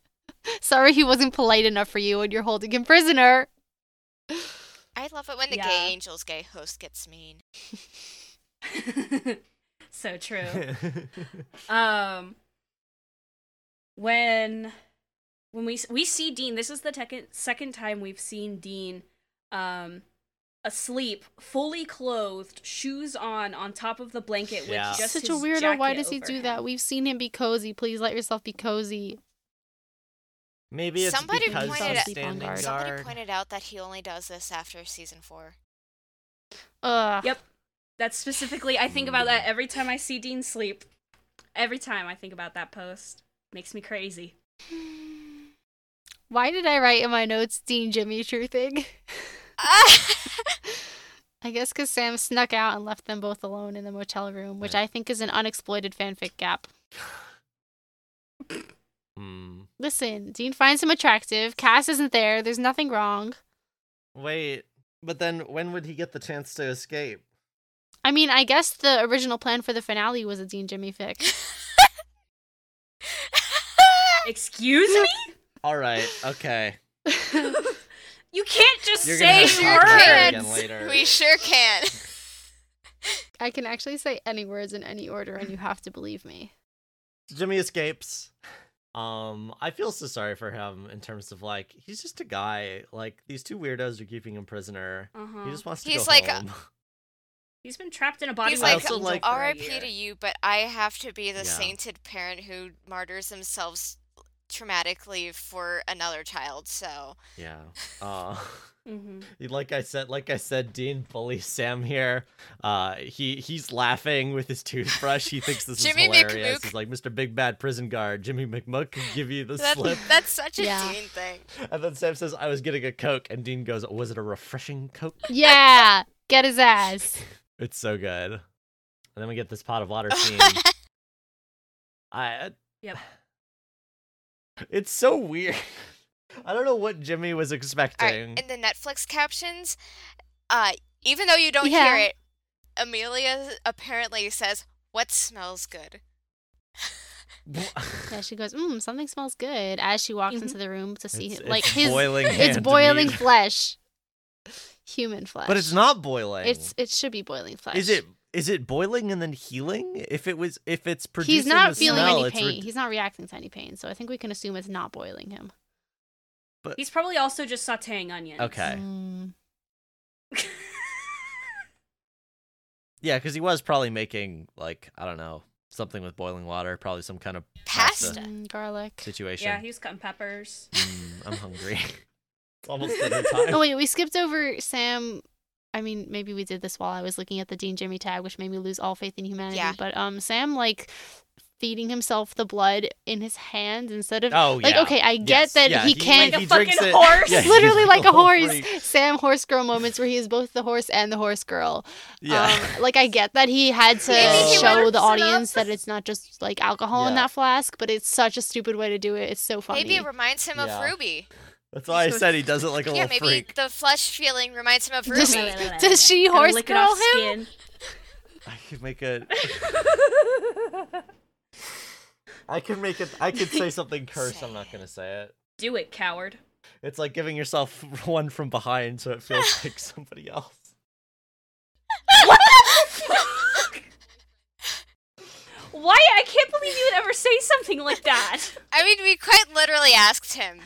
B: sorry he wasn't polite enough for you, and you're holding him prisoner.
D: I love it when the
A: Yeah.
D: gay angels gay host gets mean.
A: so true. Um, when when we we see Dean, this is the second second time we've seen Dean, um, asleep, fully clothed, shoes on, on top of the blanket.
C: Yeah.
A: With just
B: Such a
A: his
B: weirdo. Why
A: jacket
B: does he
A: over
B: do
A: him.
B: that? We've seen him be cozy. Please let yourself be cozy.
C: Maybe it's
D: Somebody
C: because
D: pointed
C: he's
D: out-
C: standing
B: Somebody
C: guard.
D: Somebody pointed out that he only does this after season four.
B: Ugh.
A: Yep. That's specifically. I think about that every time I see Dean sleep. Every time I think about that post, makes me crazy.
B: Why did I write in my notes Dean Jimmy true thing? I guess because Sam snuck out and left them both alone in the motel room, which
C: Right.
B: I think is an unexploited fanfic gap.
C: Mm.
B: Listen, Dean finds him attractive. Cass isn't there. There's nothing wrong.
C: Wait, but then when would he get the chance to escape?
B: I mean, I guess the original plan for the finale was a Dean Jimmy fic.
A: Excuse me.
C: All right, okay.
A: You can't just
C: You're gonna
A: say
C: have to talk about that
A: words.
C: again later.
D: we sure can.
B: I can actually say any words in any order, and you have to believe me.
C: Jimmy escapes. Um, I feel so sorry for him in terms of like he's just a guy. Like these two weirdos are keeping him prisoner.
A: Uh-huh.
C: He just wants to
D: Mm. He's
C: go
D: like, uh,
C: home.
A: He's been trapped in a body.
D: He's
A: with
D: like,
A: Dean
C: also, like-
A: for a
D: R.I.P.
A: year.
D: to you, but I have to be
C: Yeah.
D: the sainted parent who martyrs themselves traumatically for another child. So
C: yeah. Uh,
A: Mhm.
C: like I said, like I said, Dean bullies Sam here. Uh, he he's laughing with his toothbrush. He thinks this
D: Jimmy
C: is hilarious.
D: McMook.
C: He's like, Mr. Big Bad Prison Guard, Jimmy McMook can give you the
D: that,
C: slip.
D: that's such a
B: Yeah.
D: teen thing.
C: And then Sam says, I was getting a Coke. And Dean goes, Was it a refreshing Coke?
B: Yeah, get his ass.
C: It's so good. And then we get this pot of water scene. I. uh,
A: Yep.
C: It's so weird. I don't know what Jimmy was
D: All right,
C: expecting.
D: in the Netflix captions, uh, even though you don't
B: Yeah.
D: hear it, Amelia apparently says, "What smells good?"
B: Yeah, she goes, "Mmm, something smells good." As she walks
C: Mm-hmm.
B: into the room to see,
C: It's-
B: him, like
C: it's
B: his,
C: boiling
B: it's
C: hand
B: boiling
C: meat.
B: flesh, human flesh.
C: But it's not boiling.
B: It's it should be boiling flesh.
C: Is it is it boiling and then healing? If it was if it's producing
B: He's not
C: the
B: feeling
C: smell,
B: any
C: it's
B: pain.
C: re-
B: He's not reacting to any pain, so I think we can assume it's not boiling him.
A: He's probably also just sautéing onions.
C: Okay.
B: Mm.
C: yeah, because he was probably making like I don't know something with boiling water, probably some kind of
D: Pasta.
B: Mm, garlic.
C: situation.
A: Yeah, he was cutting peppers.
C: Mm, I'm hungry. it's almost dinner time.
B: Oh wait, we skipped over Sam. I mean, maybe we did this while I was looking at the Dean Jimmy tag, which made me lose all faith in humanity.
D: Yeah.
B: But um, Sam like feeding himself the blood in his hand instead of
C: Oh,
B: like
C: yeah.
B: okay, I get that
C: yeah,
B: he
C: like,
B: can't
A: Like a
C: drinks
A: fucking
C: it-
A: horse.
C: yeah, he's
B: literally like a horse.
C: freak.
B: Sam horse girl moments where he is both the horse and the horse girl.
C: Yeah.
B: Um, like I get that he had to
D: Maybe he
B: show
A: rips it
B: the
A: up.
B: audience that it's not just like alcohol in
C: Yeah.
B: that flask, but it's such a stupid way to do it. It's so funny.
D: Maybe it reminds him
C: Yeah.
D: of Ruby.
C: That's why I said he does it like a
D: yeah,
C: little
D: maybe
C: freak.
D: the flesh feeling reminds him of Ruby.
B: Does- does she
A: Gotta
B: horse
A: lick it
B: girl
A: off
B: him?
A: skin.
C: I could make a. I can make it. I could say something cursed. I'm not gonna say it.
A: Do it, coward.
C: It's like giving yourself one from behind, so it feels like somebody else.
A: Why? I can't believe you would ever say something like that.
D: I mean, we quite literally asked him.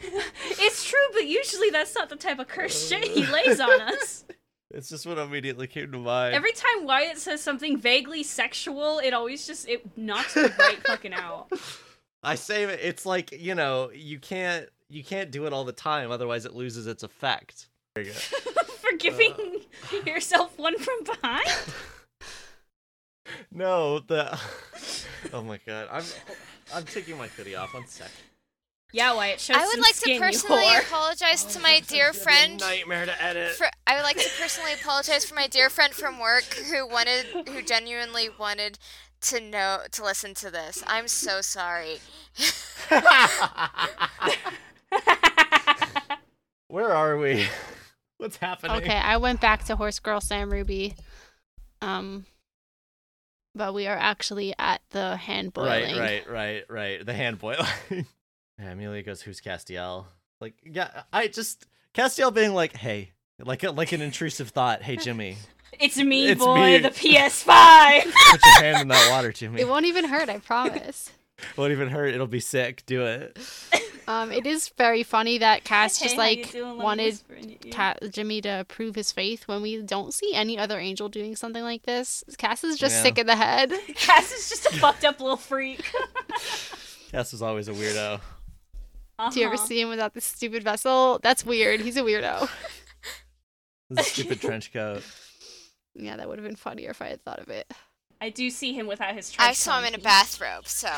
A: It's true, but usually that's not the type of curse shit
C: Uh.
A: he lays on us.
C: It's just what immediately came to mind.
A: Every time Wyatt says something vaguely sexual, it always just it knocks me right fucking out.
C: I save it. It's like you know, you can't you can't do it all the time, otherwise it loses its effect. There you go.
A: For giving
C: Uh.
A: yourself one from behind.
C: No, the. Oh my god, I'm I'm taking my hoodie off. One sec.
A: Yeah, Wyatt shows
D: I would
A: some
D: like
A: skin,
D: to
A: you
D: personally
A: whore.
D: apologize to my dear
C: It's gonna be a
D: friend.
C: Nightmare to edit.
D: For, I would like to personally apologize for my dear friend from work who wanted, who genuinely wanted to know to listen to this. I'm so sorry.
C: Where are we? What's happening?
B: Okay, I went back to Horse Girl Sam Ruby. Um but we are actually at the hand boiling.
C: Right, right, right, right. The hand boiling. yeah, Amelia goes, "Who's Castiel?" Like, yeah, I just Castiel being like, "Hey," like a, like an intrusive thought. Hey, Jimmy,
A: It's me,
C: It's
A: boy,
C: me.
A: the PS5.
C: put your hand in that water, Jimmy.
B: It won't even hurt, I promise.
C: won't even hurt. It'll be sick. Do it.
B: um it is very funny that Cass just
A: Hey, how you
B: like
A: doing? Let me
B: wanted
A: whisper in your ear.
B: Ca Jimmy to prove his faith when we don't see any other angel doing something like this. Cass is just
C: Yeah.
B: sick in the head.
A: Cass is just a fucked up little freak.
C: Cass was always a weirdo.
B: Do you ever
A: Uh-huh.
B: see him without this stupid vessel? That's weird. He's a weirdo.
C: This is a stupid trench coat.
B: Yeah, that would have been funnier if I had thought of it.
A: I do see him without his.
D: I
A: trench
D: saw him
A: coat.
D: in a bathrobe, so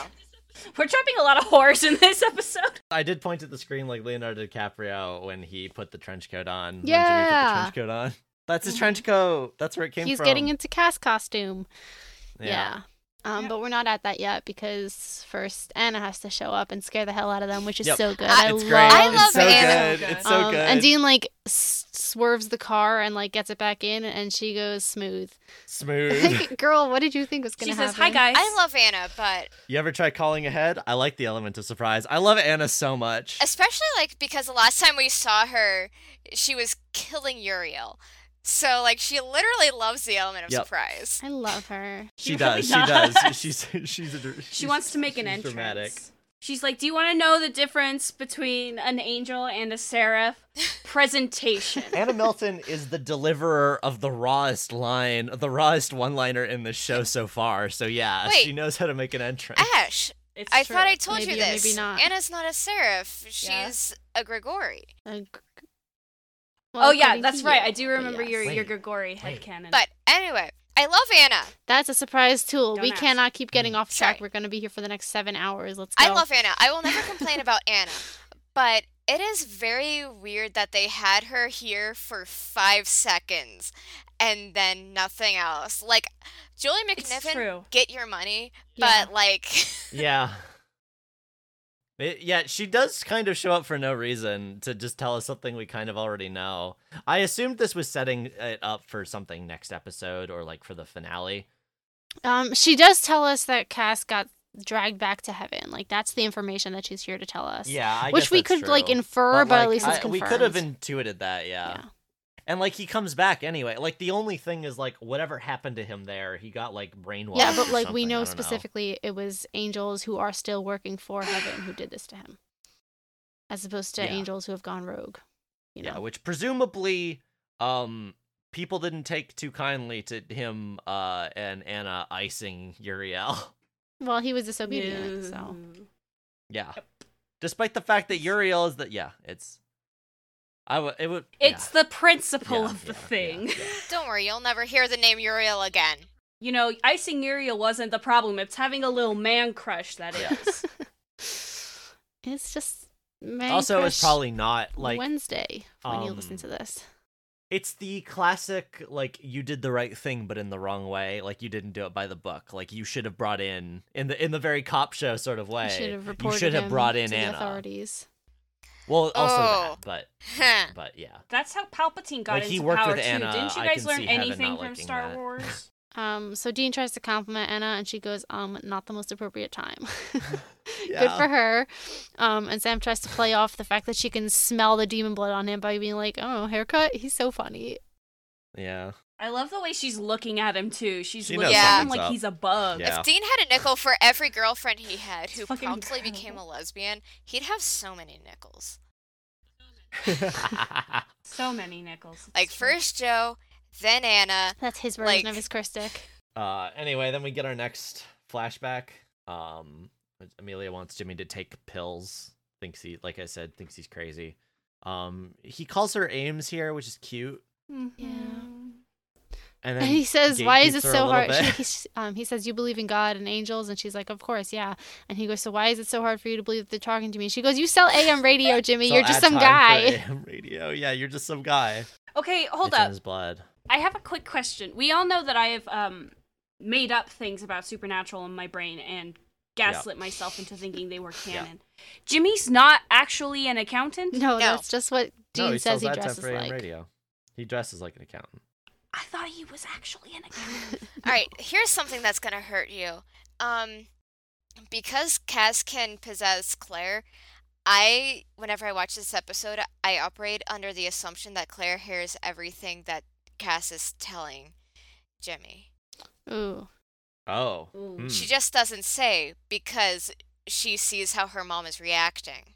A: We're dropping a lot of horrors in this episode.
C: I did point at the screen like Leonardo DiCaprio when he put the trench coat on. when
B: Yeah.
C: Jimmy put the trench coat on. That's his trench coat. That's where it came
B: He's
C: from.
B: getting into Cass costume. Yeah. Um,
A: Yeah.
B: But we're not at that yet because first Anna has to show up and scare the hell out of them, which is
C: Yep. Ah,
B: so good. I
C: It's great.
B: love.
D: I love
C: it's so
D: Anna.
C: good. It's so
B: um,
C: good.
B: And Dean like s- swerves the car and like gets it back in, and she goes smooth.
C: Smooth.
B: Like, girl, what did you think was gonna
A: She
B: happen?
A: says, "Hi guys."
D: I love Anna, but
C: You ever try calling ahead? I like the element of surprise. I love Anna so much.
D: especially like because the last time we saw her, she was killing Uriel. So like she literally loves the element of
C: Yep.
D: surprise.
B: I love her.
C: She
A: She really
C: does.
A: does.
C: She does. She's she's a. dr-
A: She
C: she's-
A: wants to make an
C: she's
A: entrance.
C: Dramatic.
A: She's like, "Do you want to know the difference between an angel and a seraph?" Presentation.
C: Anna Melton is the deliverer of the rawest line, the rawest one-liner in the show so far. So yeah,
D: Wait.
C: she knows how to make an entrance.
D: Ash,
A: It's
D: I
A: true.
D: thought I told you
B: Maybe or
D: this.
B: maybe not.
D: Anna's not a seraph.
A: Yeah.
D: She's a Grigori.
B: A gr-
A: Oh
B: Well,
A: yeah,
B: according
A: that's
B: to
A: right.
B: you,
A: I do
B: but
A: remember your
B: yes.
A: your
C: Wait,
A: Grigori
C: wait.
A: headcanon.
D: But anyway, I love Anna.
B: That's a surprise tool.
A: Don't
B: we
A: ask.
B: cannot keep getting off track.
D: Mm. Sorry.
B: We're gonna be here for the next seven hours. Let's go.
D: I love Anna. I will never complain about Anna. But it is very weird that they had her here for five seconds and then nothing else. Like, Julie
A: It's
D: McNiven,
A: true.
D: get your money,
B: Yeah.
D: but like,
C: Yeah. It- yeah, she does kind of show up for no reason to just tell us something we kind of already know. I assumed this was setting it up for something next episode or like for the finale.
B: Um, she does tell us that Cass got dragged back to heaven. Like that's the information that she's here to tell us.
C: Yeah, I
B: Which
C: guess
B: we
C: that's
B: could like
C: true.
B: infer, but, at
C: like,
B: least it's
C: I-
B: confirmed.
C: we could have intuited that, yeah.
B: Yeah.
C: And like he comes back anyway. Like the only thing is like whatever happened to him there, he got like brainwashed.
B: Yeah,
C: or
B: but like we
C: something, I
B: know
C: don't
B: specifically it was angels who are still working for heaven who did this to him, as opposed to
C: Yeah.
B: angels who have gone rogue. You know.
C: Yeah, which presumably um people didn't take too kindly to him uh and Anna icing Uriel.
B: well, he was disobedient,
A: Mm.
B: so
C: Yeah.
A: Yep.
C: Despite the fact that Uriel is that yeah, it's I would it would
A: It's the principle
C: Yeah,
A: of the
C: yeah, yeah,
A: thing.
C: yeah.
D: don't worry, you'll never hear the name Uriel again.
A: You know, icing Uriel wasn't the problem. It's having a little man crush that
C: Yeah.
A: is.
B: it's just man
C: yeah. Also
B: crush
C: it's probably not like
B: Wednesday when you
C: um,
B: listen to this.
C: it's the classic like you did the right thing but in the wrong way, like you didn't do it by the book. Like you should have brought in in the in the very cop show sort of way.
B: You should have reported him
C: brought
B: to
C: in
B: the
C: Anna.
B: authorities.
C: Well, also
D: Oh.
C: that,
D: Huh.
C: but but yeah.
A: That's how Palpatine got
C: Like,
A: into
C: he worked
A: power
C: with Anna,
A: too. Didn't you
C: I
A: guys
C: can
A: learn
C: see Heaven
A: anything
C: not
A: from
C: liking
A: Star
C: that.
A: Wars?
B: Um, so Dean tries to compliment Anna, and she goes, "Um, not the most appropriate time." Good
C: Yeah.
B: for her. Um, and Sam tries to play off the fact that she can smell the demon blood on him by being like, "Oh, haircut. He's so funny."
C: Yeah.
A: I love the way she's looking at him too. She's
C: She knows
A: looking at him
C: something's
A: like
C: up.
A: he's a bug.
C: Yeah.
D: If Dean had a nickel for every girlfriend he had who
A: fucking
D: promptly became a lesbian, he'd have so many nickels.
A: So many nickels. It's
D: Like,
A: true.
D: first Joe, then Anna.
B: That's his version
D: Like-
B: of his Christic.
C: Uh, anyway, then we get our next flashback. Um, Amelia wants Jimmy to take pills. Thinks he, like I said, thinks he's crazy. Um, he calls her Ames here, which is cute.
A: Mhm.
C: And
B: And
C: then
B: he says, "Why is it
C: gatekeeps her a
B: so
C: little
B: hard?"
C: bit.
B: She, he's- um, he says, "You believe in God and angels," and she's like, "Of course, yeah." And he goes, "So why is it so hard for you to believe that they're talking to me?" She goes, "You sell AM radio, Jimmy.
C: So
B: You're just
C: ad
B: some
C: time for
B: guy."
C: AM radio. Yeah, you're just some guy.
A: Okay, hold
C: It's in
A: up.
C: his blood.
A: I have a quick question. We all know that I have um made up things about supernatural in my brain and gaslit myself into thinking they were
C: Yeah.
A: canon. Jimmy's not actually an accountant.
B: No,
D: No.
B: that's just what Dean
C: no, he
B: says
C: sells
B: he
C: ad time
B: dresses
C: for AM
B: like.
C: radio. He dresses like an accountant.
A: I thought he was actually an accountant.
D: All right, here's something that's gonna hurt you. Um, because Cass can possess Claire, I whenever I watch this episode, I operate under the assumption that Claire hears everything that Cass is telling Jimmy.
B: Ooh.
C: Oh.
A: Ooh.
C: hmm.
D: She just doesn't say because she sees how her mom is reacting.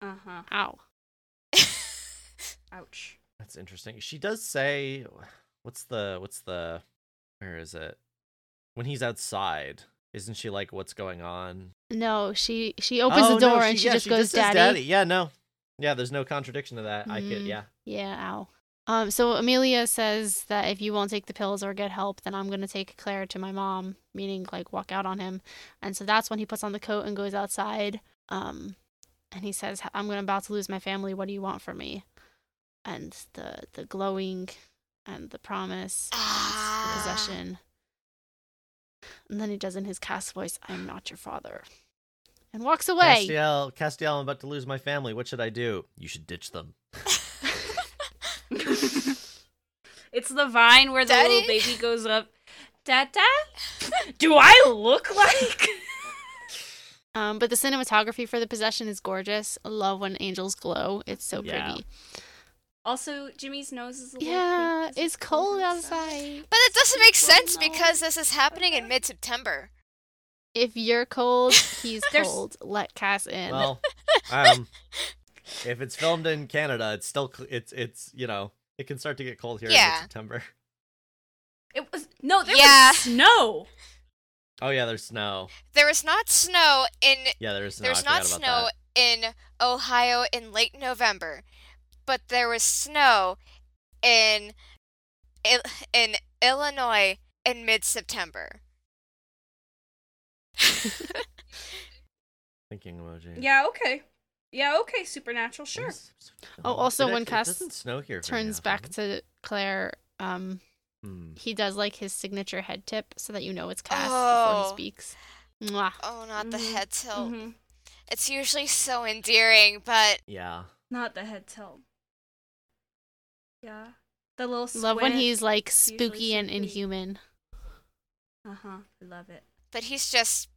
A: Uh huh.
B: Ow.
A: Ouch.
C: That's interesting. She does say what's the what's the where is it? When he's outside, isn't she like what's going on?
B: No, she she opens
C: Oh,
B: the
C: no,
B: door and she
C: yeah,
B: just goes,
C: says
B: "Daddy."
C: Yeah, no. Yeah, there's no contradiction to that. I could
B: Mhm.
C: yeah.
B: Yeah. Ow. Um. So Amelia says that if you won't take the pills or get help, then I'm gonna take Claire to my mom. Meaning, like, walk out on him. And so that's when he puts on the coat and goes outside. Um, and he says, "I'm gonna about to lose my family. What do you want from me?" And the the glowing, and the promise, and the
D: Ah.
B: possession. And then he does in his cast voice, "I'm not your father," and walks away.
C: Castiel, Castiel, I'm about to lose my family. What should I do? You should ditch them.
A: It's the vine where the
D: Daddy?
A: little baby goes up. Dada? Do I look like?
B: Um, but the cinematography for the possession is gorgeous. I love when angels glow. It's so
C: Yeah.
B: pretty.
A: also, Jimmy's nose is a little
B: Yeah,
A: pink 'cause
B: it's cold outside.
D: But it doesn't make
A: Well,
D: sense
A: no.
D: because this is happening in mid September.
B: If you're cold, he's
A: There's-
B: cold. Let Cass in.
C: Well, um, if it's filmed in Canada, it's still cl- it's it's you know it can start to get cold here
D: Yeah.
C: in September.
A: It was no, there
D: Yeah.
A: was snow.
C: Oh yeah, there's snow.
D: There is not snow in
C: Yeah, there is snow. I
D: there's
C: forgot
D: not
C: about
D: snow
C: that.
D: in Ohio in late November, but there was snow in Il- in Illinois in mid September.
C: Thinking emoji.
A: Yeah, okay. Yeah, okay, supernatural, sure.
B: Oh, also when
C: Cass
B: Cass
C: doesn't snow here very
B: Turns back
C: often.
B: to Claire. Um,
C: Hmm.
B: he does like his signature head tip so that you know it's Cass before
D: Oh.
B: he speaks. Mwah.
D: oh, not the
A: Mhm,
C: Mm-hmm.
D: head tilt.
A: Mhm.
D: It's usually so endearing, but
C: Yeah.
A: Not the head tilt. Yeah. The little squint.
B: Love when he's like
A: usually
B: spooky and
A: should be-
B: inhuman.
A: Uh huh. Love it.
D: but he's just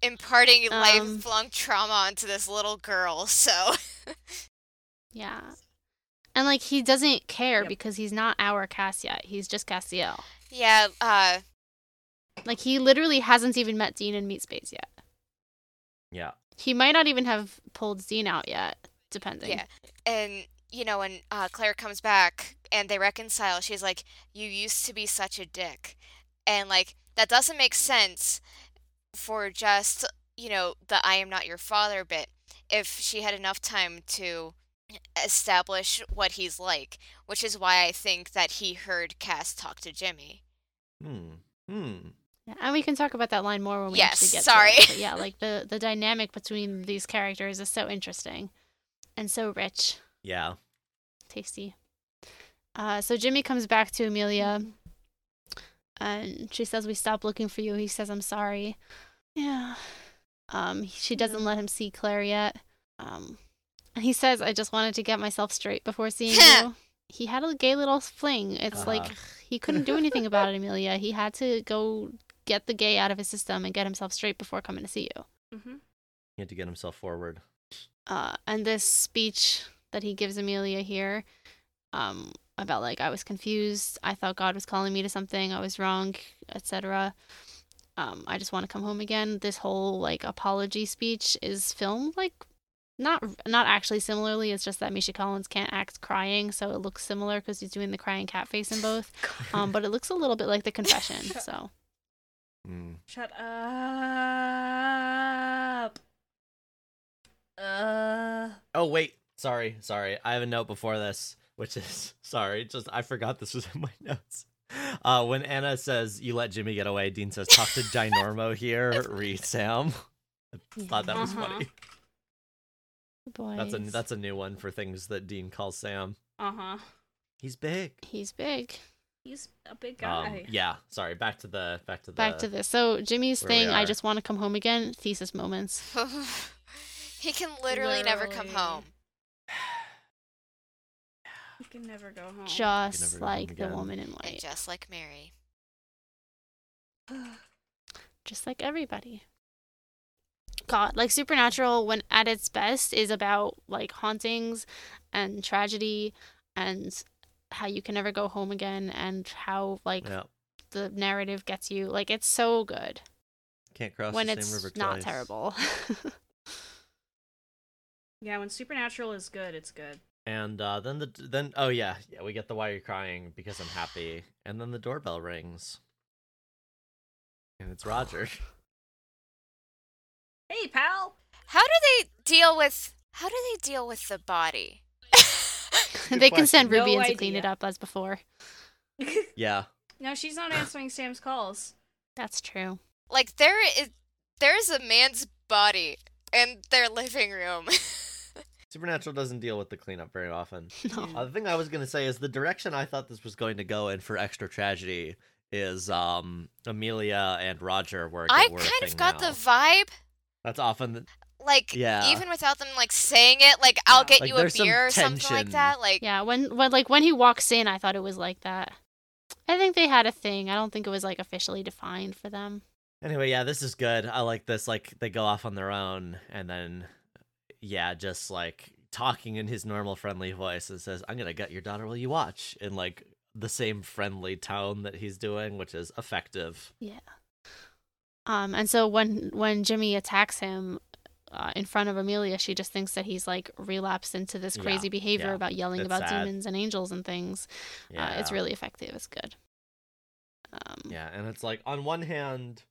D: imparting
B: Um.
D: lifelong trauma onto this little girl. So
B: Yeah. And like he doesn't care
A: Yep.
B: because he's not our Cass yet. He's just Cassiel.
D: yeah, uh,
B: Like he literally hasn't even met Dean in Meat Space yet.
C: Yeah.
B: He might not even have pulled Dean out yet, depending.
D: Yeah. And you know, when uh, Claire comes back and they reconcile, she's like, "You used to be such a dick," and like that doesn't make sense for just you know the "I am not your father" bit. If she had enough time to establish what he's like, which is why I think that he heard Cass talk to Jimmy.
C: Hmm. Hmm.
B: Yeah, And we can talk about that line more when we
D: Yes,
B: actually get
D: sorry.
B: to it. But yeah, like the the dynamic between these characters is so interesting and so rich,
C: Yeah.
B: tasty. Uh, so Jimmy comes back to Amelia and she says, "We stopped looking for you." He says, "I'm sorry." Yeah. Um, she doesn't
A: Yeah.
B: let him see Claire yet. Um, and he says, "I just wanted to get myself straight before seeing you." He had a gay little fling. It's like
C: Uh-huh.
B: he couldn't do anything about it, Amelia. He had to go get the gay out of his system and get himself straight before coming to see you.
A: Mm-hmm.
C: He had to get himself forward.
B: Uh, and this speech that he gives Amelia here um, about like I was confused, I thought God was calling me to something, I was wrong, etc. Um, I just want to come home again. This whole like apology speech is filmed like not not actually similarly. It's just that Misha Collins can't act crying, so it looks similar because he's doing the crying cat face in both. Um, but it looks a little bit like the confession. So
C: Hmm.
A: Shut up. Uh.
C: Oh wait. Sorry. Sorry. I have a note before this, which is sorry. Just I forgot this was in my notes. Uh, when Anna says you let Jimmy get away, Dean says talk to Ginormo here. Read Sam. I thought that was
A: Uh-huh.
C: funny.
B: boy,
C: That's a that's a new one for things that Dean calls Sam.
A: Uh huh.
C: He's big.
B: he's big.
A: He's a big
C: Um,
A: guy.
C: yeah. Sorry. Back to the back to the
B: back to this. So Jimmy's
C: where we
B: thing, I
C: are.
B: just want to come home again. Thesis moments.
D: he can literally never come
A: Literally.
D: home.
A: You can never go home.
C: never
B: just
C: go home
B: like the
C: again.
B: woman in
D: And
B: white,
D: just like Mary.
B: just like everybody. God, like Supernatural, when at its best, is about like hauntings and tragedy and how you can never go home again and how like
C: Yeah,
B: the narrative gets you. Like it's so good
C: can't cross
B: when
C: the same river
B: it's not
C: twice.
B: terrible.
A: yeah, when Supernatural is good, it's good.
C: And uh, then the then oh yeah yeah we get the why you're crying because I'm happy, and then the doorbell rings, and it's Roger.
A: Hey, pal.
D: How do they deal with how do they deal with the body?
B: they can
A: question.
B: send Ruby
A: No
B: in to clean it
A: idea.
B: up as before.
C: yeah,
A: No, she's not answering Sam's calls.
B: That's true.
D: Like there is there's a man's body in their living room.
C: Supernatural doesn't deal with the cleanup very often.
B: No.
A: Yeah.
C: Uh, the thing I was gonna say is the direction I thought this was going to go in for extra tragedy is um Amelia and Roger were.
D: I
C: were a
D: kind of
C: thing
D: got
C: now.
D: the vibe
C: That's often the,
D: like
C: Yeah.
D: even without them like saying it like I'll
A: Yeah.
D: get
C: Like,
D: you a
C: there's some
D: beer or something like
C: tension.
D: that. Like
B: Yeah, when when like when he walks in, I thought it was like that. I think they had a thing. I don't think it was like officially defined for them.
C: Anyway, yeah, this is good. I like this. Like they go off on their own, and then yeah, just like talking in his normal friendly voice and says, "I'm gonna gut your daughter while you watch," in like the same friendly tone that he's doing, which is effective.
B: Um, and so when when Jimmy attacks him uh, in front of Amelia, she just thinks that he's like relapsed into this
C: Yeah,
B: crazy behavior
C: yeah.
B: about yelling
C: It's
B: about
C: sad.
B: demons and angels and things.
C: Yeah,
B: Uh, it's really effective. It's good. Um,
C: yeah, and it's like on one hand.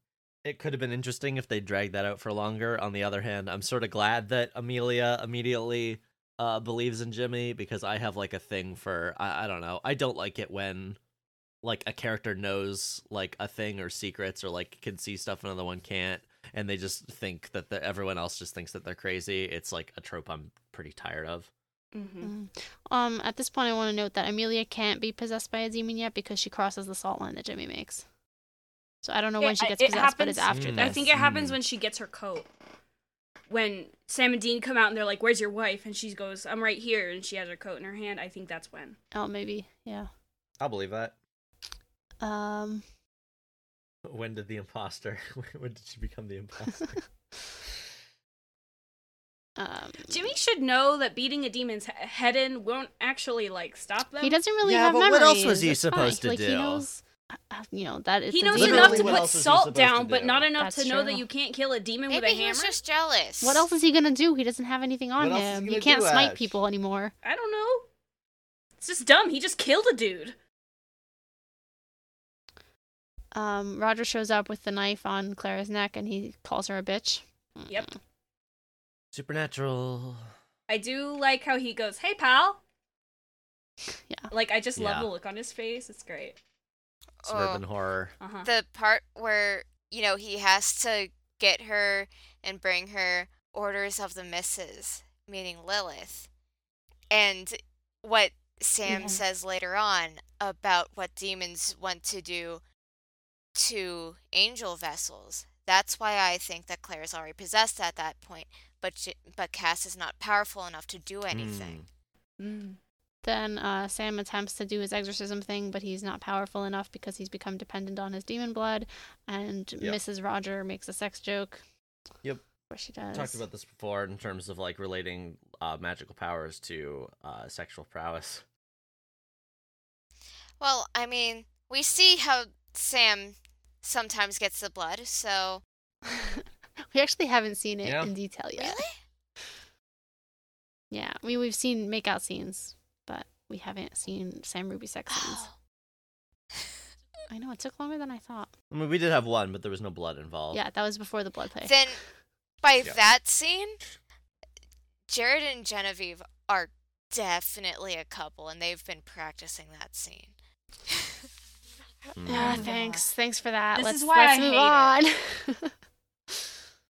C: It could have been interesting if they dragged that out for longer. On the other hand, I'm sort of glad that Amelia immediately uh, believes in Jimmy because I have like a thing for I, I don't know. I don't like it when like a character knows like a thing or secrets or like can see stuff another one can't and they just think that the, everyone else just thinks that they're crazy it's like a trope i'm pretty tired of
A: Mm-hmm.
B: um, at this point, I want to note that Amelia can't be possessed by a demon yet because she crosses the salt line that Jimmy makes. So I don't know when
A: It-
B: she gets
A: it
B: possessed, but it's
A: happens-
B: after
C: Mm.
B: this.
A: I think it happens
C: Mm.
A: when she gets her coat. When Sam and Dean come out and they're like, "Where's your wife?" and she goes, "I'm right here," and she has her coat in her hand. I think that's when.
B: Oh, maybe. Yeah.
C: i'll believe that
B: Um,
C: when did the imposter when did she become the imposter
B: um,
A: Jimmy should know that beating a demon's he- head in won't actually like stop them.
B: He doesn't really
C: Yeah,
B: have
C: but
B: memories.
C: what else was he
B: It's fine.
C: supposed to
B: like, He
C: do?
B: knows, uh, uh, you know that it's
A: He
B: a
A: knows
B: demon.
A: enough to
C: Literally, what
A: put
C: else is he
A: salt
C: supposed to
A: down,
C: do?
A: but not enough
B: That's
A: to know
B: true.
A: that you can't kill a demon
D: maybe
A: with a
D: he
A: hammer.
D: was just jealous.
B: What else is he gonna do? He doesn't have anything on
C: What else is he
B: him.
C: gonna
B: He can't
C: do,
B: smite
C: Ash?
B: people anymore.
A: I don't know. It's just dumb. He just killed a dude.
B: Um, Roger shows up with the knife on Clara's neck, and he calls her a bitch.
A: Yep.
B: Mm.
C: supernatural
A: I do like how he goes, "Hey, pal."
B: Yeah.
A: Like I just love
C: Yeah.
A: the look on his face. It's great.
C: suburban horror
A: Uh huh.
D: the part where you know he has to get her and bring her orders of the misses meaning lilith and what sam
B: Yeah.
D: says later on about what demons want to do to angel vessels that's why i think that claire's already possessed at that point but j but cass is not powerful enough to do
C: Mm.
D: anything
A: Mm.
B: Then uh, Sam attempts to do his exorcism thing, but he's not powerful enough because he's become dependent on his demon blood. And
C: Yep.
B: Mrs. Roger makes a sex joke.
C: Yep.
B: Where she does.
C: talked about this before in terms of like relating uh, magical powers to uh, sexual prowess
D: well i mean we see how sam sometimes gets the blood so
B: we actually haven't seen it
C: Yeah.
B: in detail yet.
D: really
B: Yeah, I mean, we've seen makeout scenes, but we haven't seen Sam Ruby sex
D: Oh.
B: scenes. I know it took longer than I thought.
C: i mean we did have one but there was no blood involved
B: Yeah, that was before the blood play.
D: then by
C: Yeah.
D: that scene, Jared and Genevieve are definitely a couple, and they've been practicing that scene.
C: Mm.
B: Ah,
D: Mm.
B: thanks, thanks for that.
A: This
B: let's
A: is why
B: let's
A: I
B: move on.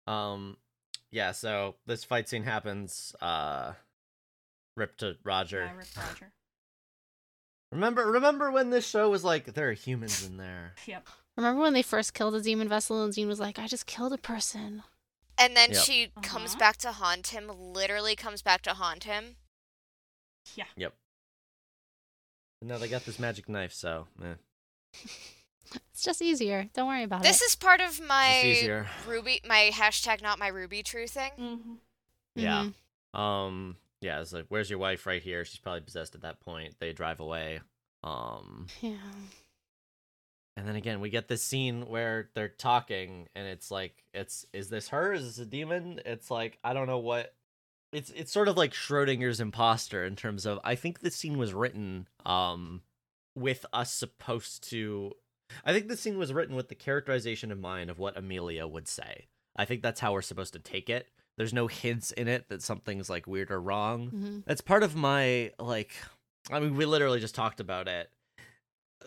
C: Um, yeah. So this fight scene happens. Uh, rip to Roger.
A: Yeah, Rip Roger.
C: Remember, remember when this show was like there are humans in there.
A: Yep.
B: Remember when they first killed a demon vessel and Dean was like, "I just killed a person."
D: And then
C: Yep.
D: she comes
A: Uh-huh.
D: back to haunt him, literally comes back to haunt him.
A: Yeah.
C: Yep. No, they got this magic knife, so eh,
B: It's just easier. Don't worry about
D: This
B: it.
D: is part of
C: it's just
D: my
C: easier.
D: Ruby, my hashtag not my Ruby true thing.
A: Mm-hmm.
C: Yeah.
B: Mhm.
C: Um. Yeah. It's like, where's your wife? Right here. She's probably possessed at that point. They drive away. Um.
B: Mm-hmm. Yeah.
C: And then again, we get this scene where they're talking, and it's like, it's is this her? Is this a demon? It's like I don't know what. It's it's sort of like Schrodinger's imposter in terms of I think this scene was written um with us supposed to. I think this scene was written with the characterization in mind of what Amelia would say. I think that's how we're supposed to take it. There's no hints in it that something's like weird or wrong.
B: hmm
C: That's part of my like I mean we literally just talked about it.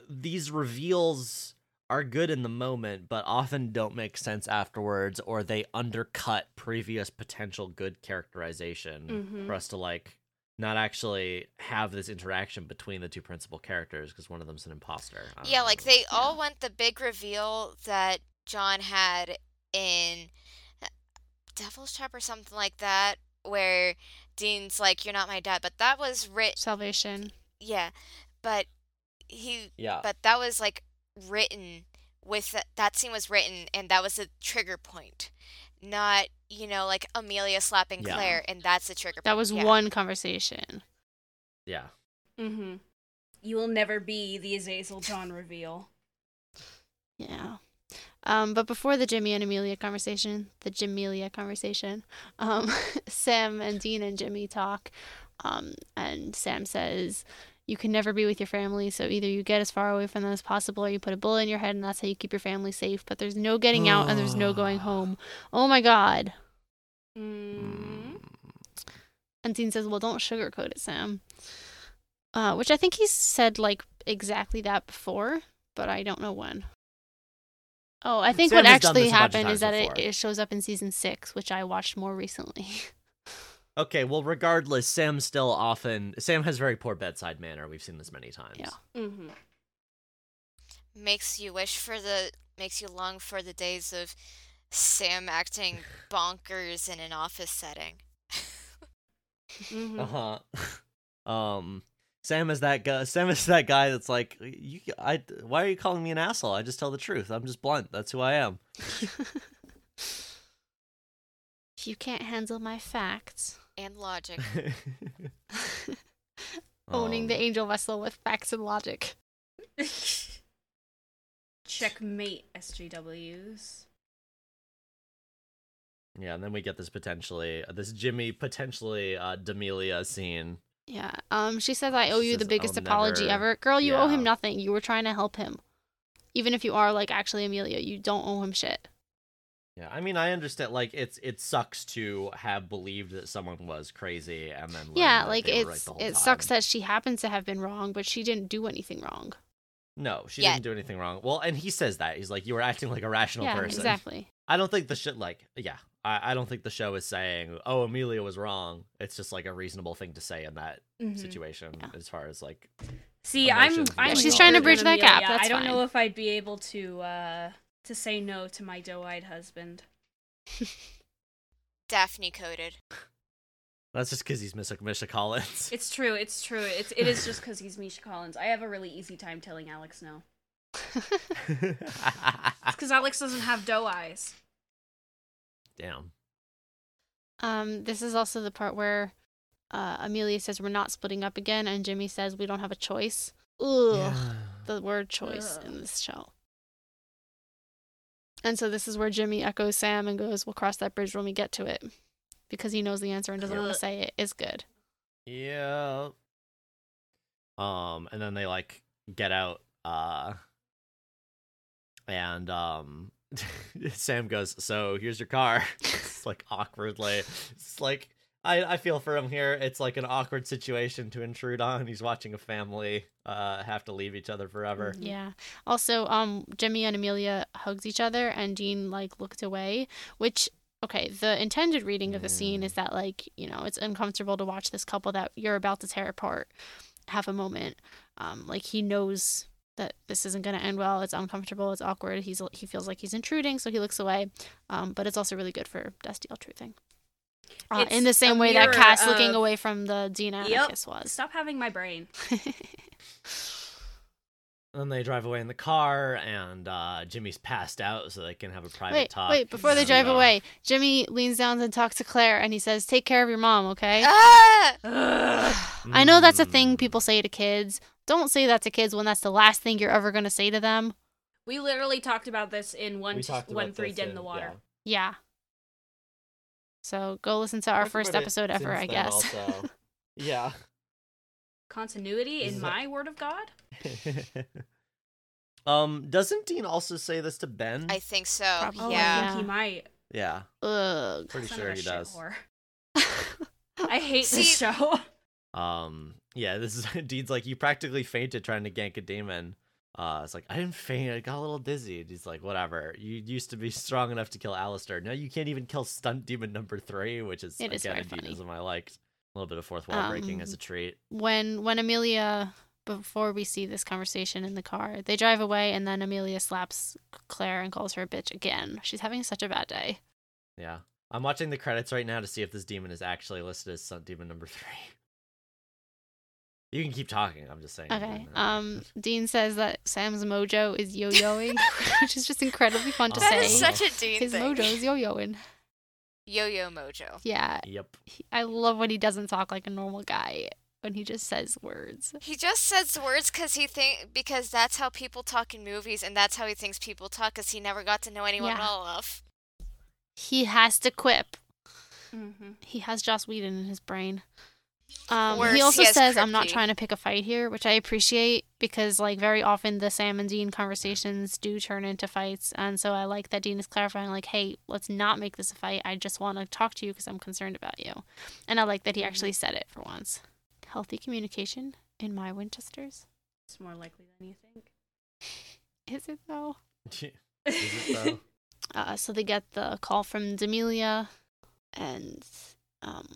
C: These reveals are good in the moment but often don't make sense afterwards or they undercut previous potential good characterization
B: Mm-hmm.
D: Mm-hmm.
A: Mhm.
C: for us to like not actually have this interaction between the two principal characters because one of them's an imposter. I don't
D: Yeah, like
C: know.
D: they all want the big reveal that John had in Devil's Trap or something like that, where Dean's like, "You're not my dad," but that was written.
B: Salvation.
D: Yeah, but he,
C: Yeah.
D: but that was like written with th- that scene was written, and that was a trigger point, not you know like Amelia slapping
C: Yeah.
D: Claire, and that's the trigger.
B: That
D: point.
B: was
D: yeah.
B: one conversation.
C: yeah.
A: Mm-hmm. You will never be the Azazel John reveal.
B: Yeah. Um, but before the Jimmy and Amelia conversation, the Jamelia conversation, um, Sam and Dean and Jimmy talk. Um, and Sam says, You can never be with your family. So either you get as far away from them as possible or you put a bullet in your head and that's how you keep your family safe. But there's no getting out and there's no going home. Oh my God.
D: Mm-hmm.
A: Mm.
B: And Dean says, Well, don't sugarcoat it, Sam. Uh, which I think he said like exactly that before, but I don't know when. Oh, I think
C: Sam
B: what
C: has done
B: actually
C: this a bunch of
B: happened is
C: times
B: that it,
C: before.
B: it shows up in season six, which I watched more recently.
C: Okay, well regardless, Sam still often Sam has very poor bedside manner. We've seen this many times.
B: Yeah.
A: Mm-hmm.
D: makes you wish for the makes you long for the days of Sam acting bonkers in an office setting.
A: Mm-hmm.
C: Uh huh. um, Sam is that guy. Sam is that guy that's like, you. I. Why are you calling me an asshole? I just tell the truth. I'm just blunt. That's who I am.
B: if you can't handle my facts,
D: and logic.
B: owning the
C: Um,
B: angel vessel with facts and logic. Oh.
A: Checkmate, SJWs.
C: Yeah, and then we get this potentially uh, this Jimmy potentially uh Demelia scene.
B: Yeah. Um. She says, "I owe
C: She
B: you the
C: says,
B: biggest
C: "I'll
B: apology
C: never-
B: ever, girl. You owe him
C: Yeah.
B: nothing. You were trying to help him, even if you are like actually Amelia. You don't owe him shit."
C: Yeah, I mean, I understand. Like, it's it sucks to have believed that someone was crazy and then learn
B: yeah
C: that
B: like
C: they were right
B: it's
C: the whole
B: it
C: time.
B: sucks that she happens to have been wrong but she didn't do anything wrong
C: no, she
D: Yeah.
C: didn't do anything wrong. Well, and he says that he's like, you were acting like a rational
B: yeah
C: person.
B: exactly
C: I don't think the shit like yeah. I, I don't think the show is saying, oh, Amelia was wrong. It's just like a reasonable thing to say in that
A: Mhm.
C: situation
B: Mm-hmm. Yeah.
C: as far as like
A: See, I'm,
C: Emotions
A: I'm.
B: Yeah, she's
A: older
B: trying to
A: than
B: bridge that gap,
A: Amelia.
B: that's
A: I don't know
B: fine.
A: if I'd be able to uh, to say no to my doe-eyed husband.
D: Daphne coded.
C: that's just because he's Miss Misha Collins.
A: It's true. It's true. It's it is just because he's Misha Collins. I have a really easy time telling Alex no. It's because Alex doesn't have doe eyes.
C: Damn.
B: um this is also the part where uh amelia says we're not splitting up again and jimmy says we don't have a choice Ugh, the word choice
A: Ugh.
B: in this show and so this is where jimmy echoes sam and goes we'll cross that bridge when we get to it because he knows the answer and doesn't want
A: Ugh.
B: to say it is good
C: Yeah. Um, and then they like get out. Uh, and um, Sam goes, "So here's your car." it's like awkwardly. It's like I I feel for him here. It's like an awkward situation to intrude on. He's watching a family uh have to leave each other forever.
A: Mhm.
B: Yeah. Also, um, Jimmy and Amelia hugs each other, and Dean like looked away. Which, okay, the intended reading of the scene
C: Mm.
B: is that like you know it's uncomfortable to watch this couple that you're about to tear apart have a moment. Um, like he knows that this isn't going to end well. It's uncomfortable. It's awkward. He's he feels like he's intruding, so he looks away. Um, but it's also really good for Dusty truthing. Uh,
A: It's
B: in the same
A: a
B: way that
A: mirror
B: Cass looking
A: of-
B: away from the Dean Anarchist was.
A: Stop having my brain.
C: And then they drive away in the car, and uh, Jimmy's passed out, so they can have a private
B: wait,
C: talk.
B: wait, before they
C: and,
B: drive
C: uh,
B: away, Jimmy leans down and talks to Claire and he says, Take care of your mom, okay?
D: Ah!
B: I know that's a thing
C: mm,
B: people say to kids. Don't say that to kids when that's the last thing you're ever going to say to them.
A: We literally talked about this in one
C: we
A: t-
C: talked
A: one
C: about
A: three
C: this
A: dead in the water.
C: yeah.
B: Yeah. So go listen to our
C: Talked
B: first
C: about it
B: episode ever,
C: since
B: I
C: then
B: guess.
C: also. yeah.
A: Continuity
C: This
A: in
C: is a-
A: my word of God.
C: um, doesn't Dean also say this to Ben?
D: I think so.
B: Probably,
A: I
D: yeah.
A: think he might.
C: yeah,
B: Ugh.
C: pretty
A: Son of
C: sure
A: a
C: he
A: shit
C: does.
A: whore. I hate this
D: See-
A: show.
C: Um, yeah, this is Dean's like you practically fainted trying to gank a demon. Uh, it's like I didn't faint. I got a little dizzy. And he's like, whatever. You used to be strong enough to kill Alistair. Now you can't even kill stunt demon number three, which is
B: It is
C: again
B: very
C: a demonism I liked. A little bit of fourth wall breaking as a
B: Um,
C: treat.
B: when when Amelia before we see this conversation in the car, they drive away and then Amelia slaps Claire and calls her a bitch again. She's having such a bad day.
C: Yeah, I'm watching the credits right now to see if this demon is actually listed as stunt demon number three. You can keep talking. I'm just saying.
B: Okay. Um Dean says that Sam's mojo is yo-yoing, which is just incredibly fun to
C: That
B: say.
D: That is such a Dean
B: His
D: thing.
B: mojo is yo-yoing.
D: Yo-yo mojo.
B: Yeah.
C: Yep.
B: he- I love when he doesn't talk like a normal guy when he just says words.
D: He just says words because he think because that's how people talk in movies, and that's how he thinks people talk because he never got to know anyone
B: Yeah.
D: well enough.
B: He has to quip.
A: Mm-hmm.
B: He has Joss Whedon in his brain. Um,
D: Worse,
B: he
D: he
B: also
D: has
B: says, "I'm not
D: kryptonite."
B: trying to pick a fight here," which I appreciate because, like, very often the Sam and Dean conversations do turn into fights, and so I like that Dean is clarifying, like, "Hey, let's not make this a fight. I just want to talk to you because I'm concerned about you," and I like that he actually said it for once. Healthy communication in my Winchesters.
A: It's more likely than you think.
B: Is it though?
C: Is it though?
B: Uh, so they get the call from Demelia, and um,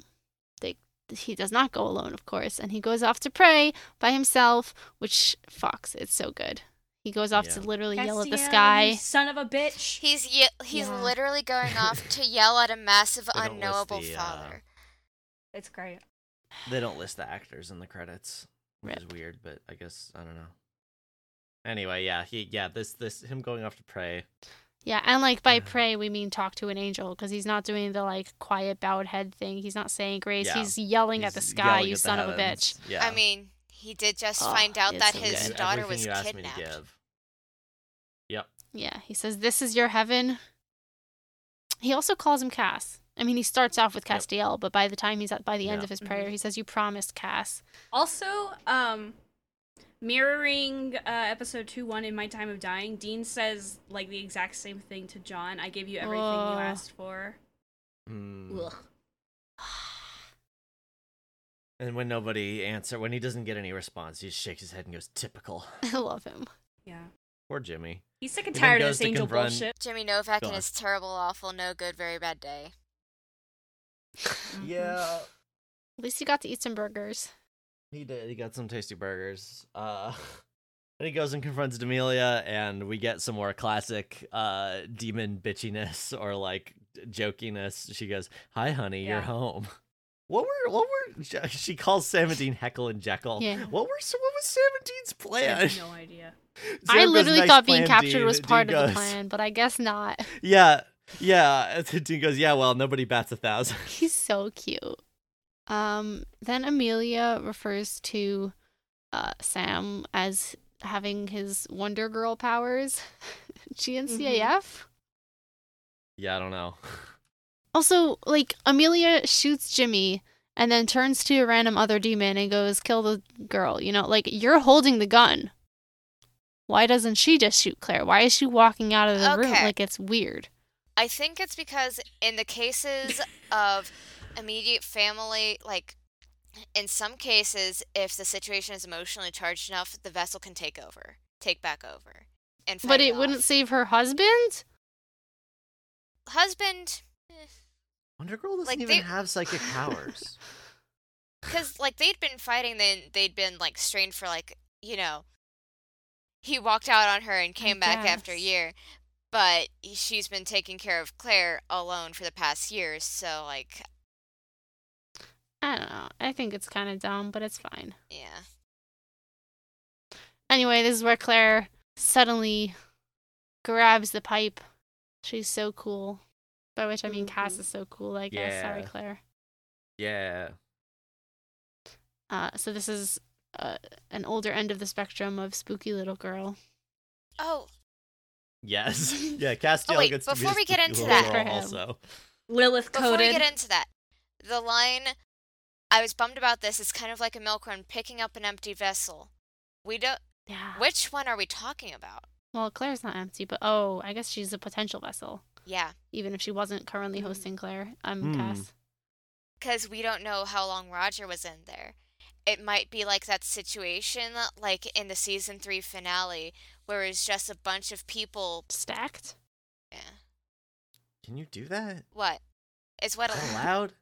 B: they he does not go alone, of course, and he goes off to pray by himself. Which Fox, it's so good. He goes off to
C: Yeah.
B: literally yell at the
A: Castiel, you
B: sky.
A: Son of a bitch.
D: He's ye- he's
B: Yeah.
D: literally going off to yell at a massive
C: They don't list
D: unknowable
C: the, uh,
D: father.
A: It's great.
C: They don't list the actors in the credits, which is
B: Rip.
C: weird, but I guess I don't know. Anyway, yeah, he yeah, this this him going off to pray.
B: Yeah, and like by
C: Yeah.
B: pray we mean talk to an angel because he's not doing the like quiet bowed head thing. He's not saying grace.
C: Yeah.
B: He's yelling at the
C: He's
B: sky.
C: yelling
B: You
C: at the
B: son of a bitch.
C: heavens. Yeah.
D: I mean, he did just
B: Oh,
D: find out
B: it's
D: that
B: so
C: This
D: his
C: is
B: good.
D: daughter
C: everything
D: was
C: you asked me to
D: kidnapped.
C: give. Yep.
B: Yeah, he says this is your heaven. He also calls him Cass. I mean, he starts off with
C: Yep.
B: Castiel, but by the time he's at by the end
C: Yeah.
B: of his prayer,
A: Mhm.
B: he says, "You promised Cass."
A: Also, um, mirroring uh, episode two one in my time of dying, Dean says like the exact same thing to John. I gave you everything
B: Oh.
A: you asked for.
C: Mm.
A: Ugh.
C: And when nobody answer, when he doesn't get any response, he shakes his head and goes, "Typical."
B: I love him.
A: Yeah.
C: Poor Jimmy.
A: He's sick and
C: He then
A: tired of
C: goes
A: this
C: to
A: angel
C: confront-
A: bullshit.
D: Jimmy Novak
C: Go
D: and
C: on.
D: his terrible, awful, no good, very bad day.
B: Mm-hmm.
A: Mhm.
C: Yeah,
B: At least he got to eat some burgers.
C: he did. He got some tasty burgers. Uh, and he goes and confronts Demelia, and we get some more classic uh demon bitchiness or like jokiness. She goes, "Hi, honey,
A: Yeah.
C: you're home." What were what were she calls Sam and Dean Heckle and Jekyll?
B: Yeah.
C: What were so what was Sam and Dean's
A: I
C: plan?
A: have Mm-hmm. no idea.
C: Sam
B: I
C: goes,
B: literally
C: "Nice
B: thought being
C: plan,
B: captured was
C: Dean."
B: part
C: Dean
B: of the
C: goes,
B: plan, but I guess not.
C: Yeah, yeah. Dean goes, yeah. Well, nobody bats a thousand.
B: He's so cute. Um, then Amelia refers to uh, Sam as having his Wonder Girl powers. GNCAF.
C: Yeah, I don't know.
B: Also, like Amelia shoots Jimmy and then turns to a random other demon and goes, "Kill the girl." You know, like you're holding the gun. Why doesn't she just shoot Claire? Why is she walking out of the room?
D: Okay.
B: Like it's weird.
D: I think it's because in the cases of immediate family, like in some cases, if the situation is emotionally charged enough, the vessel can take over, take back over, and fight
B: but it
D: off.
B: wouldn't save her husband.
D: husband
C: Wonder Girl doesn't
D: Like,
C: even
D: they-
C: have psychic powers.
D: because like they'd been fighting, then they'd been like strained for like you know. He walked out on her and came back after a
B: guess.
D: year, but she's been taking care of Claire alone for the past years. So like,
B: I don't know. I think it's kind of dumb, but it's fine.
D: yeah.
B: Anyway, this is where Claire suddenly grabs the pipe. She's so cool. By which I mean Cass is so cool, I guess. Sorry,
C: Yeah.
B: Claire.
C: Yeah.
B: Uh, so this is uh, an older end of the spectrum of spooky little girl.
D: Oh,
C: Yes. Yeah, Castiel
D: Oh, wait,
C: gets to be
D: before
C: the
D: we get
C: spooky
D: into
C: little
B: that-
C: girl
B: For him.
C: also.
A: Lilith
D: before
A: coded.
D: we get into that, the line I was bummed about this is kind of like a milk run picking up an empty vessel. We don't.
B: Yeah.
D: Which one are we talking about?
B: Well, Claire's not empty, but oh, I guess she's a potential vessel,
D: Yeah,
B: even if she wasn't currently hosting Claire. I'm
C: Hmm.
B: Cass.
D: because we don't know how long Roger was in there. It might be like that situation, like in the season three finale, where it's just a bunch of people.
B: Stacked?
D: Yeah.
C: Can you do that?
D: What? Is what
C: Is that
D: a
C: allowed?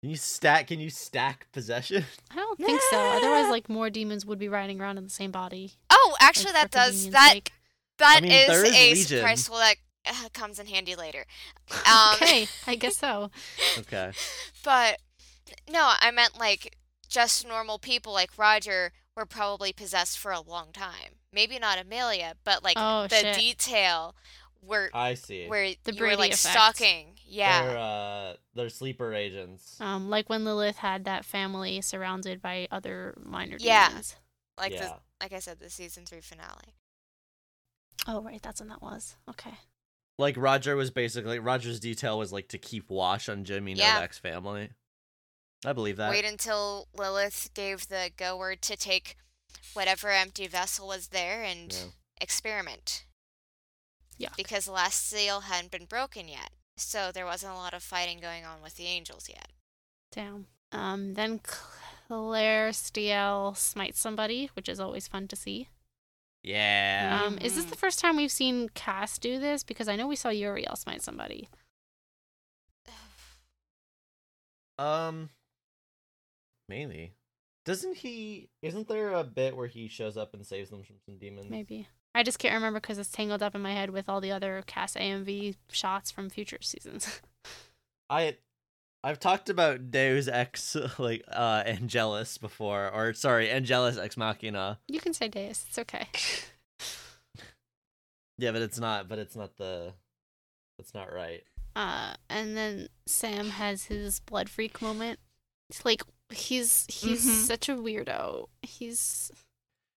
C: Can you stack can you stack possession?
B: I don't think so. Otherwise, like, more demons would be riding around in the same body.
D: Oh, actually,
B: like,
D: that
B: for
D: does
B: convenience
D: that.
B: sake.
D: That
C: mean,
D: is
C: there is
D: a
C: Legion.
D: surprise tool that uh, comes in handy later. Um,
B: okay, I guess so.
C: Okay.
D: But no, I meant like just normal people like Roger were probably possessed for a long time. Maybe not Amelia, but like
B: Oh,
D: the
B: shit.
D: detail where
C: I see.
D: where
B: The
D: you were like
B: Brady effect.
D: stalking.
C: Oh, They're
D: Yeah. Oh.
C: uh they're sleeper agents.
B: Um, like when Lilith had that family surrounded by other minor
D: Yeah.
B: demons.
D: Like
C: yeah.
D: the like I said, the season three finale.
B: Oh, right, that's when that was. Okay.
C: Like Roger was basically Roger's detail was like to keep watch on Jimmy
D: Yeah.
C: Novak's family. I believe that.
D: Wait until Lilith gave the go word to take whatever empty vessel was there and
C: Yeah.
D: experiment.
B: Yeah.
D: Because the last seal hadn't been broken yet. So there wasn't a lot of fighting going on with the angels yet.
B: Damn. Um, then Claire Stiel smites somebody, which is always fun to see.
C: Yeah.
B: Um, is this
D: Mhm.
B: the first time we've seen Cass do this? Because I know we saw Uriel smite somebody.
D: Oh.
C: Um, maybe. Doesn't he? Isn't there a bit where he shows up and saves them from some demons?
B: Maybe. I just can't remember because it's tangled up in my head with all the other Cass AMV shots from future seasons.
C: I, I've talked about Deus Ex like uh Angelus before, or sorry, Angelus Ex Machina.
B: you can say Deus. It's okay.
C: Yeah, but it's not. But it's not the. It's not right.
B: Uh, and then Sam has his blood freak moment. It's like he's he's
A: Mhm.
B: such a weirdo. He's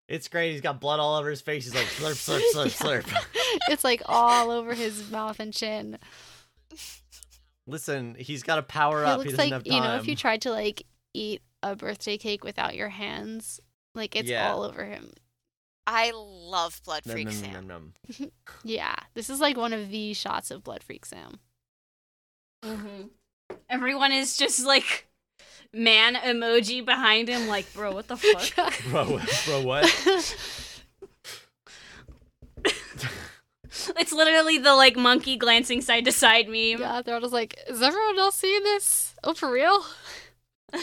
C: It's great. He's got blood all over his face. He's like slurp, slurp, slurp, slurp.
B: it's like all over his mouth and chin.
C: Listen, he's got to power
B: It
C: up. he
B: looks
C: doesn't
B: like
C: have time.
B: you know if you tried to like eat a birthday cake without your hands, like it's
C: Yeah.
B: all over him.
D: I love Blood
C: Nom,
D: Freak
C: nom,
D: Sam.
C: nom, nom.
B: Yeah, this is like one of the shots of Blood Freak Sam.
A: Mhm. Everyone is just like man emoji behind him, like, bro, what the fuck?
C: Bro, bro, what?
A: It's literally the like monkey glancing side to side meme.
B: yeah, they're all just like, is everyone else seeing this? Oh, for real?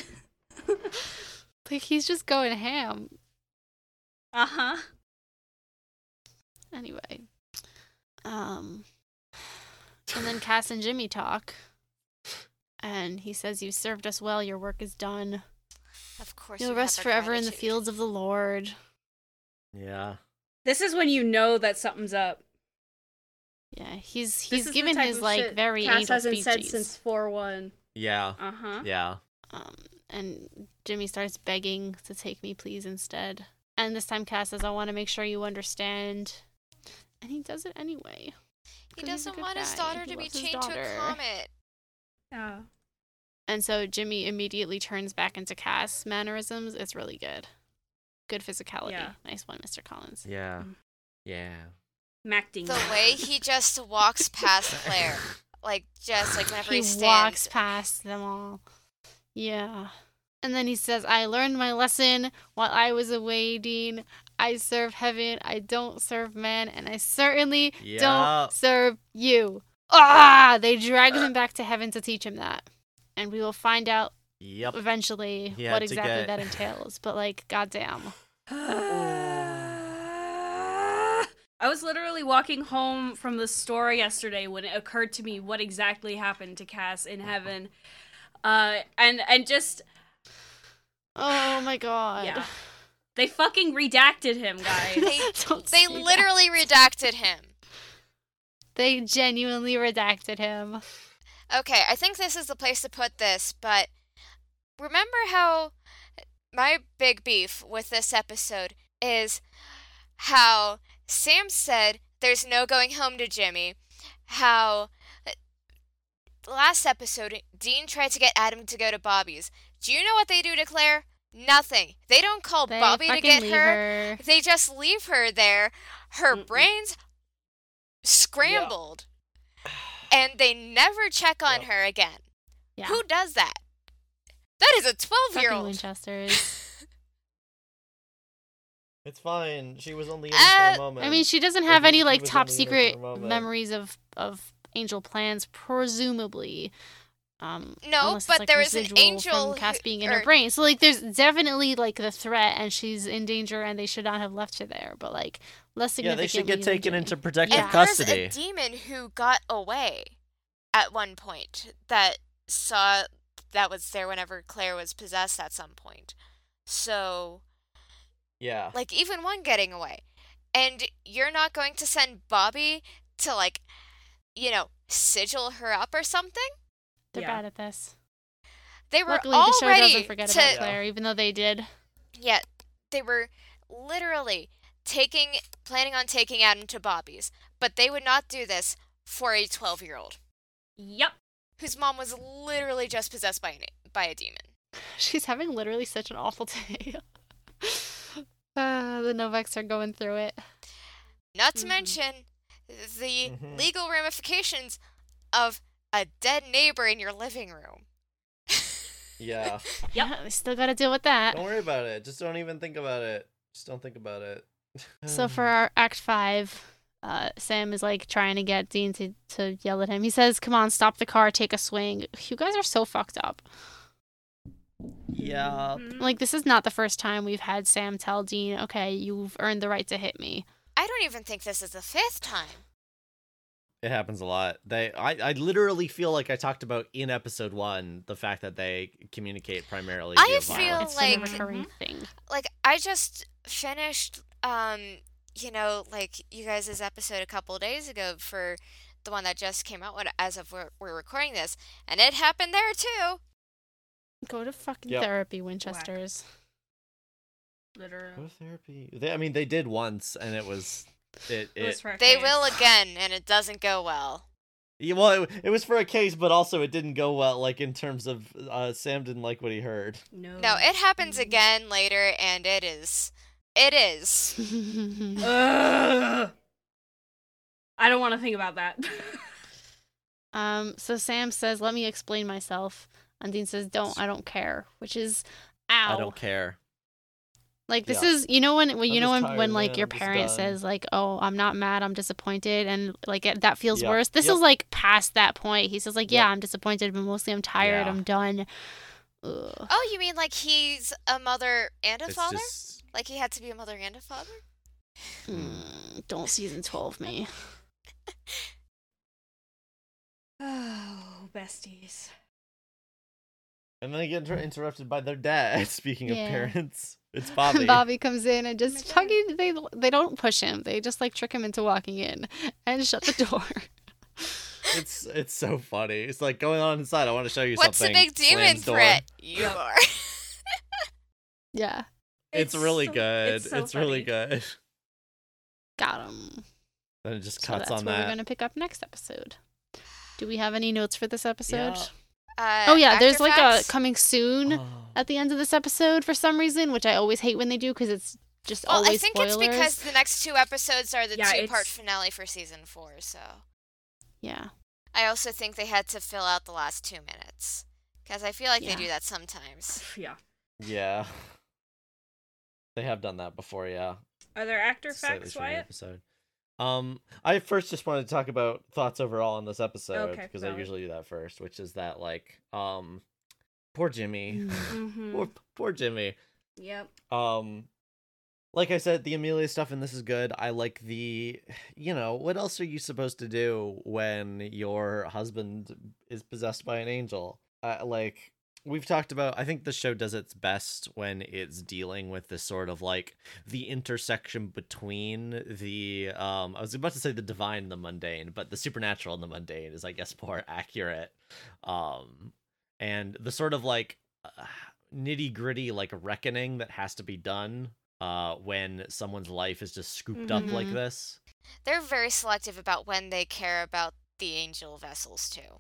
B: like he's just going ham.
A: Uh huh.
B: Anyway, um, and then Cass and Jimmy talk, and he says, "You served us well. Your work is done.
D: Of course.
B: You'll
D: you have
B: rest
D: our
B: forever in the
D: gratitude.
B: fields of the Lord."
C: Yeah.
A: This is when you know that something's up.
B: Yeah, he's
A: This
B: he's
A: is the
B: given
A: type
B: his
A: of
B: like
A: shit
B: very
A: Cass
B: angel
A: hasn't said
B: speeches.
A: since four one.
C: Yeah.
A: Uh huh.
C: Yeah.
B: Um, and Jimmy starts begging to take me, please, instead. And this time, Cass says, I want to make sure you understand. And he does it anyway.
D: He
B: 'cause he's a
D: doesn't
B: good
D: want his
B: guy,
D: daughter
B: he
D: to be
B: loves his
D: chained to a
B: daughter.
D: comet.
A: Yeah.
B: And so Jimmy immediately turns back into Cass mannerisms. It's really good. Good physicality.
A: Yeah.
B: Nice one, Mr. Collins.
C: Yeah.
A: Mm.
C: Yeah.
A: Macting.
D: The way he just walks past Claire, like just like whenever he,
B: he
D: stands.
B: walks past them all. Yeah. And then he says, I learned my lesson while I was away, Dean. I serve heaven, I don't serve man, and I certainly
C: Yeah.
B: don't serve you. Ah! They drag him back to heaven to teach him that. And we will find out
C: Yep.
B: eventually
C: He had
B: what
C: to
B: exactly
C: get-
B: that entails. But, like, goddamn.
A: I was literally walking home from the store yesterday when it occurred to me what exactly happened to Cass in heaven. Uh, and and just
B: Oh my god.
A: yeah. They fucking redacted him, guys.
D: They
B: Don't
D: they
B: say that.
D: literally redacted him.
B: They genuinely redacted him.
D: Okay, I think this is the place to put this, but remember how my big beef with this episode is how Sam said there's no going home to Jimmy, how uh, last episode Dean tried to get Adam to go to Bobby's. Do you know what they do to Claire? Nothing. They don't call
B: They
D: Oh, Bobby to
B: fucking
D: get
B: leave
D: her. They just leave her there. Her
A: Mm-mm.
D: brains scrambled. And they never check on
C: Yep.
D: her again.
B: Yeah.
D: Who does that? That is a 12 year
B: Fucking
D: old.
B: Winchester is.
C: It's fine. She was only in for
D: Uh,
C: a moment.
B: I mean, she doesn't
C: Or
B: have
C: he-
B: any
C: he
B: like
C: was
B: top
C: only in it for
B: secret
C: a moment.
B: memories of of angel plans, presumably. Um,
D: No,
B: unless it's,
D: but
B: like,
D: there is an
B: residual
D: angel
B: from Cass
D: who-
B: being in
D: or-
B: her brain. So like, there's definitely like the threat, and she's in danger, and they should not have left her there. But like, less
C: yeah,
B: significantly.
C: they should get
B: than
C: taken
B: Jimmy.
C: into protective
B: Yeah.
D: and there's
C: custody.
D: a demon who got away at one point that saw that was there whenever Claire was possessed at some point. So,
C: yeah.
D: like, even one getting away. And you're not going to send Bobby to, like, you know, sigil her up or something?
B: They're
A: Yeah.
B: bad at this.
D: They were
B: Luckily, the show
D: already
B: doesn't forget
D: to
B: about Claire, even though they did.
D: Yeah, they were literally taking, planning on taking Adam to Bobby's, but they would not do this for a 12 year old
A: yep.
D: whose mom was literally just possessed by, an, by a demon.
B: She's having literally such an awful day. uh, the Novaks are going through it.
D: Not
B: Mm-hmm.
D: to
A: Mhm.
D: mention the
C: Mhm.
D: legal ramifications of a dead neighbor in your living room.
C: Yeah.
A: Yep.
B: Yeah, they still got to deal with that.
C: Don't worry about it. Just don't even think about it. Just don't think about it.
B: So for our act five, uh, Sam is like trying to get Dean to, to yell at him. He says, Come on, stop the car, take a swing. You guys are so fucked up.
C: yeah.
A: Mhm.
B: Like, this is not the first time we've had Sam tell Dean, Okay, you've earned the right to hit me.
D: I don't even think this is the fifth time.
C: It happens a lot. They I, I literally feel like I talked about in episode one the fact that they communicate primarily.
D: I
C: via
D: feel
C: violence.
B: It's been a
D: like-
B: recurring thing.
D: Like, I just finished, um, you know, like you guys' episode a couple days ago for the one that just came out when, as of we're, we're recording this, and it happened there too.
B: Go to fucking
C: Yep.
B: therapy, Winchesters.
A: Literally.
C: Go to therapy. They, I mean, they did once, and it was it.
A: It was
C: it,
A: for a
D: They
A: case.
D: will again, and it doesn't go well.
C: yeah, well, it, it was for a case, but also it didn't go well. Like in terms of uh, Sam didn't like what he heard.
A: No.
D: No,
C: Oh.
D: it happens again later, and it is. It is.
A: Ugh. I don't want to think about that.
B: Um, so Sam says, "Let me explain myself," and Dean says, "Don't, I don't care," which is, ow.
C: I don't care.
B: Like this
C: Yeah.
B: is, you know, when, when
C: I'm
B: you know when,
C: just tired,
B: when like
C: man.
B: your
C: I'm just
B: parent
C: done.
B: says like, "Oh, I'm not mad, I'm disappointed," and like it, that feels
C: Yep.
B: worse. This
C: Yep.
B: is like past that point. He says like, "Yeah,
C: Yep.
B: I'm disappointed, but mostly I'm tired.
C: Yeah.
B: I'm done." Ugh.
D: Oh, you mean like he's a mother and a
C: It's
D: father?
C: just
D: Like he had to be a mother and a father?
C: Hmm.
B: Mm, don't season twelve me.
A: oh, besties.
C: and then I get inter- interrupted by their dad. Speaking
B: Yeah.
C: of parents, it's
B: Bobby.
C: Bobby.
B: comes in and just
A: Oh my
B: fucking they they don't push him. They just like trick him into walking in and shut the door.
C: It's it's so funny. It's like going on inside. I want to show you
D: What's the
C: something.
D: big demon
C: Slams door.
D: threat? You are.
B: yeah,
C: It's, really
A: so-
C: good. It's,
A: so
C: really
A: funny.
C: good.
B: got him.
C: Then it just
B: So
C: cuts
B: that's
C: on
B: where
C: that.
B: we're gonna pick up next episode. Do we have any notes for this episode?
C: Yeah.
D: Uh,
B: Oh yeah, there's
D: actor
B: like
D: facts?
B: a coming soon
C: Oh.
B: at the end of this episode for some reason, which I always hate when they do because it's just
D: Well,
B: always
D: I think
B: spoilers.
D: it's because the next two episodes are the
A: Yeah,
D: two-part
A: it's-
D: finale for season four. So
B: yeah,
D: I also think they had to fill out the last two minutes because I feel like
B: Yeah.
D: they do that sometimes.
A: Yeah.
C: Yeah. They have done that before, yeah.
A: Are there actor
C: It's a slightly
A: facts,
C: shorter
A: Wyatt?
C: Episode. Um, I first just wanted to talk about thoughts overall on this episode
A: Okay,
C: because I
A: valid.
C: usually do that first, which is that like, um, poor Jimmy,
A: Mm-hmm.
C: poor poor Jimmy.
A: Yep.
C: Um, like I said, the Amelia stuff and this is good. I like the, you know, what else are you supposed to do when your husband is possessed by an angel? Uh, like, we've talked about i think the show does its best when it's dealing with this sort of like the intersection between the um i was about to say the divine and the mundane but the supernatural and the mundane is i guess more accurate um and the sort of like uh, nitty gritty like reckoning that has to be done uh when someone's life is just scooped up like
B: Mhm.
C: this
D: They're very selective about when they care about the angel vessels too.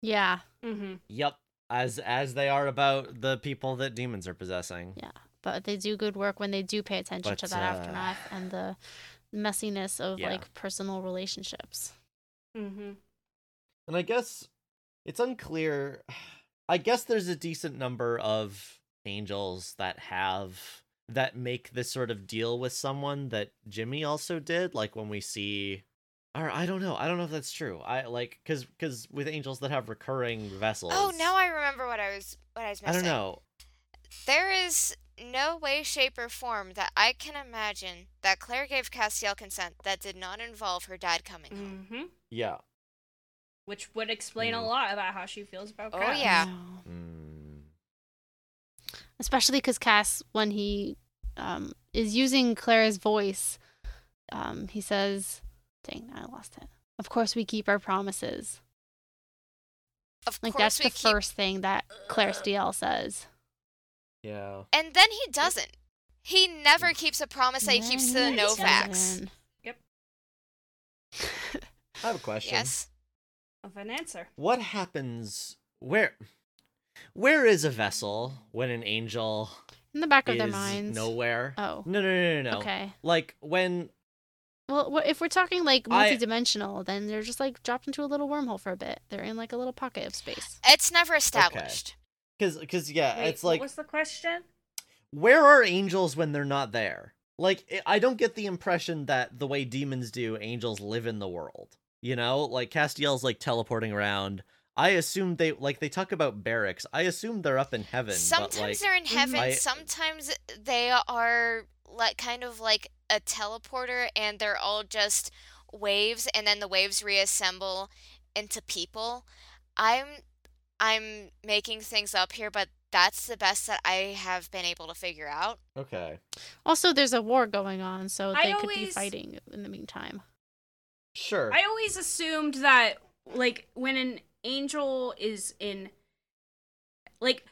B: Yeah.
A: Mm-hmm.
C: yep as as they are about the people that demons are possessing
B: But they do good work when they do pay attention to
C: But,
B: that
C: uh,
B: aftermath and the messiness of
C: yeah.
B: like personal relationships.
A: Mm-hmm.
C: And I guess it's unclear. I guess there's a decent number of angels that have that make this sort of deal with someone that Jimmy also did. Like when we see, or I don't know, I don't know if that's true. I like because because with angels that have recurring vessels.
D: Oh, now I remember what I was what I was
C: I
D: missing.
C: don't know.
D: There is no way, shape, or form that I can imagine that Claire gave Castiel consent that did not involve her dad coming home.
A: Mm-hmm.
C: Yeah.
A: Which would explain a
C: Mm.
A: lot about how she feels about.
D: Oh,
A: Cass.
D: yeah.
B: No.
C: Mm.
B: Especially because Cass, when he um, is using Clara's voice, um, he says, "Dang, I lost it." Of course, we keep our promises.
D: Of
B: Like
D: course,
B: that's
D: we
B: the
D: keep...
B: first thing that Claire Steele says.
C: Yeah.
D: And then he doesn't. He never keeps a promise that he
B: And
D: keeps to the
B: then he
D: no
A: doesn't.
D: facts.
B: doesn't.
A: Yep.
C: I have a question.
D: Yes.
A: Of an answer.
C: What happens where? Where is a vessel when an angel
B: In the back of
C: is
B: their minds.
C: nowhere?
B: Oh.
C: No, no, no, no, no.
B: Okay.
C: Like when
B: Well, wh- if we're talking like
C: I-
B: multidimensional, then they're just like dropped into a little wormhole for a bit. They're in like a little pocket of space.
D: It's never established.
C: Cause, cause, yeah,
A: Wait,
C: it's like,
A: What was the question?
C: where are angels when they're not there? Like, I- I don't get the impression that the way demons do, angels live in the world. You know, like Castiel's like teleporting around. I assume they like they talk about barracks. I assume they're up in heaven.
D: sometimes
C: but, like,
D: they're in heaven,
C: I-
D: sometimes they are like kind of like a teleporter and they're all just waves and then the waves reassemble into people. I'm I'm making things up here, but that's the best that I have been able to figure out.
C: okay,
B: Also, there's a war going on, so
A: I
B: they could be
A: always-
B: fighting in the meantime.
C: sure.
A: I always assumed that like when an angel is in like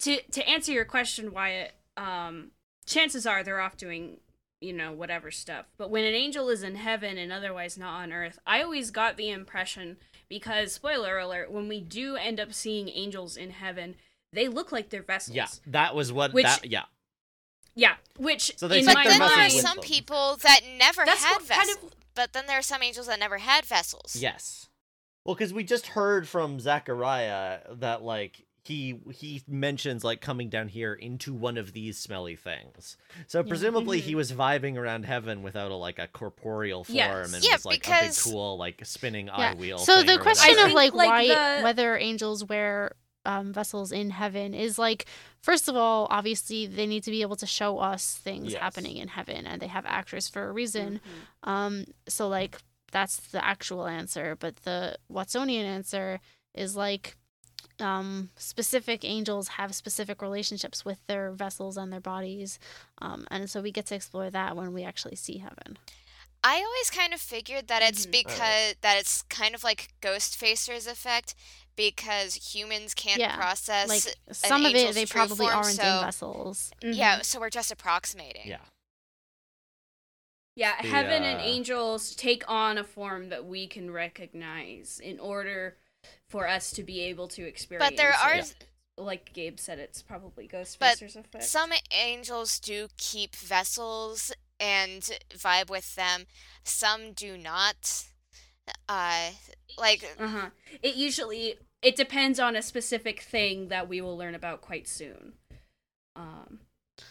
A: to to answer your question, Wyatt, um chances are they're off doing, you know, whatever stuff. But when an angel is in heaven and otherwise not on earth, I always got the impression because spoiler alert, when we do end up seeing angels in heaven, they look like they're vessels.
C: yeah, that was what.
A: Which-
C: that, yeah,
A: Yeah. Which
C: So they
A: in
C: take
A: my
D: But
C: their
D: then
A: mind,
D: there are
C: vessels with
D: some
C: them.
D: people that never
A: That's
D: had
A: what kind
D: vessels.
A: of-
D: But then there are some angels that never had vessels.
C: yes. Well, because we just heard from Zachariah that like he he mentions like coming down here into one of these smelly things. So
B: Yeah.
C: presumably
A: Mhm.
C: he was vibing around heaven without a like a corporeal form
A: Yes.
C: and
D: Yeah,
C: was like
D: because-
C: a big cool like spinning eye
B: yeah.
C: wheel.
B: So
C: thing
B: the
C: or
B: question
A: I
B: of
C: whatever.
A: think,
B: like,
A: like,
B: why
A: the-
B: whether angels wear um, vessels in heaven is like first of all, obviously they need to be able to show us things
C: Yes.
B: happening in heaven, and they have actors for a reason.
A: Mhm.
B: Um, so like that's the actual answer, but the Watsonian answer is like um, specific angels have specific relationships with their vessels and their bodies, um, and so we get to explore that when we actually see heaven.
D: I always kind of figured that it's
A: Mhm.
D: because that it's kind of like Ghostfacer's effect because humans can't
B: Yeah,
D: process.
B: Like some of it,
D: angel's
B: they
D: true
B: probably
D: form,
B: aren't in
D: so-
B: vessels.
A: mm-hmm.
D: Yeah, so we're just approximating.
C: yeah.
A: Yeah,
C: the,
A: heaven and
C: uh,
A: angels take on a form that we can recognize in order for us to be able to experience.
D: But there are
A: it. like Gabe said, it's probably
D: But
A: Ghostbusters effect.
D: some angels do keep vessels and vibe with them. Some do not. Uh, like
A: uh huh. It usually it depends on a specific thing that we will learn about quite soon. Um,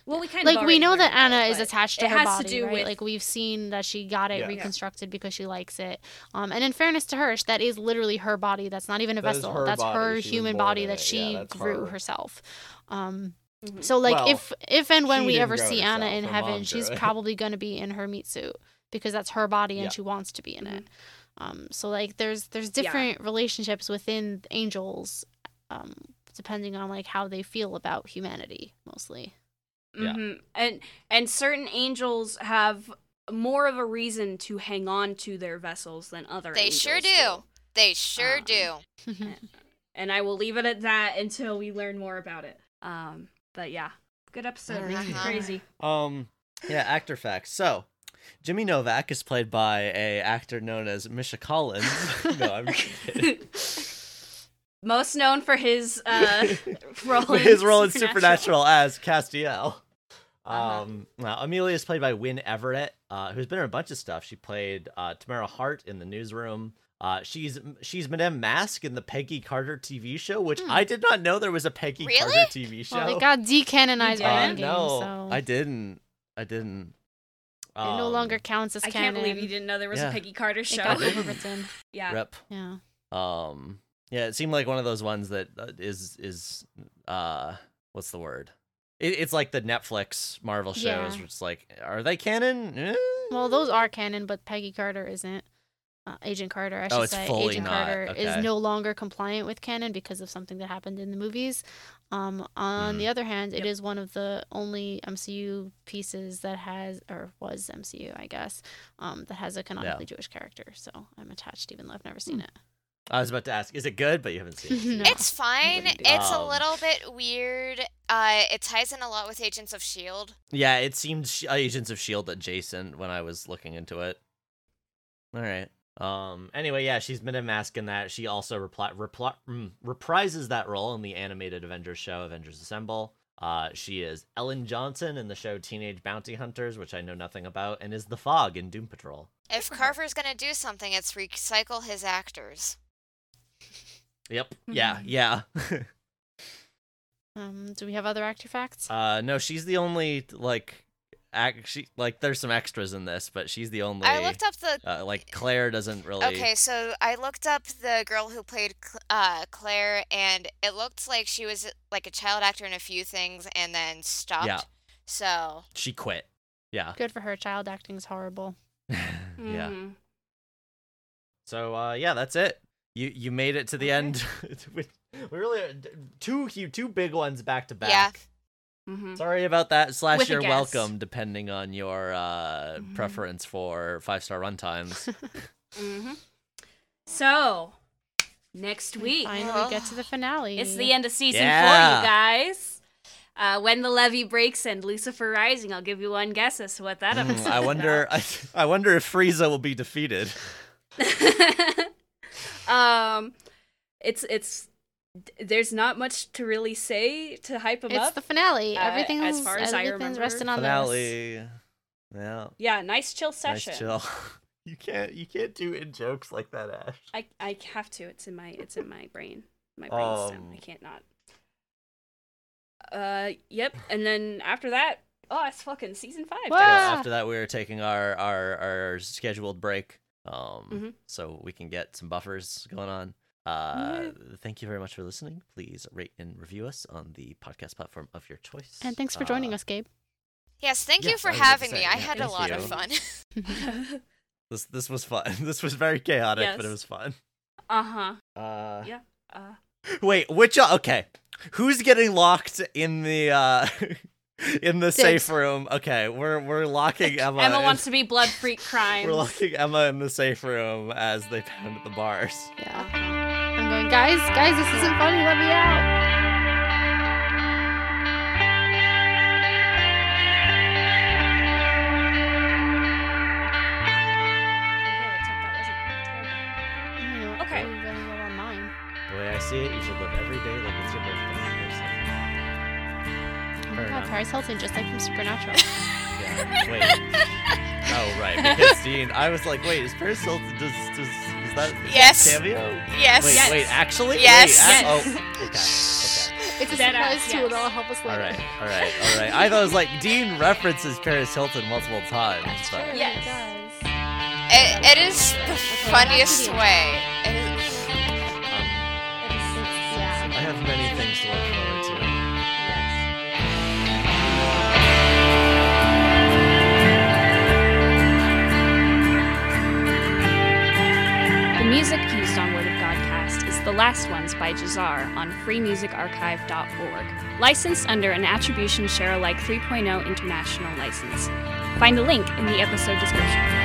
A: well, we kind of
B: Like we
A: already
B: know
A: learned
B: that
A: about it,
B: Anna is
A: but
B: attached to
A: it
B: her
A: has
B: body,
A: to do
B: right?
A: with
B: Like we've seen that she got it
C: Yeah. Yeah.
B: reconstructed because she likes it. Um, and in fairness to her, that is literally her body. That's not even a
C: That is
B: vessel.
C: her
B: that's
C: body.
B: her
C: She was
B: human
C: born
B: body
C: in
B: that
C: it. Yeah,
B: she
C: that's
B: grew
C: her.
B: herself. Um,
A: Mhm.
B: So like
C: Well,
B: if if and when
C: she
B: we
C: didn't
B: ever
C: grow it
B: see Anna
C: herself,
B: in
C: her
B: heaven,
C: mom
B: she's
C: grew it.
B: probably going to be in her meat suit because that's her body and
C: Yeah.
B: she wants to be in
A: Mhm.
B: it. Um, so like there's there's
A: Yeah.
B: different relationships within angels um, depending on like how they feel about humanity mostly.
C: Yeah.
A: hmm And and certain angels have more of a reason to hang on to their vessels than other
D: They
A: angels
D: sure do. They sure
A: Um,
D: do.
A: And I will leave it at that until we learn more about it. Um, but yeah, good episode. Makes me
D: Uh-huh.
A: crazy.
C: Um, yeah, actor facts. So, Jimmy Novak is played by a actor known as Misha Collins. no, I'm kidding.
A: Most known for his uh, role in
C: His role in Supernatural as Castiel.
A: Uh-huh.
C: Um, now Amelia is played by Wynne Everett, uh, who's been in a bunch of stuff. She played uh, Tamara Hart in the Newsroom. Uh, she's she's Madame Mask in the Peggy Carter TV show, which I did not know there was a Peggy
D: Really?
C: Carter TV show.
B: Hmm. well, they got decanonized
A: You
B: by
C: Uh,
A: didn't?
B: Endgame,
C: no,
B: so
C: I didn't. I didn't.
B: it no
C: Um,
B: longer counts as
A: I
B: canon.
A: can't believe you didn't know there was
C: Yeah.
A: a Peggy Carter
B: It
A: show.
B: got
C: didn't.
B: overwritten.
A: yeah.
C: Rep.
B: Yeah.
C: Um. Yeah, it seemed like one of those ones that uh, is is uh what's the word? It, it's like the Netflix Marvel shows,
B: Yeah.
C: which is like, are they canon? Eh.
B: Well, those are canon, but Peggy Carter isn't. Uh, Agent Carter, I should
C: Oh, it's
B: say.
C: fully
B: Agent
C: not,
B: Carter
C: okay.
B: is no longer compliant with canon because of something that happened in the movies. Um, on
C: Mm-hmm.
B: the other hand, it is
A: Yep.
B: one of the only MCU pieces that has, or was MCU, I guess, um, that has a canonically Jewish character. So I'm attached, even though I've never
C: Hmm.
B: seen it.
C: I was about to ask, is it good? But you haven't seen it.
B: No.
D: It's fine.
A: wouldn't do
D: It's a
C: Um,
D: little bit weird. Uh, it ties in a lot with Agents of Shield.
C: Yeah, it seemed Sh- uh, Agents of Shield E adjacent when I was looking into it. All right. Um. Anyway, yeah, she's been a mask in that. She also repli- repli- mm, reprises that role in the animated Avengers show, Avengers Assemble. Uh, she is Ellen Johnson in the show Teenage Bounty Hunters, which I know nothing about, and is the Fog in Doom Patrol.
D: If Carver's gonna do something, it's recycle his actors.
C: Yep.
D: Mm-hmm.
C: Yeah. Yeah.
B: Um, do we have other actor facts?
C: uh, no, she's the only like, ac- she like there's some extras in this, but she's the only.
D: I looked up the.
C: uh, like Claire doesn't really.
D: Okay, so I looked up the girl who played Cl- uh, Claire, and it looked like she was like a child actor in a few things, and then stopped.
C: Yeah.
D: So
C: She quit. Yeah.
B: Good for her. Child acting is horrible.
C: Yeah.
A: Mhm.
C: So uh, yeah, that's it. You you made it to the
A: Okay.
C: end. we we really are d- two huge, two big ones back to back.
D: Yeah.
A: Mhm.
C: Sorry about that. Slash,
A: With a
C: you're
A: guess.
C: welcome, depending on your uh,
A: Mhm.
C: preference for five star runtimes.
A: Mhm. So next
B: And
A: week
B: Finally, we get to the finale.
A: it's the end of season
C: Yeah.
A: four, you guys. Uh, when the levee breaks and Lucifer rising, I'll give you one guess as to what that
C: Hmm,
A: episode.
C: I wonder. I, I wonder if Frieza will be defeated.
A: um, it's it's there's not much to really say to hype him
B: It's
A: up.
B: the finale.
A: Uh, as
B: Everything's,
A: far as I
B: everything's
A: remember.
B: resting on this.
C: Finale. Yeah.
A: yeah, nice chill session.
C: Nice chill. You can't you can't do in jokes like that, Ash.
A: I I have to. It's in my it's in my brain. My brainstem.
C: Um.
A: I can't not. Uh, yep. And then after that, oh, it's fucking season five.
B: What?
A: guys.
C: Yeah,
B: Ah.
C: after that we were taking our our, our scheduled break um
B: Mm-hmm.
A: Mhm.
C: so we can get some buffers going on uh
A: Yeah.
C: thank you very much for listening please rate and review us on the podcast platform of your choice
B: And thanks for joining
C: Uh,
B: us, Gabe.
D: yes, thank
C: Yes,
D: you for
C: I was about to
D: having
C: say,
D: me. I
C: yeah,
D: had a
C: thank
D: lot
C: you.
D: of fun.
C: this this was fun this was very chaotic but it
A: Yes.
C: was fun
A: uh-huh.
C: uh
A: Yeah. Uh,
C: wait which uh, okay who's getting locked in the uh in the safe
B: Dibs.
C: room okay we're we're locking emma
A: Uh, Emma
C: in-
A: wants to be blood freak crimes.
C: we're locking emma in the safe room as they pound at the bars
A: Oh,
B: Yeah. I'm going, guys, guys, this isn't funny. Let me out. You know,
A: Okay.
B: really, really well on mine.
C: The way I see it, you should live every day like it's your birthday.
B: Oh
C: Fair
B: my god,
C: enough.
B: Paris Hilton, just like from Supernatural.
C: Yeah. Wait. oh right, because Dean, I was like, wait, is Paris Hilton? Does does is that is that
D: Yes.
C: cameo?
D: yes.
C: Wait,
A: Yes.
C: wait, actually, Wait,
D: Yes.
A: Yes.
C: ac- Oh, okay. okay.
B: it's a
A: Dead
B: surprise
A: ass,
B: to it
A: yes.
B: all. Help us
C: All
B: later.
C: right, all right, all right. I thought it was like Dean references Paris Hilton multiple times,
B: That's true.
C: but
B: it
A: Yes.
B: does.
D: It, it is the funniest
B: Thank you.
D: way. It is-
C: um,
B: Yeah.
C: I have many things to look forward to.
A: The music used on Word of Godcast is The Last Ones by Jazar on freemusicarchive.org. Licensed under an oh Attribution Share Alike 3.0 International License. Find a link in the episode description.